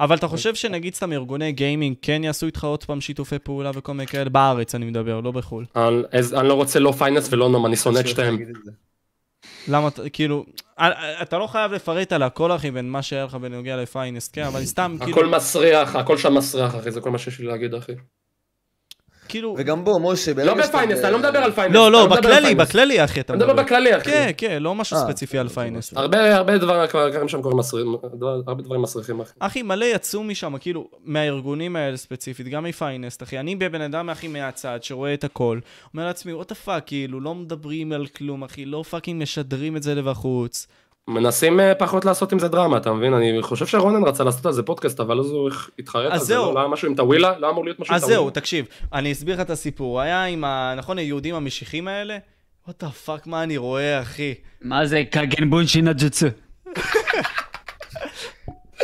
אבל אתה חושב שנגיד סתם ארגוני גיימינג כן יעשו איתך עוד פעם שיתופי פעולה וכל מיני כאלה? בארץ אני מדבר, לא בחו"ל. אני אז- אני לא רוצה לא פייננס ולא נום, אני שונא את שתיהם. תגיד את זה. למה, אתה- כאילו, אה, אה, אתה לא חייב לפרט על הכל, אחי, בין מה שהיה לך בנוגע לפיינסט, כן, אבל סתם, כאילו, הכל מסריח, הכל שם מסריח, אחי, זה כל מה שיש לי להגיד, אחי. כאילו, וגם בוא, משה, ברגע לא שאתה- בפייננס, אני לא מדבר על פייננס. לא, אני לא, מדבר על בכללי, פייננס. בכללי, אחי, אתה אני מדבר מדבר. בכללי, אחי. כן, כן, לא משהו אה, ספציפי על פיינס. הרבה הרבה דבר- דברים שם קורים מסריחים, הרבה דברים מסריחים, אחי. אחי, מלא יצאו משם, כאילו, מהארגונים האלה ספציפית, גם מפיינסט, אחי. אני בן אדם, אחי, מהצד, שרואה את הכל, אומר לעצמי, וואט הפאק, כאילו, לא מדברים על כלום, אחי, לא פאקינג משדרים את זה לבחוץ. מנסים אה, פחות לעשות עם זה דרמה, אתה מבין? אני חושב שרונן רצה לעשות על זה פודקאסט, אבל אז הוא התחרט על אז זה, זהו. לא לא היה משהו עם טאווילה, לא אמור להיות משהו עם אז טאווילה. זהו, תקשיב, אני אסביר לך את הסיפור. היה עם ה... נכון, היהודים המשיחים האלה? וואט דה פאק, מה אני רואה, אחי? מה זה קגנבון שינג'צו?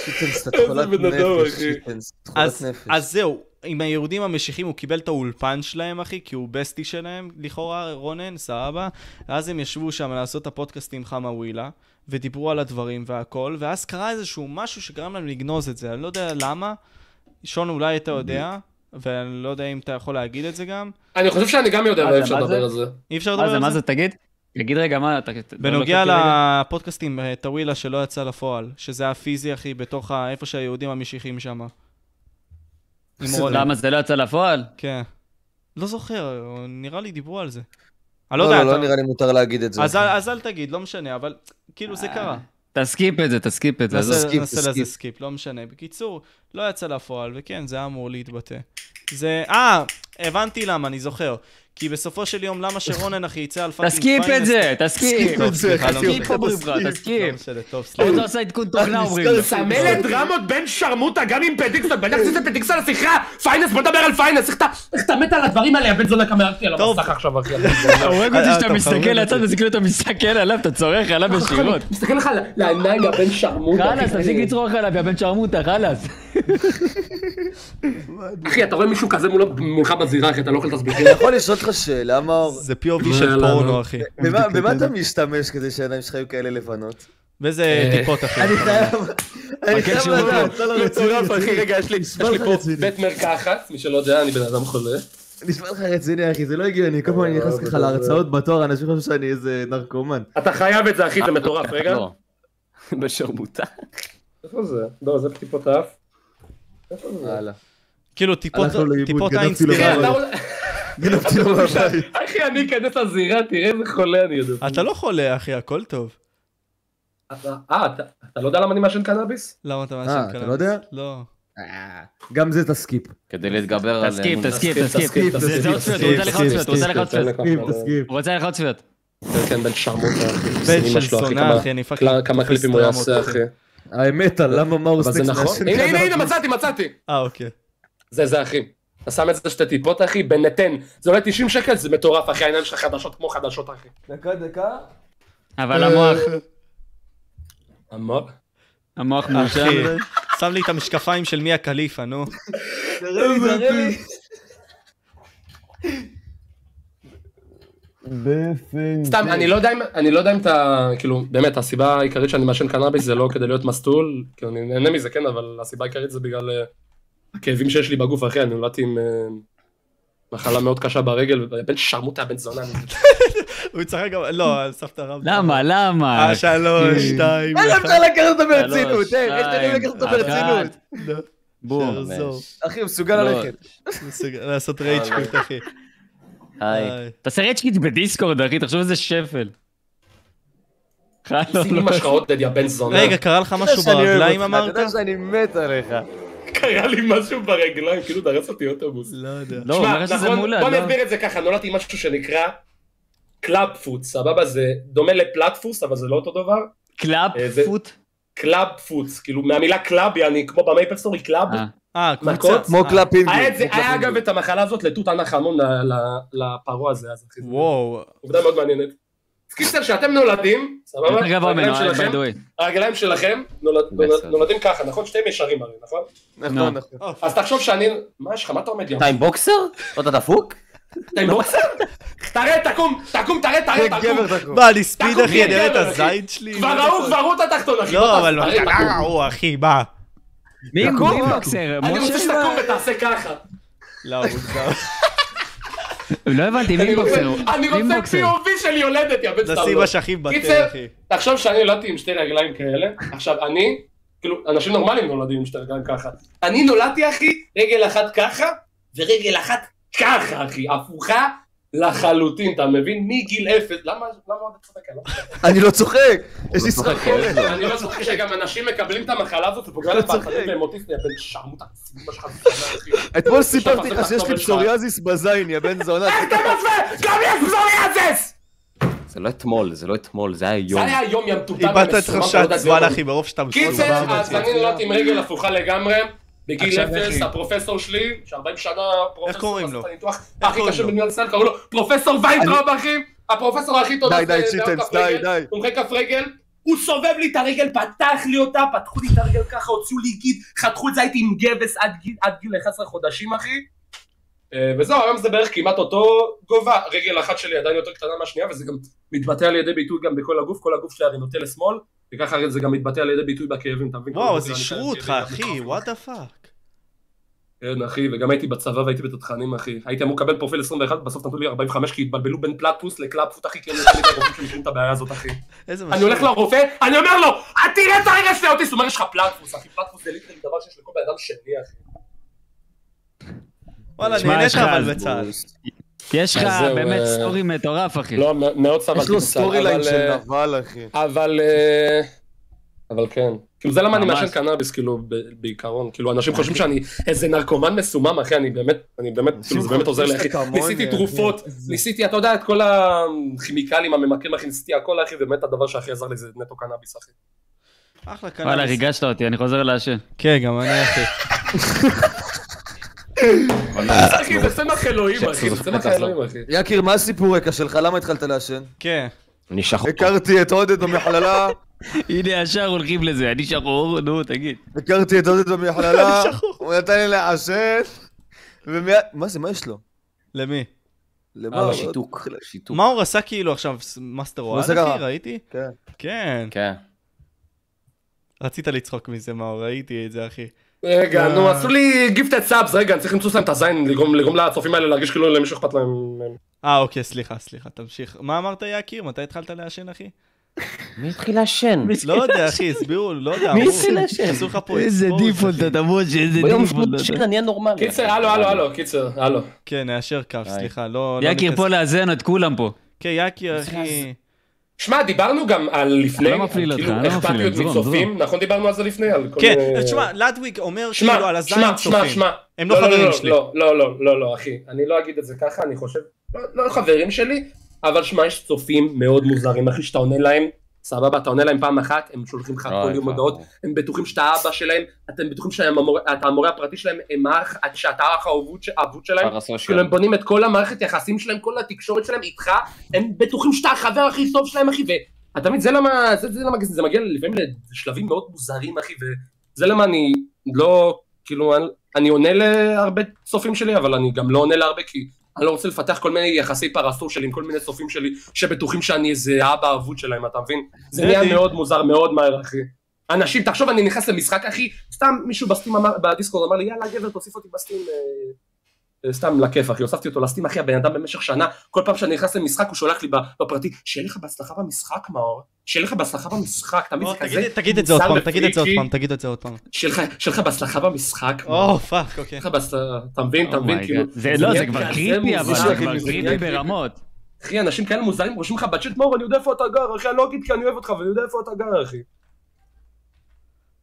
שיטנס, אתה איזה חולת בן אדם, נפש, אחי. שיטנס, אתה חולת אז, נפש. אז זהו, עם היהודים המשיחים הוא קיבל את האולפן שלהם, אחי, כי הוא בסטי שלהם, לכאורה, רונן, סבבה. ואז הם ישבו שם לעשות את הפודקאסט עם חמה ווילה, ודיברו על הדברים והכל, ואז קרה איזשהו משהו שגרם להם לגנוז את זה, אני לא יודע למה. שון, אולי אתה יודע, ואני לא יודע אם אתה יכול להגיד את זה גם. אני חושב שאני גם יודע מה מה זה, אפשר מה לדבר זה? על זה. אי אפשר מה לדבר זה, על מה לא, זה? זה, תגיד? תגיד רגע מה אתה... אתה- בנוגע לא לקחתי רגע. לפודקאסטים, אה, טווילה שלא יצא לפועל, שזה הפיזי, אחי, בתוך ה- איפה שהיהודים המשיחים שם. עם רולר. למה זה לא יצא לפועל? כן. לא זוכר, נראה לי דיברו על זה. אני לא לא, יודע, לא, אתה- לא נראה לי מותר להגיד את זה. אז אל- אז אל תגיד, לא משנה, אבל כאילו אה, זה קרה. תסקיפ את זה, תסקיפ את זה. נעשה- עזוב. סקיפ, נעשה לזה סקיפ. סקיפ, לא משנה. בקיצור, לא יצא לפועל, וכן, זה היה אמור להתבטא. זה... אה, הבנתי למה, אני זוכר. כי בסופו של יום, למה שרונן אחי יצא על פאקינג תסקיפ את פיינס- זה, תסקיפ. טוב, סליחה, לא תסקיפ משנה. אומרים לך, לא תסקיפ. משנה, טוב, סליחה. עוד לא עשה עדכון תוכנה אומרים. לך. מילא דרמות בין שרמוטה גם עם פדיקסון, בטח שזה פדיקסון לשיחה, פיינס בוא נדבר על פיינס, איך אתה- איך אתה מת על הדברים האלה, הבן זונה כמה אהבתי על טוב. המסך עכשיו אחי. הורג אה, אותי שאתה טוב, מסתכל חברים, לצד וזה כאילו אתה מסתכל עליו, אתה צורך עליו ישירות. מסתכל לך ל- לעיניים הבן שרמוטה. חלאס, אחי. תפסיק לצרוח עליו, יא בן שרמוטה, חלאס. אחי, אתה רואה מישהו כזה מולו- מולך בזירה, אחי, אתה לא אוכל תסביכים. אני יכול לשאול אותך שאלה, מאור? זה POV לא, של לא, פורנו, לא. אחי. במה- במה אתה משתמש כדי שהעיניים שלך יהיו כאלה לבנות? וזה אה. טיפות, אחי. אני חייב... אני חייב לדעת, לא, לא, מצורף, רציני, אחי, רציני. רגע, יש לי יש לי פה בית מרקחת, מי שלא יודע, אני בן אדם חולה. נשמע לך רציני, אחי, זה לא הגיוני. כל פעם אני נכנס ככה להרצאות בתואר, אנשים חושבים שאני איזה נרקומן. אתה חייב את זה, אחי, זה מטורף, רגע. לא. בשרמוטה. איפה זה? לא, זה טיפות האף. הלאה. כאילו, טיפות- הלכנו לאיבוד, טיפות גנבתי עין לו סטירה. מהבית. גנבתי לו מהבית. אחי, אני אכנס לזירה, תראה איזה חולה אני יודע. אתה לא חולה, אחי, הכל טוב. אתה- אה, אתה- אתה לא יודע למה אני מעשן קנאביס? למה אתה אה, מאשר אתה לא יודע? לא. גם זה תסקיפ. כדי להתגבר על... אה, תסקיפ, תסקיפ, תסקיפ, תסקיפ. תסקיפ, זה זה עוד צפיות, הוא רוצה לך עוד צפיות, הוא רוצה לך עוד צפיות. תסקיפ, תסקיפ. הוא רוצה לך עוד צפיות. כן, בן שרמוטה, אחי. בן של אמא שלו, אחי, זונה, כמה- אחי, אני פאקינג... כמה- כמה תופס קליפים הוא דרמות, יעשה, אחי. האמת על למה מאור אבל זה סטיקס נכון. הנה, הנה, הנה, מצאתי, מצאתי. אה, אוקיי. זה זה אחי. אתה שם את זה שתי טיפות אחי, בנתן. זה עולה 90 שקל, זה מטורף אחי, העיניים שלך חדשות כמו חדשות אחי. דקה, דקה. אבל המוח, אמר? המוח מורשם. אחי, שם לי את המשקפיים של מיה קליפה, נו. תראה לי, תראה לי. סתם, אני לא יודע אם, אני לא יודע אם אתה, כאילו, באמת, הסיבה העיקרית שאני מעשן קנאביס זה לא כדי להיות מסטול, כאילו, אני נהנה מזה, כן, אבל הסיבה העיקרית זה בגלל אה, הכאבים שיש לי בגוף, אחי, אני נולדתי עם אה, מחלה מאוד קשה ברגל, בן שרמוטה, בן זונה, אני- הוא יצחק גם... לא, על סבתא רב. למה, למה? אה, שלוש, שתיים, איך אחד. אפשר לקחת אותו שלוש, ברצינות? אה, איך שתיים, אתה לקחת אותו אחת. ברצינות? בום. תחזור. אחי, הוא מסוגל ללכת. מסוגל לעשות אה, רייג' לא. קוויט, אחי. אה, היי. איי. תעשה רצ'קיט בדיסקורד, אחי, תחשוב איזה שפל. חלום, שים לא. אמא שלך עודד, יא בן זונה. רגע, קרה לך אתה יודע משהו שאני אוהב ברגליים אותך, אה, לא, אתה אמרת? יודע שאני מת עליך. קרה לי משהו ברגליים, כאילו דרס אותי אוטובוס. לא יודע. לא, הוא אומר שזה נכון, מולד, בוא לא? נסביר את זה ככה, נולדתי עם משהו שנקרא קלאב פוט, סבבה? זה דומה לפלטפוס, אבל זה לא אותו דבר. קלאפ אה, זה- פוט. קלאב פוט, כאילו מהמילה קלאב, יעני, כמו במייפל סטורי קלאב. אה. אה, מכות? קבוצה. כמו אה, קלאפ אינדי. היה את זה- היה אגב את המחלה הזאת לתות ענק המון ל- ל- לפרעה הזה, אז אחי, זה וואו. עובדה מאוד מעניינת. קיצר, שאתם נולדים, סבבה? יותר גבוה הרגליים ממנו, אה, שלכם- by the way. הרגליים שלכם נולד- נולד- בסדר. נולדים ככה, נכון? שתיהם ישרים הרי, נכון? נו. נכון, נכון. אז תחשוב שאני... מה יש לך? מה אתה עומד לי? אתה עם בוקסר? לא, אתה דפוק? אתה עם בוקסר? תראה, תקום, תקום, תראה, זה תראה, תקום. גבר תקום. מה, אני ספיד, תחום, אחי, אני אראה גבר, את אחי. הזין שלי? כבר ראו, כבר ראו את התחתון, אחי. לא, בוא אבל... תעשה, תראה, תקום. אה, אחי, מה? מי מי בוקסר? אני רוצה משה? שתקום ותעשה ככה. לא, מוגזם. לא הבנתי, מי אני רוצה- בוקסר? אני מי רוצה בוקסר? POV של יולדת, יא בן נשים סתם. לא. אשכים קיצר, בטל, אחי. תחשוב שאני נולדתי עם שתי רגליים כאלה. עכשיו, אני, כאילו, אנשים נורמליים נולדים עם שתי רגליים ככה. אני נולדתי, אחי, רגל אחת ככה, ורגל אחת ככה, אחי. הפוכה לחלוטין, אתה מבין? מגיל אפס. למה למה עוד צודק? אני לא אני לא צוחק. יש לי צוחק, סחרחורת. יש לו. אני לא צוחק שגם אנשים מקבלים את המחלה הזאת אתה ופוגעים להם צוחק. באחרים והם אוטיסטים, בן שרמוט עצמי שלך. אתמול סיפרתי לך שיש לי לחתום פסוריאזיס בזין, יא בן זונה. אתה משווה? גם יש פזוריאזס! זה לא אתמול, זה לא אתמול, זה היה זה יום. היה יום ים טומטם. איבדת את ומסומם, לא חשת יודעת זמן, למה. אחי, מרוב שאתה מסובב. קיצר, אה, אז בעצמך. אני נולדתי עם רגל הפוכה לגמרי. בגיל עכשיו אפס, איך היא? הפרופסור שלי, ש-40 שנה איך פרופסור, קוראים עשה לו? את הניתוח איך הכי קוראים קשה לו? במדינת ישראל, קראו לו פרופסור ויינטראוב, אחי. הפרופסור הכי טוב די, הזה, די, לא זה אוקיי. צ'יטנס, הכף די, רגל, די. תומכי כף רגל, הוא סובב לי את הרגל, פתח לי אותה, פתחו לי את הרגל ככה, הוציאו לי גיד, חתכו את זה, הייתי עם גבס עד גיל- עד גיל 11 חודשים, אחי. אה, וזהו, היום זה בערך כמעט אותו גובה, רגל אחת שלי עדיין יותר קטנה מהשנייה, וזה גם מתבטא על ידי ביטוי גם בכל הגוף, כל הגוף שלי הרי נוטה לשמאל, וככה הרי זה גם מתבטא על ידי ביטוי בכאבים, אתה מבין? כל וואו, הגוף אז שלי אישרו נוטה אותך, לכאבים, אחי, לכאבים. וואט דה פאק. כן, אחי, וגם הייתי בצבא והייתי בתותחנים, אחי. הייתי אמור לקבל פרופיל 21, בסוף נתנו לי 45, כי התבלבלו בין פלטפוס לקלאפפוט, אחי, כי לא הם נותנים לי את הרופאים שמכירים את הבעיה הזאת, אחי. איזה אני הולך לרופא, אני אומר לו, "אה, תראה את הרגע של האוטיסט, הוא אומר, יש לך פלטפוס, אחי, פלטפוס זה ליטרלי דבר שיש לכל בן אדם שני, אחי. וואלה, תשמע, נהנית יש לך אבל אז בצה"ל. יש לך אז זהו, באמת אה, לא, סטורי מטורף, אחי. מאוד סבלתי. אה, יש לו סטורי ליין של נבל, אחי. אבל... אה, אבל כן. כאילו זה למה אני ממש. מעשן קנאביס, כאילו, ב- בעיקרון. כאילו, אנשים חושבים שאני איזה נרקומן מסומם, אחי, אני באמת, אני באמת, כאילו, זה באמת עוזר לי, אחי. שאתה כמוני, ניסיתי אחי. תרופות, ניסיתי, אתה יודע, את כל הכימיקלים הממכרים, אחי, ניסיתי הכל, אחי, ובאמת הדבר שהכי עזר לי זה נטו קנאביס, אחי. אחלה וואלה, קנאביס. ריגשת אותי, אני חוזר לעשן. כן, גם אני אחי. אחי, זה צמח אלוהים, אחי, זה צמח אלוהים, אחי. יקיר, מה הסיפור רקע שלך? למה התחלת לעשן? כן. אני שחור. הכרתי את עודד במכללה, הנה, ישר הולכים לזה, אני שחור, נו, תגיד. הכרתי את עודד במכללה, הוא נתן לי לעשן, ומיד... מה זה, מה יש לו? למי? למה? שיתוק, שיתוק. מה הוא עשה כאילו עכשיו? ס- מאסטר וואד, עשה ככה. אחי? ראיתי? כן. כן. כן. רצית לצחוק מזה, מאור, ראיתי את זה, אחי. רגע, אה. נו, עשו לי גיפטד סאבס, רגע, אני צריך למצוא להם את הזין, לגרום לגרום לצופים האלה להרגיש כאילו למישהו אכפת להם. מהם. אה, אוקיי, סליחה, סליחה, תמשיך. מה אמרת, יקיר? מתי התחלת לעשן, אחי? מי התחיל לעשן? לא יודע, אחי, הסבירו, לא יודע. מי אמרו, התחיל לעשן? עשו לך פה איזה אקספורט, דיפולט אחי. אתה בוש, איזה ביום דיפולט שהוא אתה. נהיה נורמלי. קיצר, אחי. הלו, הלו, הלו, קיצר, הלו. כן, ניישר קו, היי. סליחה, לא... לא יקיר ניכנס- פה לאזן את כולם פה. כן, יקיר, אחי. שמע, דיברנו גם על לפני, לא מפליל על אותך, כאילו לא מפליל, אכפתיות זרום, מצופים, נכון דיברנו על זה לפני, על כל כן, מיני- אז תשמע, לדוויג אומר שמע, כאילו על הזין שמע, שמע, צופים. שמע, הם לא חברים שלי. לא, לא, לא, לא, לא, אחי, אני לא אגיד את זה ככה, אני חושב, לא, לא חברים שלי, אבל שמע, יש צופים מאוד מוזרים, אחי, שאתה עונה להם, סבבה, אתה עונה להם פעם אחת, הם שולחים לך כל אוי, יום וואו. הודעות, הם בטוחים שאתה אבא שלהם, אתם בטוחים שאתה המורה הפרטי שלהם, הם האח, שאתה האח האהוב ש- האהוב שלהם, פרסושיאל. כאילו הם בונים את כל המערכת יחסים שלהם, כל התקשורת שלהם איתך, הם בטוחים שאתה החבר הכי טוב שלהם, אחי, ואתה מבין, זה למה, זה, זה למה, זה מגיע לפעמים לשלבים מאוד מוזרים, אחי, וזה למה אני לא, כאילו, אני, אני עונה להרבה צופים שלי, אבל אני גם לא עונה להרבה, כי אני לא רוצה לפתח כל מיני יחסי פרסור שלי עם כל מיני צופים שלי, שבטוחים שאני איזה אבא אבוד שלהם, אתה מבין? זה דדי. נהיה מאוד מוזר, מאוד מהר, אחי. אנשים, תחשוב, אני נכנס למשחק, אחי, סתם מישהו בסטים אמר, בדיסקורד אמר לי, יאללה, גבר, תוסיף אותי בסטים, אה, סתם לכיף אחי, הוספתי אותו לסטים אחי, הבן אדם במשך שנה, כל פעם שאני נכנס למשחק הוא שולח לי בפרטי, שיהיה לך בהצלחה במשחק מאור, שיהיה לך בהצלחה במשחק, תמיד או, זה לא, תגיד- כזה, תגיד את זה עוד מוזר פעם, תגיד את זה עוד ופריקי. פעם, תגיד את זה עוד פעם. שיהיה לך- שיהיה לך בהצלחה במשחק מאור, או, פאק, אוקיי. שיהיה לך בהצלחה- אתה מבין, אתה מבין, אומייגאד. כאילו, Oh זה לא, זה נהיה כבר כזה קריפי, אבל מוזר, זה אחי, כבר זה קריפי נהיה ברמות. אחי, אנשים כאלה מוזרים, רושמים לך בצ'אט מאור, אני יודע איפה אתה גר, אחי, אני לא אגיד כי אני אוהב אותך, ואני יודע איפה אתה גר, אחי.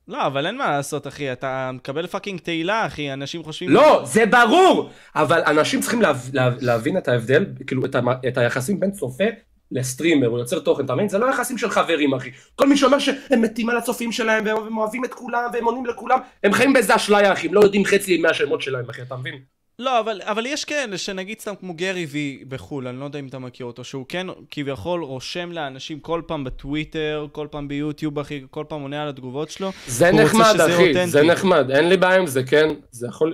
לא, אבל אין מה לעשות, אחי, אתה מקבל פאקינג תהילה, אחי, אנשים חושבים... לא, זה ברור, אבל אנשים צריכים להב- להב- להבין את ההבדל, כאילו את המ- את היחסים בין צופה לסטרימר, הוא יוצר תוכן, אתה מבין? זה לא יחסים של חברים, אחי. כל מי שאומר שהם מתים על הצופים שלהם, והם והם אוהבים את כולם, והם עונים לכולם, הם חיים באיזה אשליה, אחי, הם לא יודעים חצי מהשמות שלהם, אחי, אתה מבין? לא, אבל, אבל יש כאלה שנגיד סתם כמו גרי וי בחו"ל, אני לא יודע אם אתה מכיר אותו, שהוא כן כביכול רושם לאנשים כל פעם בטוויטר, כל פעם ביוטיוב, אחי, כל פעם עונה על התגובות שלו. זה הוא רוצה נחמד, שזה אחי, זה אותנטי. נחמד, אין לי בעיה עם זה, כן? זה יכול...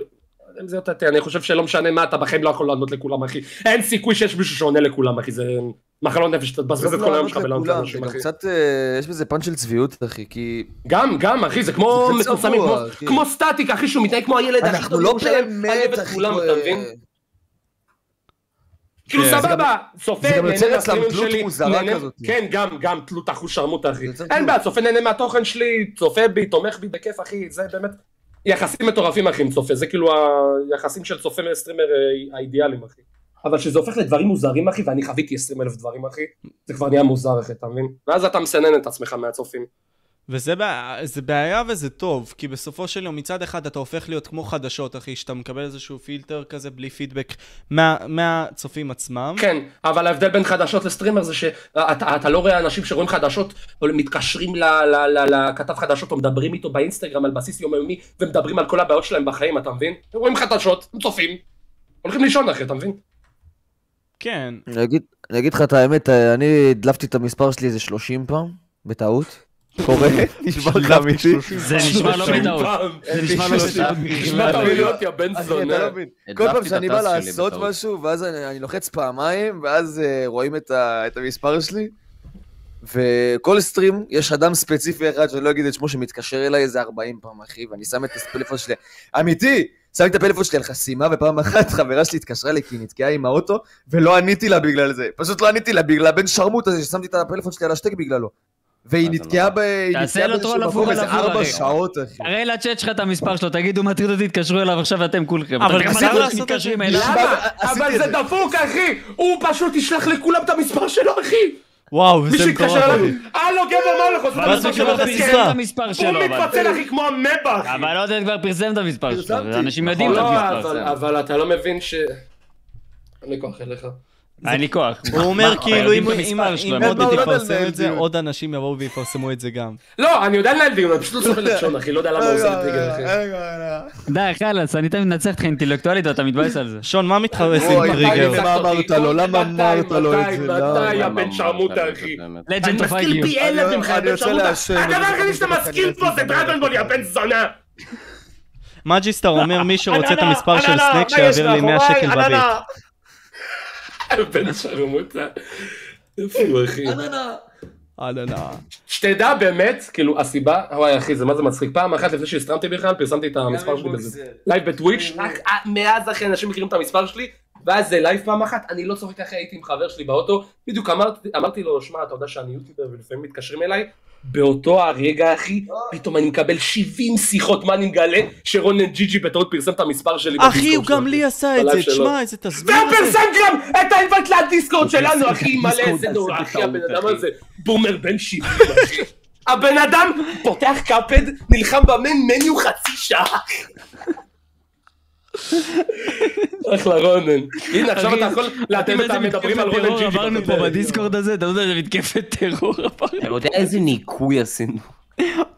אם זה אותנטי, אני חושב שלא משנה מה, אתה בחיים לא יכול לענות לכולם, אחי. אין סיכוי שיש מישהו שעונה לכולם, אחי, זה מחלון נפש, אתה תבזבז את כל היום שלך ולענות לא, לכולם, זה לאנשים, גם אחי. קצת, אה, יש בזה פן של צביעות, אחי, כי גם, גם, אחי, זה כמו זה צבוע, מצומצמים, כמו- אחי. כמו סטטיק, אחי, שהוא מתנהג כמו הילד הכי אנחנו טוב לא בירושלים, אוהב באמת, את אחי, כולם, אתה מבין? אה, כאילו, כן, זה סבבה, צופה, זה גם יוצר נהנה אצלם מהסטרימים תלות שלי, מוזרה נהנה- כזאת. כן, גם, גם תלות אחושרמוט, אחי. זה יוצר אין תלות. בעיה, צופה נהנה מהתוכן שלי, צופה בי, תומך בי בכיף, אחי, זה באמת... יחסים מטורפים, אחי, עם צופה, זה כאילו היחסים של צופה וסטרימר אה, האידיאליים, אחי. אבל כשזה הופך לדברים מוזרים, אחי, ואני חוויתי 20 אלף דברים, אחי, זה כבר נהיה מוזר, אחי, אתה מבין? ואז אתה מסנן את עצמך מהצופים. וזה בע... זה בעיה וזה טוב, כי בסופו של יום מצד אחד אתה הופך להיות כמו חדשות, אחי, שאתה מקבל איזשהו פילטר כזה בלי פידבק מה... מהצופים עצמם. כן, אבל ההבדל בין חדשות לסטרימר זה שאתה אתה לא רואה אנשים שרואים חדשות, או מתקשרים ל- ל- ל- לכתב חדשות, או מדברים איתו באינסטגרם על בסיס יומיומי, ומדברים על כל הבעיות שלהם בחיים, אתה מבין? הם רואים חדשות, הם צופים, הולכים לישון אחי, אתה מבין? כן. אני אגיד- אני אגיד לך את האמת, אה, אני הדלפתי את המספר שלי איזה 30 פעם, בטעות. קורה, נשמע לך אמיתי. זה נשמע לא בטעות. אה, פעם. זה נשמע לא נשמע בטעות. פעולות, יא בן אחי, זונה. אתה לא מבין. כל פעם הדלפתי את שאני בא הטס שלי לעשות בטעות. משהו, ואז אני אני לוחץ פעמיים, ואז אה, רואים את ה- את המספר שלי. וכל סטרים, יש אדם ספציפי אחד, שאני לא אגיד את שמו, שמתקשר אליי איזה 40 פעם, אחי, ואני שם את הפלאפון שלי. אמיתי! שמתי את הפלאפון שלי על חסימה, ופעם אחת חברה שלי התקשרה אליי כי היא נתקעה עם האוטו, ולא עניתי לה בגלל זה. פשוט לא עניתי לה בגלל הבן שרמוט הזה ששמתי את הפלאפון שלי על השטק בגללו. והיא אה, זה נתקעה נורא. ב... היא תעשה נתקעה לו באיזשהו טרול מקום עבור איזה על עבור, ארבע הרי. שעות, אחי. תראה לצ'אט שלך את המספר שלו, תגידו מטריד אותי, תתקשרו אליו עכשיו אתם כולכם. אבל אתה יודע כמה אפשר אנשים לעשות את זה. מתקשרים אליו? למה? עשיתי אבל את זה זה. דפוק, אחי! הוא פשוט ישלח לכולם את המספר שלו, אחי! וואו, מי זה שיתקשר מטורף. אליו, אחי. הלו גבר, מה הולך? ואז הוא כבר פרסם את המספר הוא שלו. אבל- מתפצל, אחי, כמו המבה, אחי! אבל עודד כבר פרסם את המספר שלו, פרסמתי. אנשים יודעים את לא, המספר אבל- שלו. אבל אתה לא מבין ש... אין לי כוח אליך. אין לי כוח. הוא אומר כאילו יודעים אם את אם- המספר שלו, הם אם יודעים. עודד לא יודע יפרסם לנהל את זה, דיון. עוד אנשים יבואו ויפרסמו את זה גם. לא, אני יודע לנהל דיון, אני פשוט לא סובל לשון, אחי, לא יודע למה הוא עושה לי טריגר, אחי. אה, די, חלאס, אני תמיד מנצח אותך אינטלקטואלית ואתה מתבאס על זה. שון, מה מתחרס אוי, עם טריגר? מתי- למה אמרת לו? למה אמרת לו את זה? לא, מתי, מתי, מתי, למה יא בן לא שרמוטה, אחי? אני לג'נד אוף מזכיר אייגיו. פי אלף ממך, יא אני בן רוצה שרמוטה. לעשן, הדבר אני היחידי שאתה רוצה מזכיר פה זה לעשן. דרגנבול, יא בן זונה. מג'יסטר אומר מי שרוצה את אננה, המספר של אננה, סנק לא, מה יש שיעביר לי 100 מאחוריי? שקל בביט. אננה. בן שרמוטה. איפה הוא, אחי? אהלנה. שתדע באמת, כאילו, הסיבה, וואי אחי, זה מה זה מצחיק, פעם אחת לפני שהסטרמתי בכלל, פרסמתי את המספר שלי בזה. לייב בטוויץ', רק- אה, מאז אחי אנשים מכירים את המספר שלי, ואז זה לייב פעם אחת, אני לא צוחק אחי, הייתי עם חבר שלי באוטו, בדיוק אמרתי- אמרתי לו, שמע, אתה יודע שאני יוטיובר ולפעמים מתקשרים אליי, באותו הרגע אחי, פתאום אני מקבל 70 שיחות, מה אני מגלה? שרונן ג'י ג'י בטעות פרסם את המספר שלי אחי, בדיסקורד הוא גם שלו. לי עשה את בלייב זה, שלו. תשמע, איזה תסביר. והוא את זה. פרסם גם את האינבייט לדיסקורד שלנו, אחי, מלא לדיסקורד, איזה נורא, עשיתי אחי, הבן טעות, אדם אחי. הזה, בומר בן 70, אחי. הבן אדם פותח קאפד, נלחם במיין מניו חצי שעה. אחלה רונן. הנה, עכשיו אתה יכול להתאים את המדברים על רונן ג'יג'י. עברנו פה בדיסקורד הזה, אתה יודע, זה מתקפת טרור אתה עברנו. יודע איזה ניקוי עשינו?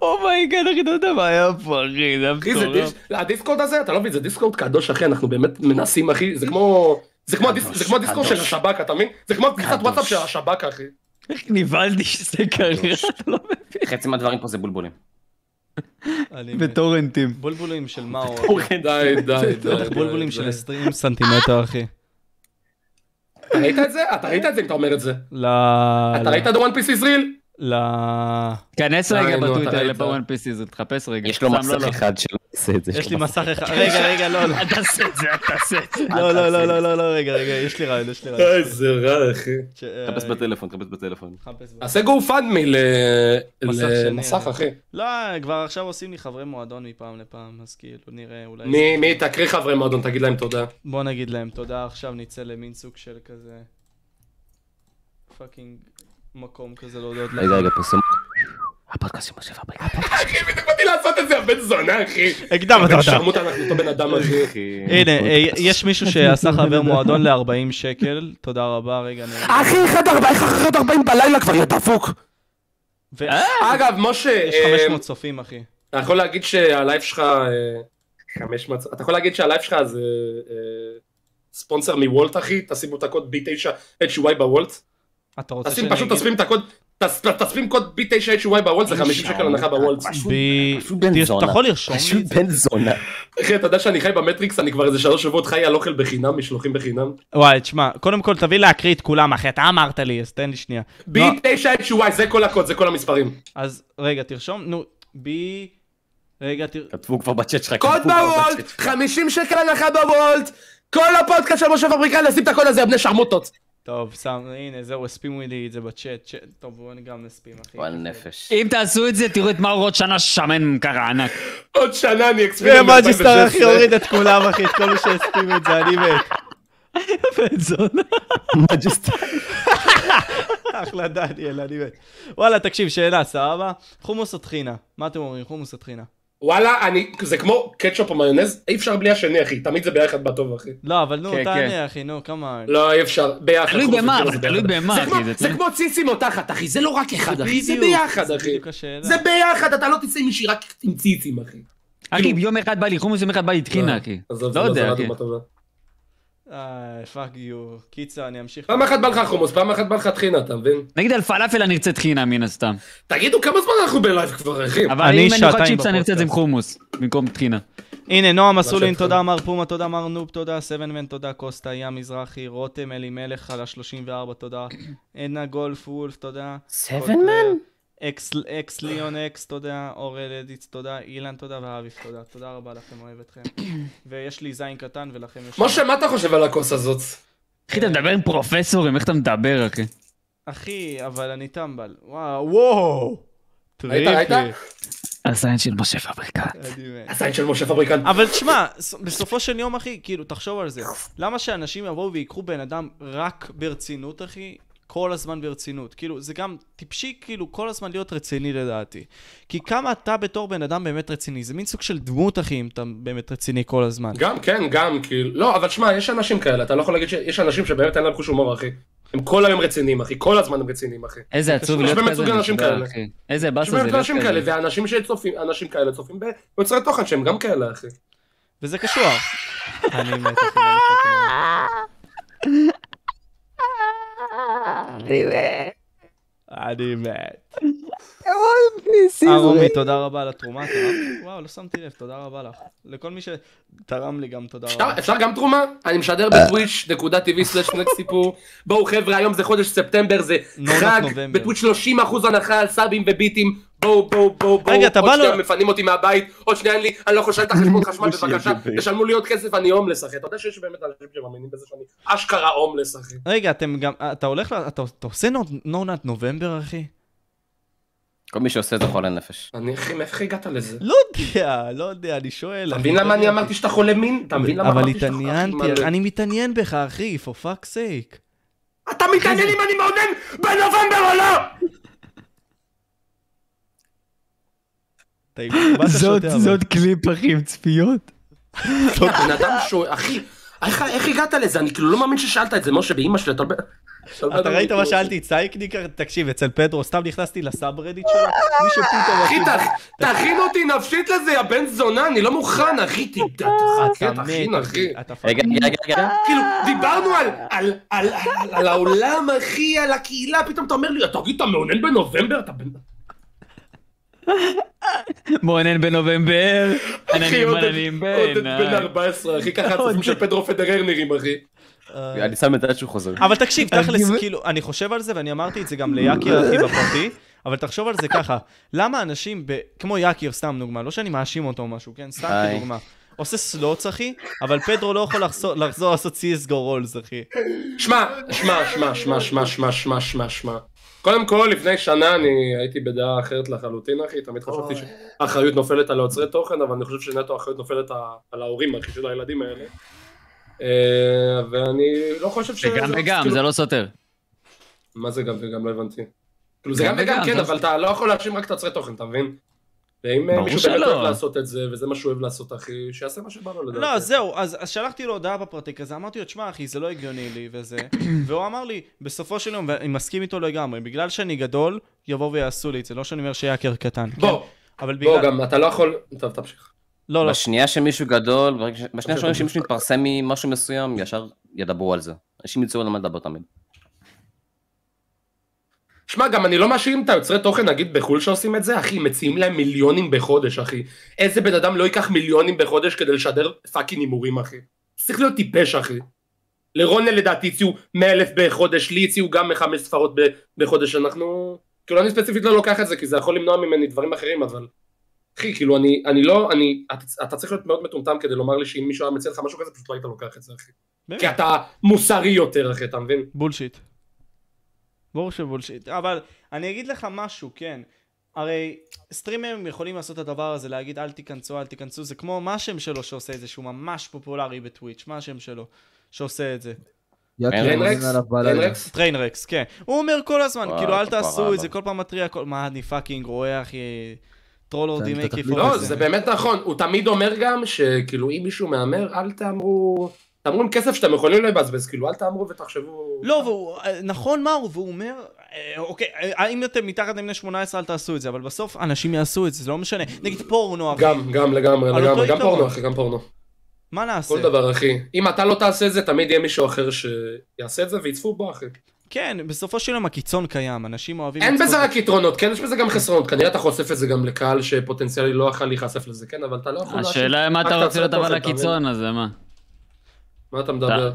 אומייגאד, אחי, אתה יודע מה היה פה, אחי, זה היה אחי, זה מטורף. דיס- הדיסקורד הזה, אתה לא מבין, זה דיסקורד קדוש, אחי, אנחנו באמת מנסים, אחי, זה כמו... זה כמו הדיס- זה כמו הדיסקורד של השב"כ, אתה מבין? זה כמו קבוצת וואטסאפ של השב"כ, אחי. איך נבהלתי שזה קרה, אתה לא מבין. חצי מהדברים פה זה בולבולים. אני מת. וטורנטים. בולבולים של מאור. די, די, די. בולבולים של 20 סנטימטר, אחי. אתה ראית את זה? אתה ראית את זה אם אתה אומר את זה. ל... אתה ראית את הוואן פיס ישראל? ל... כנס די, רגע נו, אתה בטוויטר ראית. לפאוון פיסיס, תחפש רגע. יש לו סתם, מסך לא, לא. אחד שלא עושה את זה. יש לי לו מסך אחד. רגע, רגע, לא, לא. אל תעשה את זה, אל תעשה את זה. לא, לא, לא, לא, לא, לא, רגע, רגע, יש לי רעיון, יש לי רעיון. איזה רע, אחי. ש- אה, חפש בטלפון, חפש בטלפון. חפש ב- תעשה גו פאנמי מסך שני, למסך, אה. אחי. לא, כבר עכשיו עושים לי חברי מועדון מפעם לפעם, אז כאילו, נראה, אולי... מי, מי, תקריא חברי מועדון, תגיד להם תודה. בוא נגיד להם תודה, עכשיו נצא למין סוג של כזה... פאקינג מקום כזה להודות להם. רגע, רגע, פרסום. הפודקאסט של משה פאבריק. אחי, בדיוק באתי לעשות את זה, הבן זונה, אחי. הקדמת בן אותה. שרמוט, אנחנו אותו בן אדם, אחי. הנה, אה, יש מישהו שעשה חבר מועדון ל-40 שקל, תודה רבה, רגע, אני... אחי, אחד ארבעים, איך אחד ארבעים בלילה כבר, יא דפוק. ו- אגב, משה, יש אה, 500 צופים, אחי. אתה יכול להגיד שהלייב שלך... אה, 500 אתה יכול להגיד שהלייב שלך זה אה, ספונסר מוולט, אחי? תשימו את הקוד B9HY בוולט. אתה רוצה תשים, שאני פשוט אגיד? תספים את הקוד, תס- תספים קוד B9HY בוולט, זה 50 שקל הנחה בוולט. בי... פשוט בן תרש- זונה. אתה יכול לרשום לי פשוט את זה? בן זונה. אחי, אתה יודע שאני חי במטריקס, אני כבר איזה שלוש שבועות חי על אוכל בחינם, משלוחים בחינם. וואי, תשמע, קודם כל תביא להקריא את כולם, אחי, אתה אמרת לי, אז תן לי שנייה. לא, B9HY, זה כל הקוד, זה כל המספרים. אז רגע, תרשום, נו, בי... רגע, תר... כתבו כבר בצ'אט שלך. קוד כתבו כבר בוולט, בצ'אט שלך. 50 שקל הנחה בוולט, כל הפודקאסט של משה פבריקן, לשים את הקוד הזה, בני שרמוטות. טוב, שם, הנה, זהו, הספימו לי את זה בצ'אט. צ'אט- טוב, בואו אני גם נספים, אחי. וואל נפש. אם תעשו את זה, תראו את מאור עוד שנה שמן ככה ענק. עוד שנה אני אקספיריאן. ומג'יסטר, אחי, הוריד את כולם, אחי, את כל מי שהספים את זה, אני מת. מג'יסטר. אחלה דניאל, אני מת. וואלה, תקשיב, שאלה, סבבה? חומוס או טחינה? מה אתם אומרים, חומוס או טחינה? וואלה, אני, זה כמו קטשופ או מיונז, אי אפשר בלי השני, אחי, תמיד זה ביחד בטוב, אחי. לא, אבל נו, כן, כן. תענה, אחי, נו, כמה... לא, אי אפשר, ביחד. תלוי חוץ במה, מזה, אבל זה תלוי ביחד. במה, זה אחי, כמו- זה זה תלוי- כמו ציצים או תחת, אחי, זה לא רק אחד, אחי, זה בדיוק, ביחד, זה אחי. בדיוק השאלה. זה ביחד, אתה לא תצא מישהי רק עם ציצים, אחי. כאילו- אחי, יום אחד בא לי חומוס, יום אחד בא לי טחינה, אחי. עזוב, לא זה יודע, לא אחי. דוגמה טובה. אה, פאק יו. קיצר, אני אמשיך. פעם אחת בא לך חומוס, פעם אחת בא לך טחינה, אתה מבין? נגיד על פלאפל אני ארצה טחינה מן הסתם. תגידו כמה זמן אנחנו בלייב כבר, אחי? אבל אני אם אני אוכל שעתיים צ'יפס אני ארצה את זה עם בפודקאסט. חומוס, במקום טחינה. הנה, נועם אסולין, לשבת. תודה, מר פומה, תודה, מר נוב, תודה, סבנמן, תודה, קוסטה, ים מזרחי, רותם אלימלך על ה-34, תודה, עדנה גולף וולף, תודה. סבנמן? אקס ליון אקס, תודה, אורל אדיץ, תודה, אילן, תודה, ואביף, תודה. תודה רבה לכם, אוהב אתכם. ויש לי זין קטן ולכם יש... משה, מה אתה חושב על הכוס הזאת? אחי, אתה מדבר עם פרופסורים, איך אתה מדבר, אחי? אחי, אבל אני טמבל. וואו, וואו! היית, היית? טריפי. הזין של משה פבריקה. אני מת. הזין של משה פבריקן. אבל תשמע, ס- בסופו של יום, אחי, כאילו, תחשוב על זה. למה שאנשים יבואו ויקחו בן אדם רק ברצינות, אחי? כל הזמן ברצינות. כאילו, זה גם טיפשי, כאילו, כל הזמן להיות רציני לדעתי. כי כמה אתה בתור בן אדם באמת רציני? זה מין סוג של דמות, אחי, אם אתה באמת רציני כל הזמן. גם, כן, גם, כאילו. לא, אבל שמע, יש אנשים כאלה, אתה לא יכול להגיד שיש אנשים שבאמת אין להם חוש הומור, אחי. הם כל היום רציניים, אחי. כל הזמן הם רציניים, אחי. איזה עצוב קשור, להיות יש באמת כזה סוג אנשים מסודר, כאלה. אחי. איזה יש באסה זה באמת להיות אנשים כאלה, כזה. ואנשים שצופים, אנשים כאלה צופים ביוצרי תוכן שהם גם כאלה, אחי. וזה קשוח. אני מת, לא אחי, אני פאקינג מת. אני מת. ארומי, תודה רבה על התרומה, תרמת? וואו, לא שמתי לב, תודה רבה לך. לכל מי שתרם לי גם תודה אפשר- רבה. אפשר גם תרומה? אני משדר בטוויץ'.tv/נקס סיפור. בואו חבר'ה, היום זה חודש ספטמבר, זה נו, חג, נובמבר. בטוויץ' 30% הנחה על סבים וביטים. בואו, בואו, בואו, בואו. רגע, אתה בא עוד שנייה לו- מפנים אותי מהבית, עוד שנייה אין לי, אני לא יכול לשלם את החשבון חשמל, בבקשה. תשלמו לי עוד כסף, אני הומלס, אחי. אתה יודע שיש באמת אנשים שמאמינים בזה שאני אשכרה הומלס, אחי. רגע, אתם גם, אתה הולך, ל- אתה אתה עושה נונת נובמבר, אחי? כל מי שעושה את זה חולה נפש. אני, אחי, מאיפה הגעת לזה? לא יודע, לא יודע, אני שואל. אתה אחי, מבין לא למה אני יודע. אמרתי שאתה חולה מין? אתה מבין למה אבל אמרתי שאתה חולה מין? התעניינתי, אני מתעניין בך, אחי, for fuck's sake. אתה מתעניין אם אני מעודן בנובמבר או לא? אתה מה אתה שותה, אבל? קליפ, אחי, עם צפיות. בן אדם שהוא, אחי, איך- איך הגעת לזה? אני כאילו לא מאמין ששאלת את זה, משה, באמא שלי, אתה... אתה ראית מה שאלתי את סייקניקר? תקשיב, אצל פדרו, סתם נכנסתי לסאב רדיט שלו, מישהו פתאום... אחי, אחי, ת- תכין אותי נפשית לזה, יא בן זונה, אני לא מוכן, אחי, ת- ת- אתה תכין, תכין, מת, אחי. אחי. אתה רגע, פאקינג- רגע, רגע, רגע. כאילו, דיברנו על- על- על על- על העולם, אחי, על הקהילה, פתאום אתה אומר לי, תגיד, אתה מעונן בנובמבר? אתה בן... מעונן בנובמבר, אחי, עננים עודד עננים עודד בן בעיניי. 14, אחי, ככה הצופים של פדרו פדרר נראים, אחי. אה, אני שם את זה עד שהוא חוזר. אבל תקשיב, תכלס, כאילו, אני חושב על זה, ואני אמרתי את זה גם ליאקיר, אחי, בפרטי, אבל תחשוב על זה ככה, למה אנשים, ב- כמו יאקיר, סתם דוגמה, לא שאני מאשים אותו או משהו, כן? סתם היי. כדוגמה. עושה סלוץ, אחי, אבל פדרו לא יכול לחזור- לחזור לעשות CSGO רולס, אחי. שמע, שמע, שמע, שמע, שמע, שמע, שמע, שמע, שמע. קודם כל, לפני שנה אני הייתי בדעה אחרת לחלוטין, אחי, תמיד חשבתי שהאחריות נופלת על היוצרי תוכן, אבל אני חושב שנטו האחריות נופלת ה- על ההורים, אחי, של הילדים האלה. אה, ואני לא חושב ש... זה גם וגם, כאילו- זה לא סותר. מה זה גם וגם? לא הבנתי. כאילו, זה גם גם וגם, וגם, כן, זה- אבל אתה לא יכול להאשים רק את היוצרי תוכן, אתה מבין? ואם אה, ברור מישהו באמת שלא. אוהב לעשות את זה, וזה מה שהוא אוהב לעשות, אחי, שיעשה מה שבא לו לדעתי. לא, זהו, אז אז שלחתי לו הודעה בפרטי כזה, אמרתי לו, תשמע, אחי, זה לא הגיוני לי וזה, והוא אמר לי, בסופו של יום, ואני מסכים איתו לגמרי, בגלל שאני גדול, יבואו ויעשו לי את זה, לא שאני אומר שיאקר קטן. כן? בוא, אבל בגלל... בוא, גם אתה לא יכול... טוב, תמשיך. לא, אה, לא, בשנייה שמישהו גדול, ברגע ש- בשנייה שרואים שמישהו מתפרסם ממשהו מסוים, ישר ידברו על זה. אנשים יצאו על מה לדבר תמיד. שמע, גם אני לא מאשים את היוצרי תוכן, נגיד בחו"ל שעושים את זה, אחי, מציעים להם מיליונים בחודש, אחי. איזה בן אדם לא ייקח מיליונים בחודש כדי לשדר פאקינג הימורים, אחי? צריך להיות טיפש, אחי. לרונה לדעתי הציעו 100 אלף בחודש, לי הציעו גם חמש ספרות ב- בחודש, אנחנו... כאילו, אני ספציפית לא לוקח את זה, כי זה יכול למנוע ממני דברים אחרים, אבל... אחי, כאילו, אני, אני לא, אני... אתה, אתה צריך להיות מאוד מטומטם כדי לומר לי שאם מישהו היה מציע לך משהו כזה, פשוט לא היית לוקח את זה, אחי. באמת. כי אתה מוסרי יותר, אחי, אתה מבין? בולשיט. ברור שבולשיט. אבל אני אגיד לך משהו, כן. הרי סטרימרים יכולים לעשות את הדבר הזה, להגיד אל תיכנסו, אל תיכנסו, זה כמו מה השם שלו שעושה את זה, שהוא ממש פופולרי בטוויץ', מה השם שלו שעושה את זה? אין יאקר, רקס? מזין עליו אין בלילה. רקס? טריינרקס, כן. הוא אומר כל הזמן, וואו, כאילו אל כפרה תעשו עליו. את זה, כל פעם מתריע, כל... מה אני פאקינג רואה אחי, טרול אורדי אתה מייקי תחליט. לא, פור. זה באמת נכון, הוא תמיד אומר גם שכאילו אם מישהו מהמר, אל תאמרו, תאמרו עם כסף שאתם יכולים לבזבז, כאילו אל תאמרו ותחשבו... לא, והוא, אה, נכון מה הוא, והוא אומר, אה, אוקיי, אה, אם אתם מתחת לבני 18 אל תעשו את זה, אבל בסוף אנשים יעשו את זה, זה לא משנה. נגיד פורנו, אחי. גם, גם לגמרי, על אותו לגמרי, גם עיקרון. פורנו אחי, גם פורנו. מה נעשה? כל דבר, אחי. אם אתה לא תעשה את זה, תמיד יהיה מישהו אחר שיעשה את זה ויצפו בו, אחי. כן, בסופו של יום הקיצון קיים, אנשים אוהבים... אין לצפות בזה רק יתרונות, כן? יש בזה גם חסרונות. כנראה אתה חושף את זה גם לקהל שפוטנציאלי לא יכול להיחשף לזה, כן? אבל אתה לא יכול... להאשים. השאלה היא מה רק אתה את רוצה להיות הצד אבל הזה, אתה מבין? הקיצון הזה, מה? מה אתה מדבר?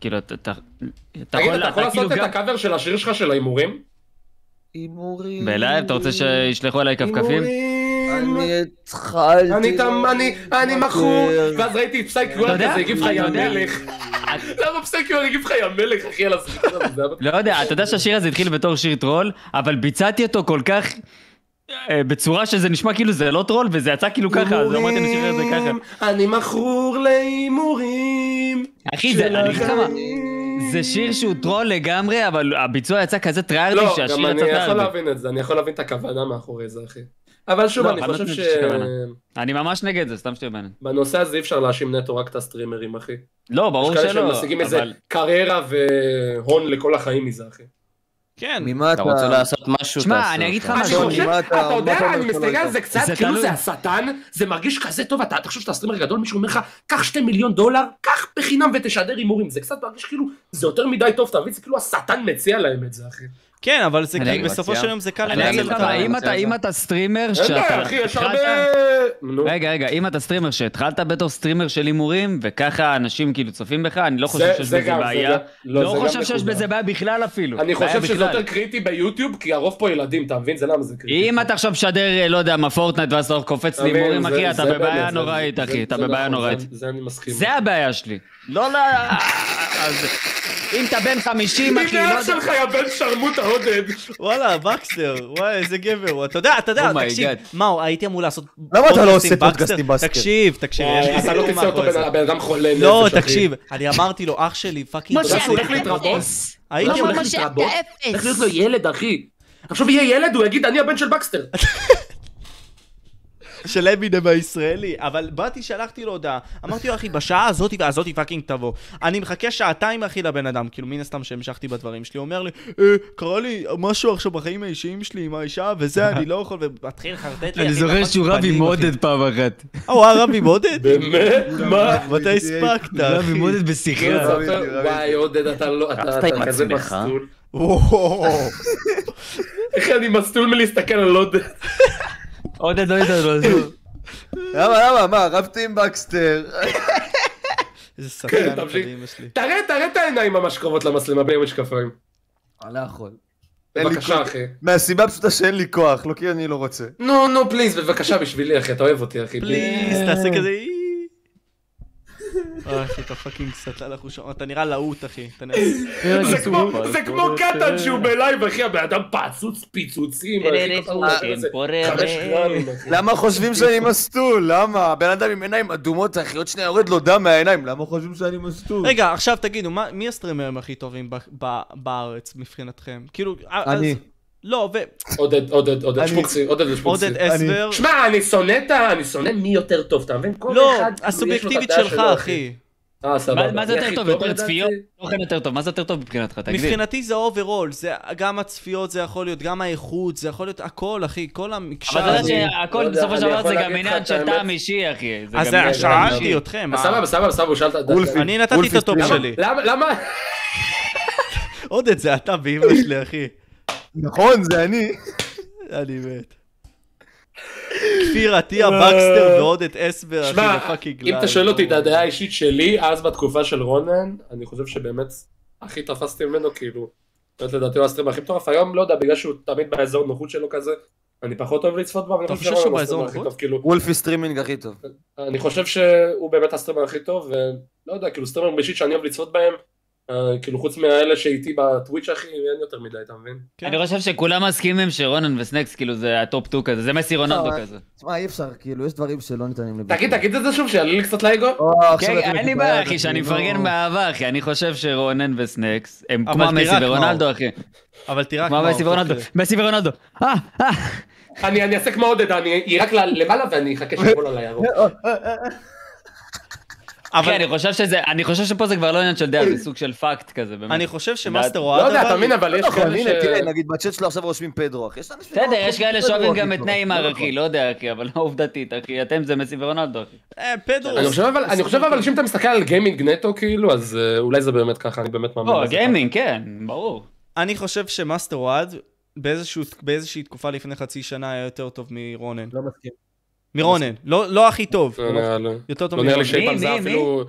כאילו, אתה... אתה- אתה תגיד, יכול אתה יכול אתה כאילו לעשות את גם... הקאבר של השיר שלך של ההימורים? הימורים. בלייב, אתה רוצה שישלחו עליי כפכפים? אני התחלתי... אני תם, אני, אני מכור, ואז ראיתי את פסייק אתה וואן יודע? כזה, הגיב לך אתה יא יודע? מלך. למה פסייק וואן הגיב לך יא מלך, אחי, על הזכות הזאת? זה היה לא יודע, אתה יודע שהשיר הזה התחיל בתור שיר טרול, אבל ביצעתי אותו כל כך... אה, בצורה שזה נשמע כאילו זה לא טרול, וזה יצא כאילו ככה, אז אמרתי נשאיר את זה ככה. אני מכור להימורים. אחי, זה, של אני אגיד לך מה, החיים. זה שיר שהוא טרול לגמרי, אבל הביצוע יצא כזה טריארדי לא, גם שהשיר אני יצא יכול טריארדי. להבין את זה, אני יכול להבין את הכוונה מאחורי זה, אחי. אבל שוב, לא, אני אבל חושב לא חושב שיש כוונה. שבנושא אני ממש נגד זה, סתם שתהיה בעניין. הזה אי אפשר להאשים נטו רק את הסטרימרים, אחי. לא, יש ברור כאלה שהם שלא, משיגים איזה אבל... קריירה והון לכל החיים מזה, אחי. כן, ממה אתה רוצה אתה... לעשות משהו, שמע, תעשה אני אגיד לך אותו. אני משהו. חושב, מה אתה אתה- מה יודע, אתה אומר אני שלא מסתכל על הייתה? זה קצת, זה כאילו תלוי. זה השטן, זה מרגיש כזה טוב, אתה תחשוב שאתה סטרימר גדול, מישהו אומר לך, קח שתי מיליון דולר, קח בחינם ותשדר הימורים, זה קצת מרגיש כאילו, זה יותר מדי טוב, אתה מבין? זה כאילו השטן מציע להם את זה, אחי. כן, אבל זה אני כי אגיד- בסופו של יום זה קל אני אגיד לנצל לך את מה, ה... אם אתה- אם אתה סטרימר אין בעיה, שאתה... אחי, יש התחלת- הרבה... נו, רגע, רגע, אם אתה סטרימר שהתחלת בתור סטרימר של הימורים, וככה אנשים כאילו צופים בך, אני לא חושב זה- שיש זה בזה גם- זה בעיה. גם- לא, לא זה גם חושב שיש נקודה. בזה בעיה בכלל אפילו. אני בעיה חושב שזה בכלל. יותר קריטי ביוטיוב, כי הרוב פה ילדים, אתה מבין? זה למה זה קריטי. אם אתה עכשיו משדר, אה, לא יודע, מה פורטנייט, ואז אתה קופץ אתה מבין? להימורים, זה- אחי, זה אתה באמת, בבעיה זה- נוראית, זה- אחי, אתה זה בבעיה נכון, נוראית. זה- זה אני מסכים. זה הבעיה שלי. לא ל... אז- אם אתה בן 50, אחי, מי לא נהג יודע... שלך, יא בן שרמוטה עודד? וואלה, בקסטר, וואי, איזה גבר הוא. אתה יודע, אתה יודע, Oh my תקשיב, God. מאו, הייתי אמור לעשות... אתה לא פודקאסט עושה עם פודקאסט עם בסטר? תקשיב, תקשיב, יש אה, לי אתה לא סיפור תמצא אותו, מאחורי זה. בן- הבן אדם חולה נפש, לא, אחי. תקשיב, אני אמרתי לו, אח שלי, פאקינג... משה, פודקאסט. הוא הולך להתרבות? הייתי למה אמור... הוא משה, להתרבות? אתה איך אפס. להיות לו ילד, אחי? עכשיו יהיה ילד, הוא יגיד, אני הבן של בקסטר. של אמינם הישראלי, אבל באתי, שלחתי לו הודעה, אמרתי לו, אחי, בשעה הזאתי והזאתי פאקינג תבוא. אני מחכה שעתיים, אחי, לבן אדם, כאילו, מן הסתם שהמשכתי בדברים שלי, הוא אומר לי, אה, קרה לי משהו עכשיו בחיים האישיים שלי עם האישה, וזה, אני לא יכול, ומתחיל לחרטט לי, אחי, בפאקינג פנים, אחי. פעם אחת. אה, הוא היה רב עם עודד? באמת? מה? מתי הספקת, אחי? לא בשיחה. וואי, עודד, אתה לא... אתה רבת עם אתה כזה עצמך? מסטול. וואו. איך אני מסטול מלהסתכל על עודד? עודד לא יודע, למה, למה, מה, רבתי עם בקסטר. איזה כן, שחקן תמשיך. חדים יש לי. תראה, תראה את העיניים ממש קרובות למצלמה, בלי משקפיים. לא יכול. אין לי בבקשה, כוח. אחי. מהסיבה הפשוטה שאין לי כוח, לא כי אני לא רוצה. נו, נו, פליז, בבקשה, בשבילי, אחי, אתה אוהב אותי, אחי. פליז, תעשה כזה אי. אה, אחי, אתה פאקינג סטלה לחוש, אתה נראה להוט, אחי. אתה נראה- זה כמו- זה כמו קטן שהוא בלייב, אחי, הבן אדם פעצוץ פיצוצים. אחי, כל פעם הוא עושה את זה. חמש גרמים, אחי. למה חושבים שאני מסטול? למה? בן אדם עם עיניים אדומות, אחי, עוד שנייה יורד לו דם מהעיניים, למה חושבים שאני מסטול? רגע, עכשיו תגידו, מה- מי הסטרימרים הכי טובים ב- ב- בארץ מבחינתכם? כאילו, אה, אז- אני. לא, עודד, עודד, עודד, שפוקסי, עודד ושפוקסי. ועודד אסבר. שמע, אני שונא את ה... אני שונא מי יותר טוב, אתה מבין? כל לא, אחד, כאילו, יש לו את הסובייקטיבית הדעה שלך, שלו, אחי. אה, סבבה. מה זה אני יותר הכי טוב, יותר לדעתי. צפיות? תוכן יותר טוב, מה זה יותר טוב מבחינתך, תגדיר. מבחינתי זה אוברול, זה גם הצפיות, זה יכול להיות, גם האיכות, זה יכול להיות הכל, אחי, כל המקשר. אבל אתה יודע הזה. לא שהכל יודע, בסופו של אני דבר יכול זה גם להגיד לך עניין את של האמת. טעם אישי, אחי. זה אז גם עניין של טעם אישי. שאלתי אתכם, אז אה, סבבה, סבבה, סבבה, הוא שאל את הדעה. אני נתתי את הטופ למה- שלי. למה, למה, עודד, זה אתה ואימא שלי, אחי. נכון, זה אני. אני מת. כפיר עטיה, בקסטר ועודד אסבר, אחי, שמע, בפאקינג אם אתה שואל אותי את הדעה האישית שלי, אז בתקופה של רונן, אני חושב שבאמת הכי תפסתי ממנו, כאילו, באמת לדעתי הוא הסטרים הכי מטורף, היום לא יודע, בגלל שהוא תמיד באזור נוחות שלו כזה, אני פחות אוהב לצפות בו, אבל אני אתה חושב חושב שרונן שהוא באזור הוא הסטרים הכי נוחות? טוב, כאילו, וולפי סטרימינג הכי טוב. אני חושב שהוא באמת הסטרימר הכי טוב, ולא יודע, כאילו סטרימרים באישית שאני אוהב לצפות בהם, אה, כאילו חוץ מאלה שאיתי בטוויץ' אחי, אין יותר מדי, אתה מבין? אני חושב שכולם מסכימים שרונן וסנקס, כאילו, זה הטופ 2 כזה, זה מסי רוננדו אבל- כזה. תשמע, אי אפשר, כאילו, יש דברים שלא ניתנים לביטוי. תגיד, תגיד את זה שוב, שיעלה לי קצת לאגו. או, כן, עכשיו אתם לא. אין לי מקובלים, בעיה, אחי, שאני כאילו. נו. מפרגן באהבה, אחי. אני חושב שרונן וסנקס הם אבל כמו תראה מסי רק ורונלדו, אחי. אבל תראה אוקיי. כמו אוקיי. מסי ורונלדו. מסי ורונלדו. אה, אה. אני אני אעשה כמו עודד, כן, אני אהיה רק ל- למעלה ואני אחכה שיבוא לו לירוק. אבל... אבל אני חושב שזה, אני חושב שפה זה כבר לא עניין של דעה, זה סוג של פאקט כזה, באמת. אני חושב שמאסטר לא יודע, אתה אוהד מבין, אבל יש לא, כאלה הנה, תראה, ש... נגיד בצ'אט שלו עכשיו רושמים פדרו, אחי. יש אנשים בסדר, שלא יש רושמים כאלה פדרו, שאוהבים אחי, גם את טוב. ניימר, אחי, לא יודע, אחי, אבל לא עובדתית, אחי, אתם זה מסי ורונלדו, אחי. אה, פדרוס. אני חושב אבל, אני חושב אבל שאם אתה מסתכל על גיימינג נטו כאילו, אז אה, אולי זה באמת ככה, אני באמת מאמין. לא, לזה. גיימינג, כן, ברור. אני חושב שמאסטר אוהד באיזשהו, באיזושהי תקופה לפני חצי שנה היה יותר טוב מרונן. לא מסכים. מרונן, לא, לא הכי טוב. לא נראה לי. יותר טוב לא נראה מרונן. לי שאי פעם מי, זה מי, היה אפילו...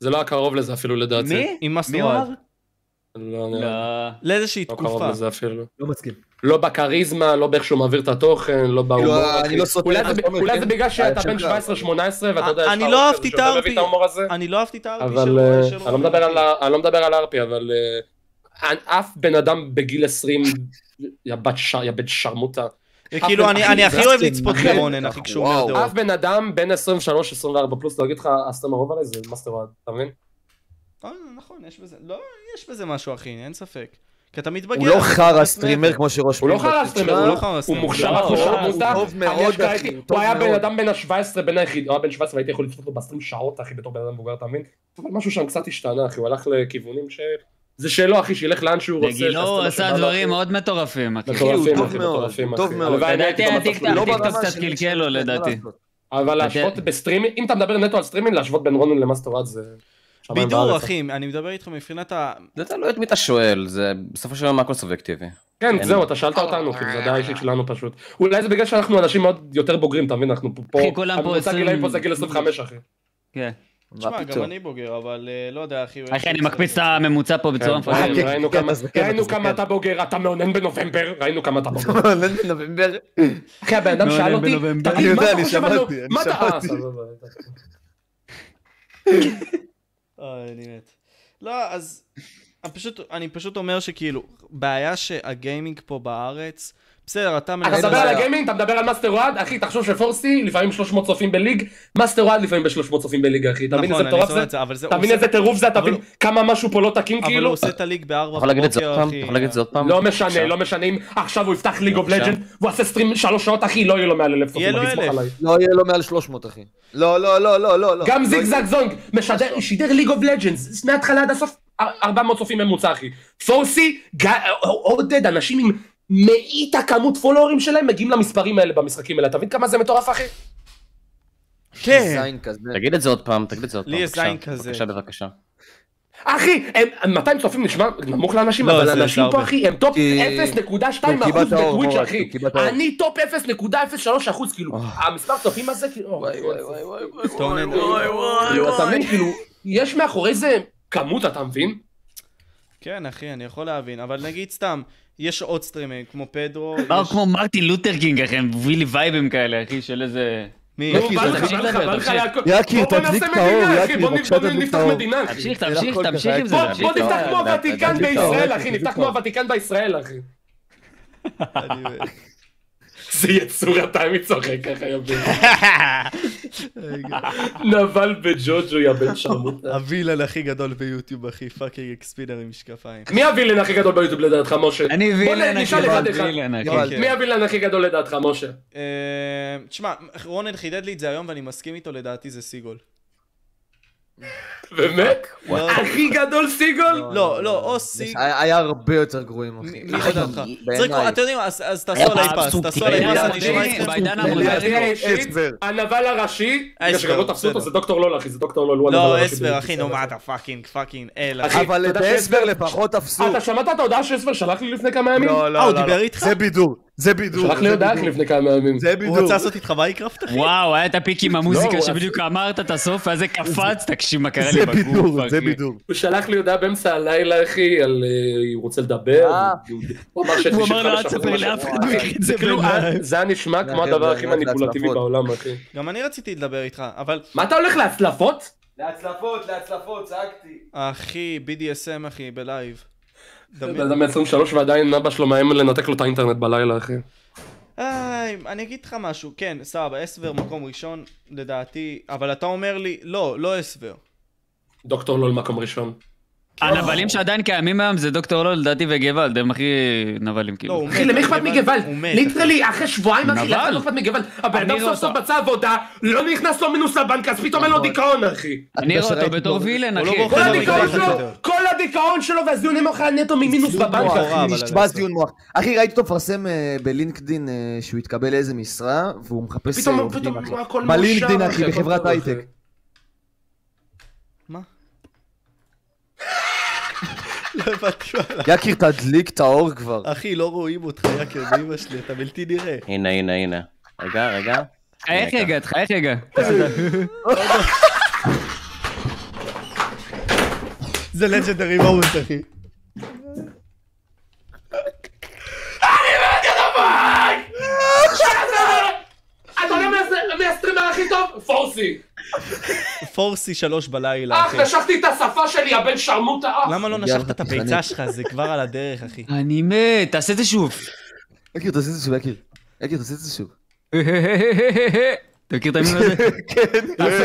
זה לא היה קרוב לזה אפילו לדעתי. מי? עם מאסטר מי הוא אוהד. אמר? לא לא. נראה לי. לאיזושהי לא תקופה. קרוב לזה אפילו. לא מסכים. לא בכריזמה, לא באיך שהוא מעביר את התוכן, לא בהומור. אני אחי. לא סותר אולי מה זה- שאתה אומר, אולי כן? זה בגלל שאתה אה, בן שלך. 17-18 ואתה יודע, יש לך אני לא אורך אהבתי כזה את שאתה מביא הארפי. את ההומור הזה. אני לא אהבתי את הארפי אבל של- אה, של אני לא מדבר על רונן. ה- אני לא מדבר על ארפי, אבל אה, אין- אף בן אדם בגיל 20, יא בת ש- יא בן שרמוטה, כאילו, אני- אני הכי אוהב אחי, לצפות אחי, ברונן, אחי, כשהוא וואו. מהדעות. אף בן אדם בין 23-24 פלוס, להגיד לך, עשתם הרוב עליי, זה מאסטר וואד, אתה מבין? אה, נכון, יש בזה, לא, יש בזה משהו, אחי, אין ספק. כי אתה מתבגר. הוא לא אתה חרא מתבגר. סטרימר כמו הוא שרושמים. לא חרא בצ'אט סטרימר, שלך. הוא לא חרא הוא סטרימר. מוכשר, כן, לא, אחי, הוא- הוא מוזר, הוא טוב אני מאוד, אשכרה אחי, הייתי- הוא הוא טוב היה מאוד. בן אדם בן ה-17, בן היחיד, הוא היה בן 17 והייתי יכול לצפות לו ב-20 שעות, אחי, בתור בן אדם מבוגר, אתה מבין? אבל משהו שם קצת השתנה, אחי, הוא הלך לכיוונים ש... זה שלו, אחי, שילך לאן שהוא רוצה. בגילו שיעשה לא, הוא מה עשה שבא לו, דברים אחי. מאוד מטורפים, אחי. מטורפים, טוב אחי, מאוד, מטורפים, טוב אחי. מאוד. הלוואי, אני הייתי לדעתי גם הטיק מצב- טק, לא הטיק ברמה טק קצת של- קלקל לו אין מה לדעתי. לעשות. אבל להשוות בסטרימינג, אם אתה מדבר נטו על סטרימינג, להשוות בין רונן למאסטורד זה... שמיים בידור, וארץ, אחי, אני מדבר איתכם מבחינת ה... זה תלוי את מי אתה שואל, זה בסופו של יום הכל סובייקטיבי. כן, אין. זהו, אתה שאלת אותנו, כי זו הדעה האישית שלנו פשוט. אולי זה בגלל שאנחנו אנשים מאוד יותר בוגרים, אתה מבין? אנחנו פה... אחי, כולם פה הממוצע עשרים- גילאים פה זה גיל 25, אחי. כן. מה תשמע, גם פתאום? אני בוגר, אבל אה, לא יודע, אחי. אחי, אני מקפיץ את הממוצע פה בצורה כן, ראינו מפגרת. ראינו כן, כמה- אתה זקן, ראינו אתה כמה זקן. אתה בוגר, אתה מאונן בנובמבר, ראינו כמה אתה לא בוגר. בנובמבר. אחי, הבן אדם שאל אותי, בנובמבר. תגיד, אני מה יודע, אתה אני חושב על... שמעתי, אני מה אתה... אה, שמעתי. סבבה. אוי, אה, אני מת. לא, אז... אני פשוט, אני פשוט אומר שכאילו, בעיה שהגיימינג פה בארץ, בסדר, אתה אתה מנסה... מדבר בעיה. על הגיימינג, אתה מדבר על מאסטר וואד, אחי, תחשוב שפורסי לפעמים 300 צופים בליג, מאסטר וואד לפעמים ב-300 צופים בליג, אחי. אתה מבין נכון, אני איזה מטורף שומע זה? את זה, אבל זה... אתה הוא מבין עושה- איזה טירוף זה? אתה אבל מבין כמה משהו פה לא תקין, אבל הוא כאילו? עושה את הליג בארבע אתה יכול להגיד את זה בבוקר, עוד פעם? אחי. אתה יכול להגיד את זה עוד פעם? לא משנה, עכשיו. לא משנה אם עכשיו הוא יפתח ליג אוף בבקשה. לג'נד והוא עושה סטרים שלוש שעות אחי, לא יהיה לו מעל אלף יהיה צופים, לו אחי, סמוך אלף. עליי. לא יהיה לו מעל 300, אחי. לא, לא, לא, לא, לא, לא. גם לא זיגזג יהיה. זונג לא. משדר- שידר ליג אוף לג'נדס, מההתחלה עד הסוף אר- 400 צופים ממוצע אחי. פורסי, ג- עודד, אנשים עם מאית הכמות פולורים שלהם מגיעים למספרים האלה במשחקים האלה, אתה מבין כמה זה מטורף אחי? כן. זין כזה. תגיד את זה עוד פעם, תגיד את זה עוד לי פעם. יש בבקשה. זין כזה. בבקשה, בבקשה. אחי, הם- 200 צופים נשמע נמוך לאנשים, לא, אבל זה- זה אנשים פה הרבה. אחי, הם טופ כי- 0.2 כי קיבלת אחוז אור, בטוויץ' אור, אחי. כי קיבלת אור. אה. אני טופ 0.03 אחוז, כאילו, המספר צופים הזה, כאילו... וואי, וואי, וואי, וואי, וואי. טונן. כאילו, אתה מבין, כאילו, יש מאחורי זה כמות, אתה מבין? כן, אחי, אני יכול להבין, אבל נגיד סתם, יש עוד סטרימרים כמו פדרו. באו יש- אה, כמו מרטין לותר קינג, אחי, הם מביא לי וייבים כאלה, אחי, של איזה... מי? נו, יקיר, לא, בא לך, תמשיך בא לך, לדבר, בא לך תמשיך. להכות. יקיר, בוא תדליק נעשה את האור, מדינה, יקיר, אחי, בוא בבקשה, נבנה- תדליק נפתח את האור. מדינה, אחי. תמשיך, תדליק את תמשיך, האור. תמשיך עם זה, אה, בוא- תמשיך. בוא נפתח תדליק כמו את הוותיקן האור, בישראל, תדליק אחי, נפתח כמו הוותיקן בישראל, אחי. זה יצור אתה מי צוחק ככה, יא בן. נבל בג'וג'ו, יא בן שרמוטה. הווילן הכי גדול ביוטיוב, אחי, פאקינג אקספינר עם משקפיים. מי הווילן הכי גדול ביוטיוב לדעתך, משה? אני בוא וילן, אחי, נשאל אחד בוא, אחד. וילן, אחי. יואל, כן. מי הווילן הכי גדול לדעתך, משה? אה, תשמע, רונן חידד לי את זה היום ואני מסכים איתו, לדעתי זה סיגול. באמת? לא, הכי גדול סיגול? לא, לא, או סיג... היה היה הרבה יותר גרועים, אחי. מי לדעתך? אה, בעיניי. צריך- אתם יודעים, מה, אז אז תעשו עליי פס, תעשו עליי פס, אני אה, אשמע אתכם. בעידן לדעתי המודרני, האישית, הנבל הראשי, בגלל שגם לא תפסו אותו, זה דוקטור לול, אחי, זה דוקטור לול, הוא הנבל לא, הראשי. הסבר, אחי, נו ביוטיוב. מה אתה פאקינג פאקינג אל, אחי, אחי. אבל את אתה יודע הסבר לפחות תפסו. אה, אתה שמעת את ההודעה שהסבר שלח לי לפני כמה לא, ימים? אה, הוא דיבר איתך? זה בידור, זה בידור. שלח לי הודעה אחי לפני כמה ימים. זה הוא רצה לעשות איתך מייקראפט? אחי? וואו, היה את הפיק עם המוזיקה הוא- שבדיוק אמרת את הסוף, ואז זה קפץ, תקשיב מה קרה לי זה בגוף. בידור, אחי. זה בידור. הוא שלח לי הודעה באמצע הלילה, אחי, על אה, הוא רוצה לדבר. אה. הוא- הוא אמר ש... הוא אמר לו, אל תספר לאף אחד, הוא יקריא את זה זה כאילו, אה, בעיניי. זה היה נשמע כמו חבר'ה, הדבר הכי רק מניפולטיבי להצלפות. בעולם, אחי. גם אני רציתי לדבר איתך, אבל מה אתה הולך להצלפות? להצלפות, להצלפות, צעקתי. אחי, BDSM אחי, בלייב. בן אדם 23 ועדיין אבא שלו מאיים לנתק לו את האינטרנט בלילה, אחי. איי, אני אגיד לך משהו, כן, סבבה, אסבר מקום ראשון, לדעתי, אבל אתה אומר לי, לא, לא אסבר. דוקטור לול מקום ראשון. הנבלים שעדיין קיימים היום זה דוקטור לא, לדעתי וגוואלד, הם הכי נבלים לא, כאילו. הוא מת. אחי, למי אכפת גוואלד- מגוואלד? הוא מת. ליטרלי, אחרי שבועיים, אחי, לאף אחד נבל. לא אכפת מגוואלד. הבן אדם אני סוף רואה סוף אותו. מצא עבודה, לא נכנס לו מינוס לבנק, אז פתאום אין לו דיכאון, אחי. אני רואה אותו שראיתי בתור פה- וילן, הוא לא אחי. בוחר כל אבל הדיכאון ראיתי שלו, אותו. כל הדיכאון שלו והזיון יום אחרי נטו ממינוס בבנק, מוח. אחי. אבל נשבע אני זיון מוח. אחי, ראיתי אותו מפרסם אה, בלינקדין אה, שהוא התקבל לאיזה משרה, והוא מחפש... אה, פתאום, עובדים, פתאום, אחי. הכל מאושר. בלינקדין, אחי, הכל בחברת טוב, אחי. הייטק. לא הבנתי מה- יקיר, תדליק את האור כבר. אחי, לא רואים אותך, יא כאמא שלי, אתה בלתי נראה. הנה, הנה, הנה. רגע, רגע. תחייך רגע. אה, רגע, תחייך רגע. זה לג'נדרי מורס, אחי. אתה יודע מי הסט- מי הסטרימר הכי טוב? פורסי. פורסי שלוש בלילה, אח, אחי. נשכתי את השפה שלי, הבן שרמוטה, אח. למה לא יאללה, נשכת את הביצה גזענית. שלך? זה כבר על הדרך, אחי. אני מת, תעשה את זה שוב. יקיר, תעשה את זה שוב, יקיר. יקיר, תעשה את זה שוב. אתה מכיר את המילה הזה?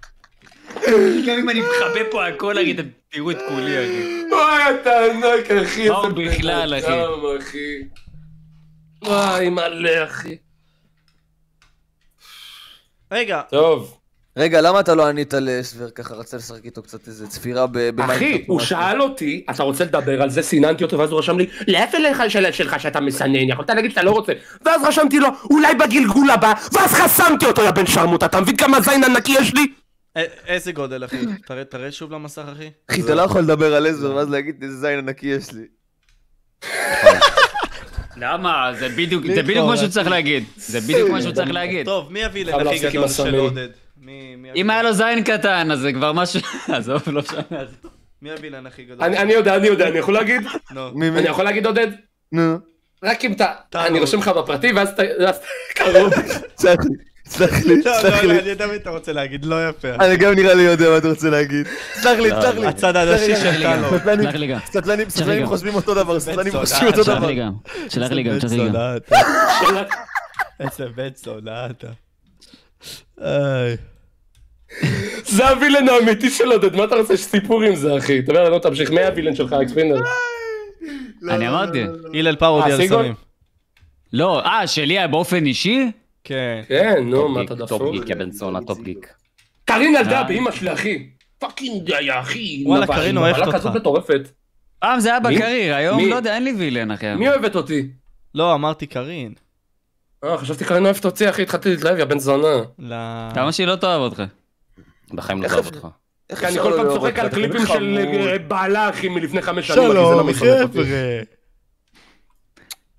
כן. גם אם אני מכבה פה הכל, אחי, אתם תראו את כולי, אחי. וואי, אתה ענק, אחי. מה הוא איזה בכלל, בן אחי? אדם, אחי. וואי, מלא, אחי. רגע, טוב. רגע, למה אתה לא ענית לסבר ככה? רצה לשחק איתו קצת איזה צפירה ב... אחי, במיינדקראפט. הוא שאל אותי, אתה רוצה לדבר על זה? סיננתי אותו, ואז הוא רשם לי, לאיפה לך השאלה שלך שאתה מסנן? יכולת להגיד שאתה לא רוצה. ואז רשמתי לו, אולי בגלגול הבא, ואז חסמתי אותו, יא בן שרמוטה, אתה מבין כמה זין ענקי יש לי? א- איזה גודל, אחי? תראה- תראה שוב למסך, אחי. אחי, אתה לא יכול לדבר על עזר ואז להגיד איזה זין ענקי יש לי. למה? זה בדיוק זה בדיוק מה שהוא צריך להגיד. זה בדיוק מה שהוא צריך להגיד. טוב, מי הווילן חייב הכי להפסיק עם גדול של הסמים. עודד? מי- מי אם הווילן- היה לו זין קטן, אז זה כבר משהו... עזוב, לא משנה. מי הווילן הכי גדול? אני אני יודע, אני יודע, אני יכול להגיד? נו. מי, מי? אני יכול להגיד, עודד? נו. רק אם אתה... תענו. אני רושם לך בפרטי, ואז אתה... ואז אתה- קרוב. סלח לי, סלח לי, לא, סלח לא, לי. לא, אני יודע מה אתה רוצה להגיד, לא יפה. אני גם נראה לי יודע מה אתה רוצה להגיד. סלח לי, סלח לי. הצד הנשי של קלו. שלח לי גם. סטלנים, לי סטלנים גם. חושבים אותו דבר, סטלנים צודק, חושבים אותו שלח דבר. לי גם. שלח לי גם, איזה שלח בן לי גם. זונה אתה. איזה בן זונה אתה. איי. זה הווילן האמיתי של עודד, מה אתה רוצה שסיפור עם זה, אחי? אתה אומר, לא תמשיך, מי הווילן שלך, אקס פינדר? אני אמרתי. הלל פרודי אה, על סיגול? סמים. לא, אה, שלי היה באופן אישי? כן. כן, נו, מה טופ אתה גיק, טופ דפוק? אה. גיק, יא בן זונה, טופ גיק. קרין ילדה אה. באמא שלי, אחי. פאקינג יא אחי. וואלה, נבל, קרין נבלה אוהבת אותך. כזאת מטורפת. פעם זה היה מי? בקרייר, היום מי? לא יודע, אין לי וילן אחי. מי אוהבת אותי? לא, אמרתי קארין. אה, חשבתי קרין אוהבת אותי, אחי, התחלתי להתלהב, יא בן זונה. ל... כמה שהיא לא תאהב אותך. בחיים לא אוהב אותך. איך כי אני אפשר כל לא פעם לאהוב צוחק אותך? על אתה קליפים באמת של חמוד. אה, בעלה, אחי, מלפני חמש שנים, אחי, זה לא מחזק אותי.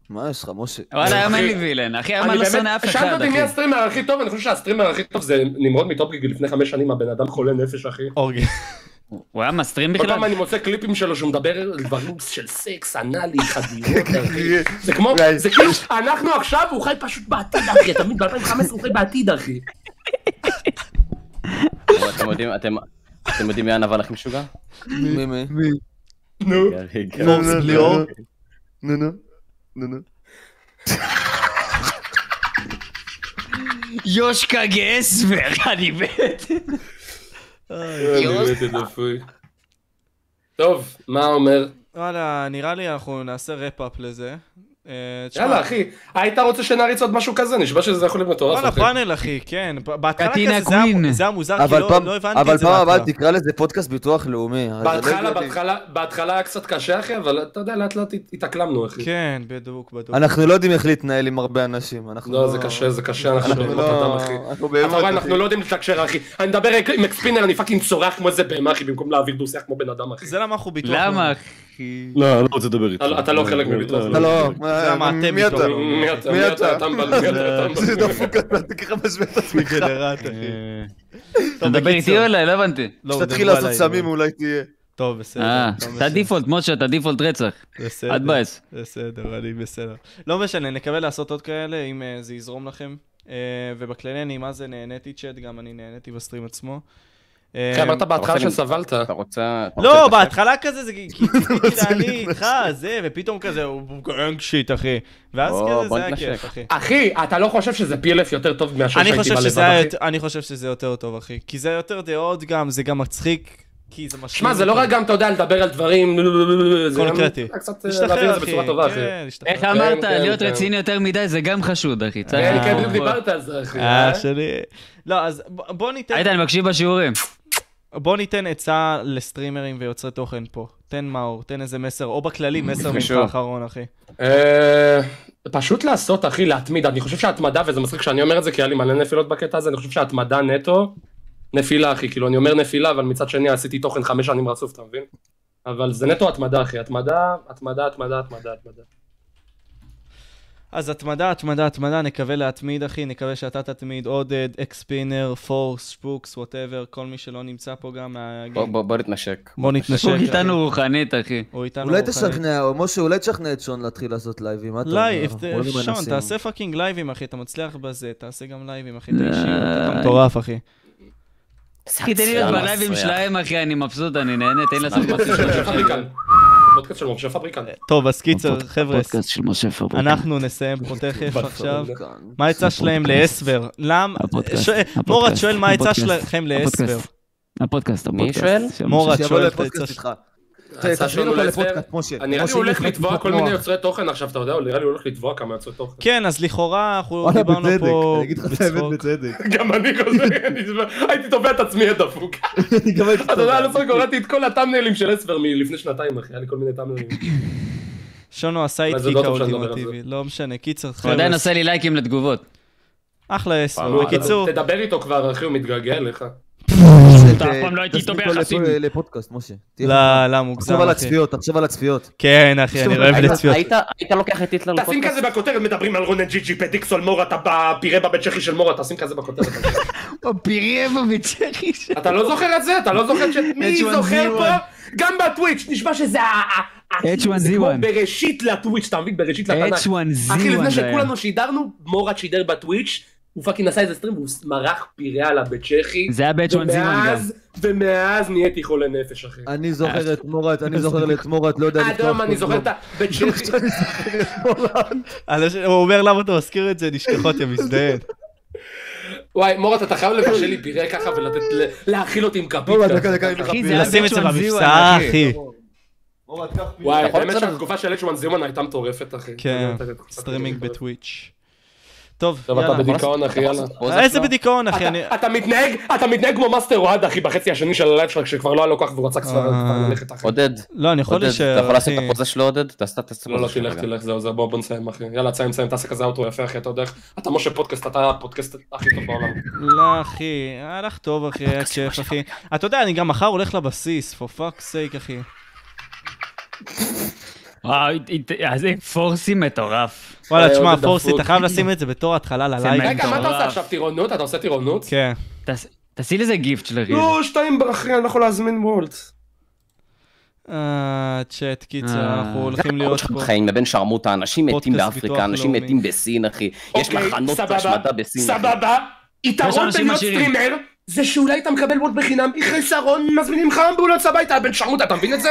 מה יש לך, משה? וואלה, היום אחי, אין לי וילן, אחי, היום אני אני לא באמת, שונא אף שאלת אחד, אותי מי אחי. הסטרימר הכי טוב, אני חושב שהסטרימר הכי טוב זה נמרוד מטופגיג לפני חמש שנים, הבן אדם חולה נפש, אחי. אורגי. הוא היה מסטרים כל בכלל? פעם אני מוצא קליפים שלו שהוא מדבר על דברים של סקס, אנאלי, חדירות, אחי. כן. זה כמו, אולי. זה כאילו, אנחנו עכשיו, הוא חי פשוט בעתיד, אחי, אתה מבין? ב-2015 הוא חי בעתיד, אחי. אבל אתם יודעים, אתם... אתם יודעים מי הנבל הכי משוגע? מי, מי? נו. לא. פורס ליאור. נו, נו. נו, נו. יושקה גסבר, אני מת. טוב, מה אומר? וואלה, נראה לי אנחנו נעשה ראפ-אפ לזה. אה, תשמע, יאללה, אחי, היית רוצה שנריץ עוד משהו כזה? נשבע שזה יכול להיות מטורף, וואלה, אחי. פאנל, אחי, כן. ב- בהתחלה קטינה כזה זה היה קווין. מ- זה היה מוזר, כי אבל לא פעם, לא הבנתי אבל את זה פעם בהתחלה. הבאה תקרא לזה פודקאסט ביטוח לאומי. אז זה לא בהתחלה, הגיוני. בהתחלה, בהתחלה היה קצת קשה, אחי, אבל אתה יודע, לאט לאט הת- התאקלמנו, אחי. כן, בדיוק, בדיוק. אנחנו לא יודעים איך להתנהל עם הרבה אנשים. אנחנו לא, זה קשה, זה קשה, אנחנו אנחנו בהמות לא... אדם, אחי. אנחנו אתה בהמות, רואה, אחי. אנחנו לא יודעים לתקשר, אחי. אני מדבר עם אקספינר, אני פאקינג צורח כמו איזה בהמה, אחי, במקום להעביר דו-שיח כמו בן אדם, אחי. זה למה אנחנו ביטוח. למה, לאומי. אחי? לא, אני לא רוצה לדבר איתך. אתה לא חלק מביטוח אתה לא... זה המעטה מי ביטוח אתה? לאומי. מי אתה? מי מי אתה? אתה? טמבל, מי אתה? טמבל. זה דפוק, אתה ככה משווה את עצמך. גנרט, אה, אחי. אתה מדבר איתי או אליי? לא הבנתי. לא, הוא כשתתחיל מדבר לעשות עליי, סמים לא. אולי תהיה. טוב, בסדר. אה, לא אתה משנה. דיפולט, משה, אתה דיפולט רצח. בסדר. את באז. בסדר, אני בסדר. לא משנה, נקווה לעשות עוד כאלה, אם אה, זה יזרום לכם. אה, ובכללי אני מה זה נהניתי צ'אט, גם אני נהניתי בסטרים עצמו. אחי, כן, אמרת בהתחלה אתה רוצה שסבלת. אתה רוצה... אתה רוצה לא, את השם? בהתחלה כזה זה כי- כי- כי- כי אני איתך, זה, ופתאום כזה, הוא גאנג שיט, אחי. ואז או, כזה, בוא זה היה נתנשק. כיף, אחי. אחי, אתה לא חושב שזה פי אלף יותר טוב מאשר אני שהייתי בא חושב לבד, שזה היה אחי? יותר- אני חושב שזה יותר טוב, אחי. כי זה יותר דעות גם, זה גם מצחיק, כי זה משחיק. שמע, זה לא רק גם, אתה יודע, לדבר על דברים, זה גם קונקרטי. קצת להעביר להשתחרר, את זה בצורה טובה, אחי. כן, להשתחרר. איך אמרת, כן, להיות כן. רציני יותר מדי זה גם חשוד, אחי. צריך כן, כן, לבחור. בדיוק דיברת על זה, אחי. אה? אה, שלי. לא, אז ב- בוא ניתן... היית, אני מקשיב בשיעורים. בוא ניתן עצה לסטרימרים ויוצרי תוכן פה. תן מאור, תן איזה מסר, או בכללי מסר ממך קשור. האחרון, אחי. אה, פשוט לעשות, אחי, להתמיד. אני חושב שההתמדה, וזה מצחיק שאני אומר את זה, כי היה לי מלא נפילות בקטע הזה, אני חושב שההתמדה נטו, נפילה, אחי. כאילו, אני אומר נפילה, אבל מצד שני עשיתי תוכן חמש שנים רצוף, אתה מבין? אבל זה נטו התמדה, אחי. התמדה, התמדה, התמדה, התמדה, התמדה. אז התמדה, התמדה, התמדה, נקווה להתמיד, אחי, נקווה שאתה תתמיד, עודד, אקספינר, פורס, שפוקס, וואטאבר, כל מי שלא נמצא פה גם בוא- מהגיל. בוא בוא נתנשק. בוא נתנשק. הוא אחי. איתנו רוחנית, אחי. הוא איתנו אולי רוחני. תשכנע, או משה, אולי תשכנע את שון להתחיל לעשות לייבים, מה אתה אומר? לייב, ת- אנחנו מאוד אה, שון, מנסים. תעשה פאקינג לייבים, אחי, אתה מצליח בזה, תעשה גם לייבים, אחי, אתה אישי, אה, אתה מטורף, אחי. אחי, תן לי להיות בלייבים שלהם, אחי, אני מבסוט, אני נהנה, תן לי לעשות משהו. משה פבריקן. פודקאסט של משה פבריקן. טוב, אז קיצר, חבר'ה, הפודקאסט של משה פבריקן. אנחנו נסיים פה תכף עכשיו. כאן. מה העצה שלהם לאסבר? למה? הפודקאסט, שואל- הפודקאסט, מורד שואל מה העצה הפודקאסט, שלכם לאסבר. הפודקאסט. הפודקאסט, הפודקאסט. מי שואל? של משה מורד שיבוא שואל את העצה לפודקאסט שלך. איתך. ההצעה תזמין שלנו אותו להסבר- לפודקאסט, משה. נראה לי משה, הוא הולך לפודקאסט לתבוע כל נוח. מיני יוצרי תוכן עכשיו, אתה יודע? הוא נראה לי הוא הולך לתבוע כמה יוצרי תוכן. כן, אז לכאורה אנחנו וואלה, דיברנו בצדק, פה אני אגיד לך את בצחוק. האמת בצדק. גם אני כזה, אני- הייתי תובע את עצמי הדפוק. אני גם הייתי אתה יודע, טוב. לא צריך, הורדתי את כל הטאמנלים של אספר מלפני שנתיים, אחי, היה לי כל מיני טאמנלים. שונו עשה אולי זה איטקיק לא טוב שאני מדבר על האולטימטיבי, לא משנה, קיצר, הוא עדיין חבר'ה, עושה לי לייקים לתגובות. אחלה לא אסבר. בקיצור, תדבר איתו כבר, אחי, הוא מתגעגע אליך. אתה אף פעם לא הייתי איתו תזמין אותו ביחסים. לפ- לפודקאסט, משה. תהיה חכם. לא, לא, תחשוב מוגזם, על אחי. הצפיות, תחשוב על הצפיות. כן, אחי, אני אוהב היית- לצפיות. היית- היית לוקח את היטלר תשים לפודקאסט? כזה בכותרת, מדברים על רונן ג'י ג'י פטיקסון מורה, אתה בפירבה בן צ'כי של מורה, תשים כזה בכותרת. פיריבו מצ'כי ש... אתה לא זוכר את זה? אתה לא זוכר ש... מי זוכר פה? גם בטוויץ', נשמע שזה ה... ה- ה- H1Z1. זה כמו בראשית לטוויץ', אתה מבין? לא, בראשית לתנ"ך. אחי, לפני שכולנו שידרנו, מורד שידר בטוויץ', הוא פאקינג עשה איזה סטרים והוא מרח פירה עליו בצ'כי. זה היה ב-H1Z1 גם. ומאז, ומאז נהייתי חולה נפש, אחי. אה, אני זוכר את מורת, אני זוכר את מורת, לא יודע אדום, אני זוכר את ה... בצ'כי. אנשים- הוא אומר למה אתה מזכיר את זה, נשכחות, יא מזדיין. וואי, מורת, אתה חייב לבשל לי פירה ככה ולתת... ל- להאכיל אותי עם כפית. מורת, ככה. דקה, דקה, אני אחי, מחפש. זה היה לשים את זה H1Z1, במבצע, אחי. מורת, קח פינה. וואי, יכול האמת להיות שהתקופה של אצ'ואן זיומן הייתה מטורפת, אחי. כן, הייתה תקופה סטרימינג מטורפת. בטוויץ'. טוב, טוב, אתה יאללה. בדיכאון, אחי, יאללה. פוזה איזה שלו? בדיכאון, אחי, אתה- אני... אתה מתנהג, אתה מתנהג כמו מאסטר אוהד, אחי, בחצי השני של הלייב שלך, כשכבר לא היה לו כוח והוא רצה כבר אה. ללכת, אחי. עודד, לא, אני יכול עודד, אתה להישאר, יכול לעשות את אחי. הפוזה שלו עודד? תעשה את הפוזה אה, לא, לא, שלו תלך, רגע. תלך, זהו, זהו, בוא בוא נסיים, אחי. יאללה, תסיים, תסיים, תעשה כזה אוטו יפה, אחי, אתה יודע איך... אתה משה פודקאסט, אתה הפודקאסט הכי טוב בעולם. לא, אחי, הלך טוב, אחי, היה כיף, אחי. אתה יודע, אני גם מחר הולך לבסיס, for fuck's sake, אה, אחי. וואו, הת- הת- אז זה פורסי מטורף. וואלה, אה, תשמע, עודד פורסי, דפוק. אתה חייב לשים את זה בתור התחלה ללייב. מטורף. רגע, מה אתה עושה עכשיו, טירונות? אתה עושה טירונות? כן. תעש- תעשי לזה גיפט של אחי. כאילו. לא, שתיים אחי, אני לא יכול להזמין וולט. אה, צ'אט, קיצר, אה. אנחנו הולכים להיות שלך פה. בחיים לבין שרמוטה, אנשים מתים פודקאסט ביטוח באפריקה, אנשים לאומי. מתים בסין, אחי. יש אוקיי, מחנות סבבה, השמדה בסין. אחי. סבבה, יש יתרון אנשים בלהיות עשירים. סטרימר זה שאולי אתה מקבל וולט בחינם, חיסרון, מזמינים לך אמבולנס הביתה, בן שרמוטה, אתה מבין את זה?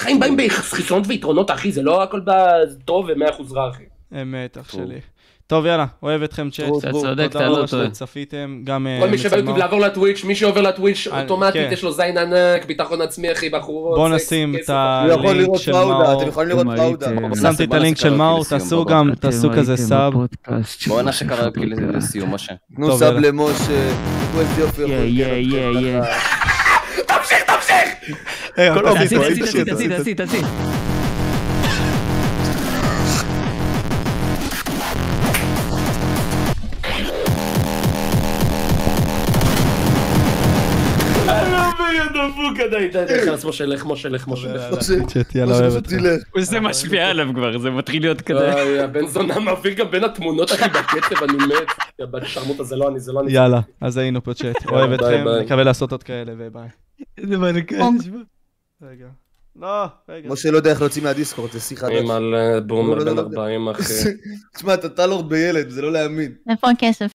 חיים באים בחסרונות ויתרונות, אחי, זה לא הכל בטוב ומאה אחוז רע, אחי. אמת, אח שלי. טוב, יאללה, אוהב אתכם, צ'אט. אתה צודק, אתה תודה לא רבה טועה. שצפיתם, גם... אה, כל מי מצד מאור. שביוטיוב לעבור לטוויץ', מי שעובר לטוויץ', אה, אוטומטית כן. יש לו זין ענק, ביטחון עצמי, אחי, בחורות. בוא סקס, נשים כסף, את אחי. הוא יכול הלינק לראות של פאודה, אתם מאור. אה, יכולים לראות אם פאודה. הייתם- בוא נעשה- שמתי את בוא נעשה הלינק של קריוקי מאור, לסיום, תעשו בוא, בוא. גם, אתם תעשו הייתם כזה סאב. בפודקאסט של בואו משה נעשה קריוקי פבריקן. לסיום, משה. תנו טוב, סאב יאללה. למשה, תנו איזה יופי. יא, יכול יא, להיות. יא, יא. היי, אתה- תעשי, תעשי, תעשי, תעשי, תעשי, תעשי. תלך על עצמו, שלך, משה, לך, משה. משה, צ'אט, יאללה, אוהב משה, אתכם. תלך. זה משפיע עליו כבר, זה מתחיל להיות כזה. אוי, הבן זונה מעביר גם בין התמונות, אחי, בקצב, אני מת. יא בת שרמוטה, זה לא אני, זה לא אני. יאללה, אז היינו פה צ'אט. אוהב ביי, אתכם, ביי. נקווה לעשות עוד כאלה, וביי. זה מנקה. רגע. לא, רגע. משה לא יודע איך להוציא מהדיסקורד, זה שיחה. אימא לבומר לא, לא, אה, בן לא. 40, אחי. תשמע, אתה טלור בילד, זה לא להאמין. איפה הכסף?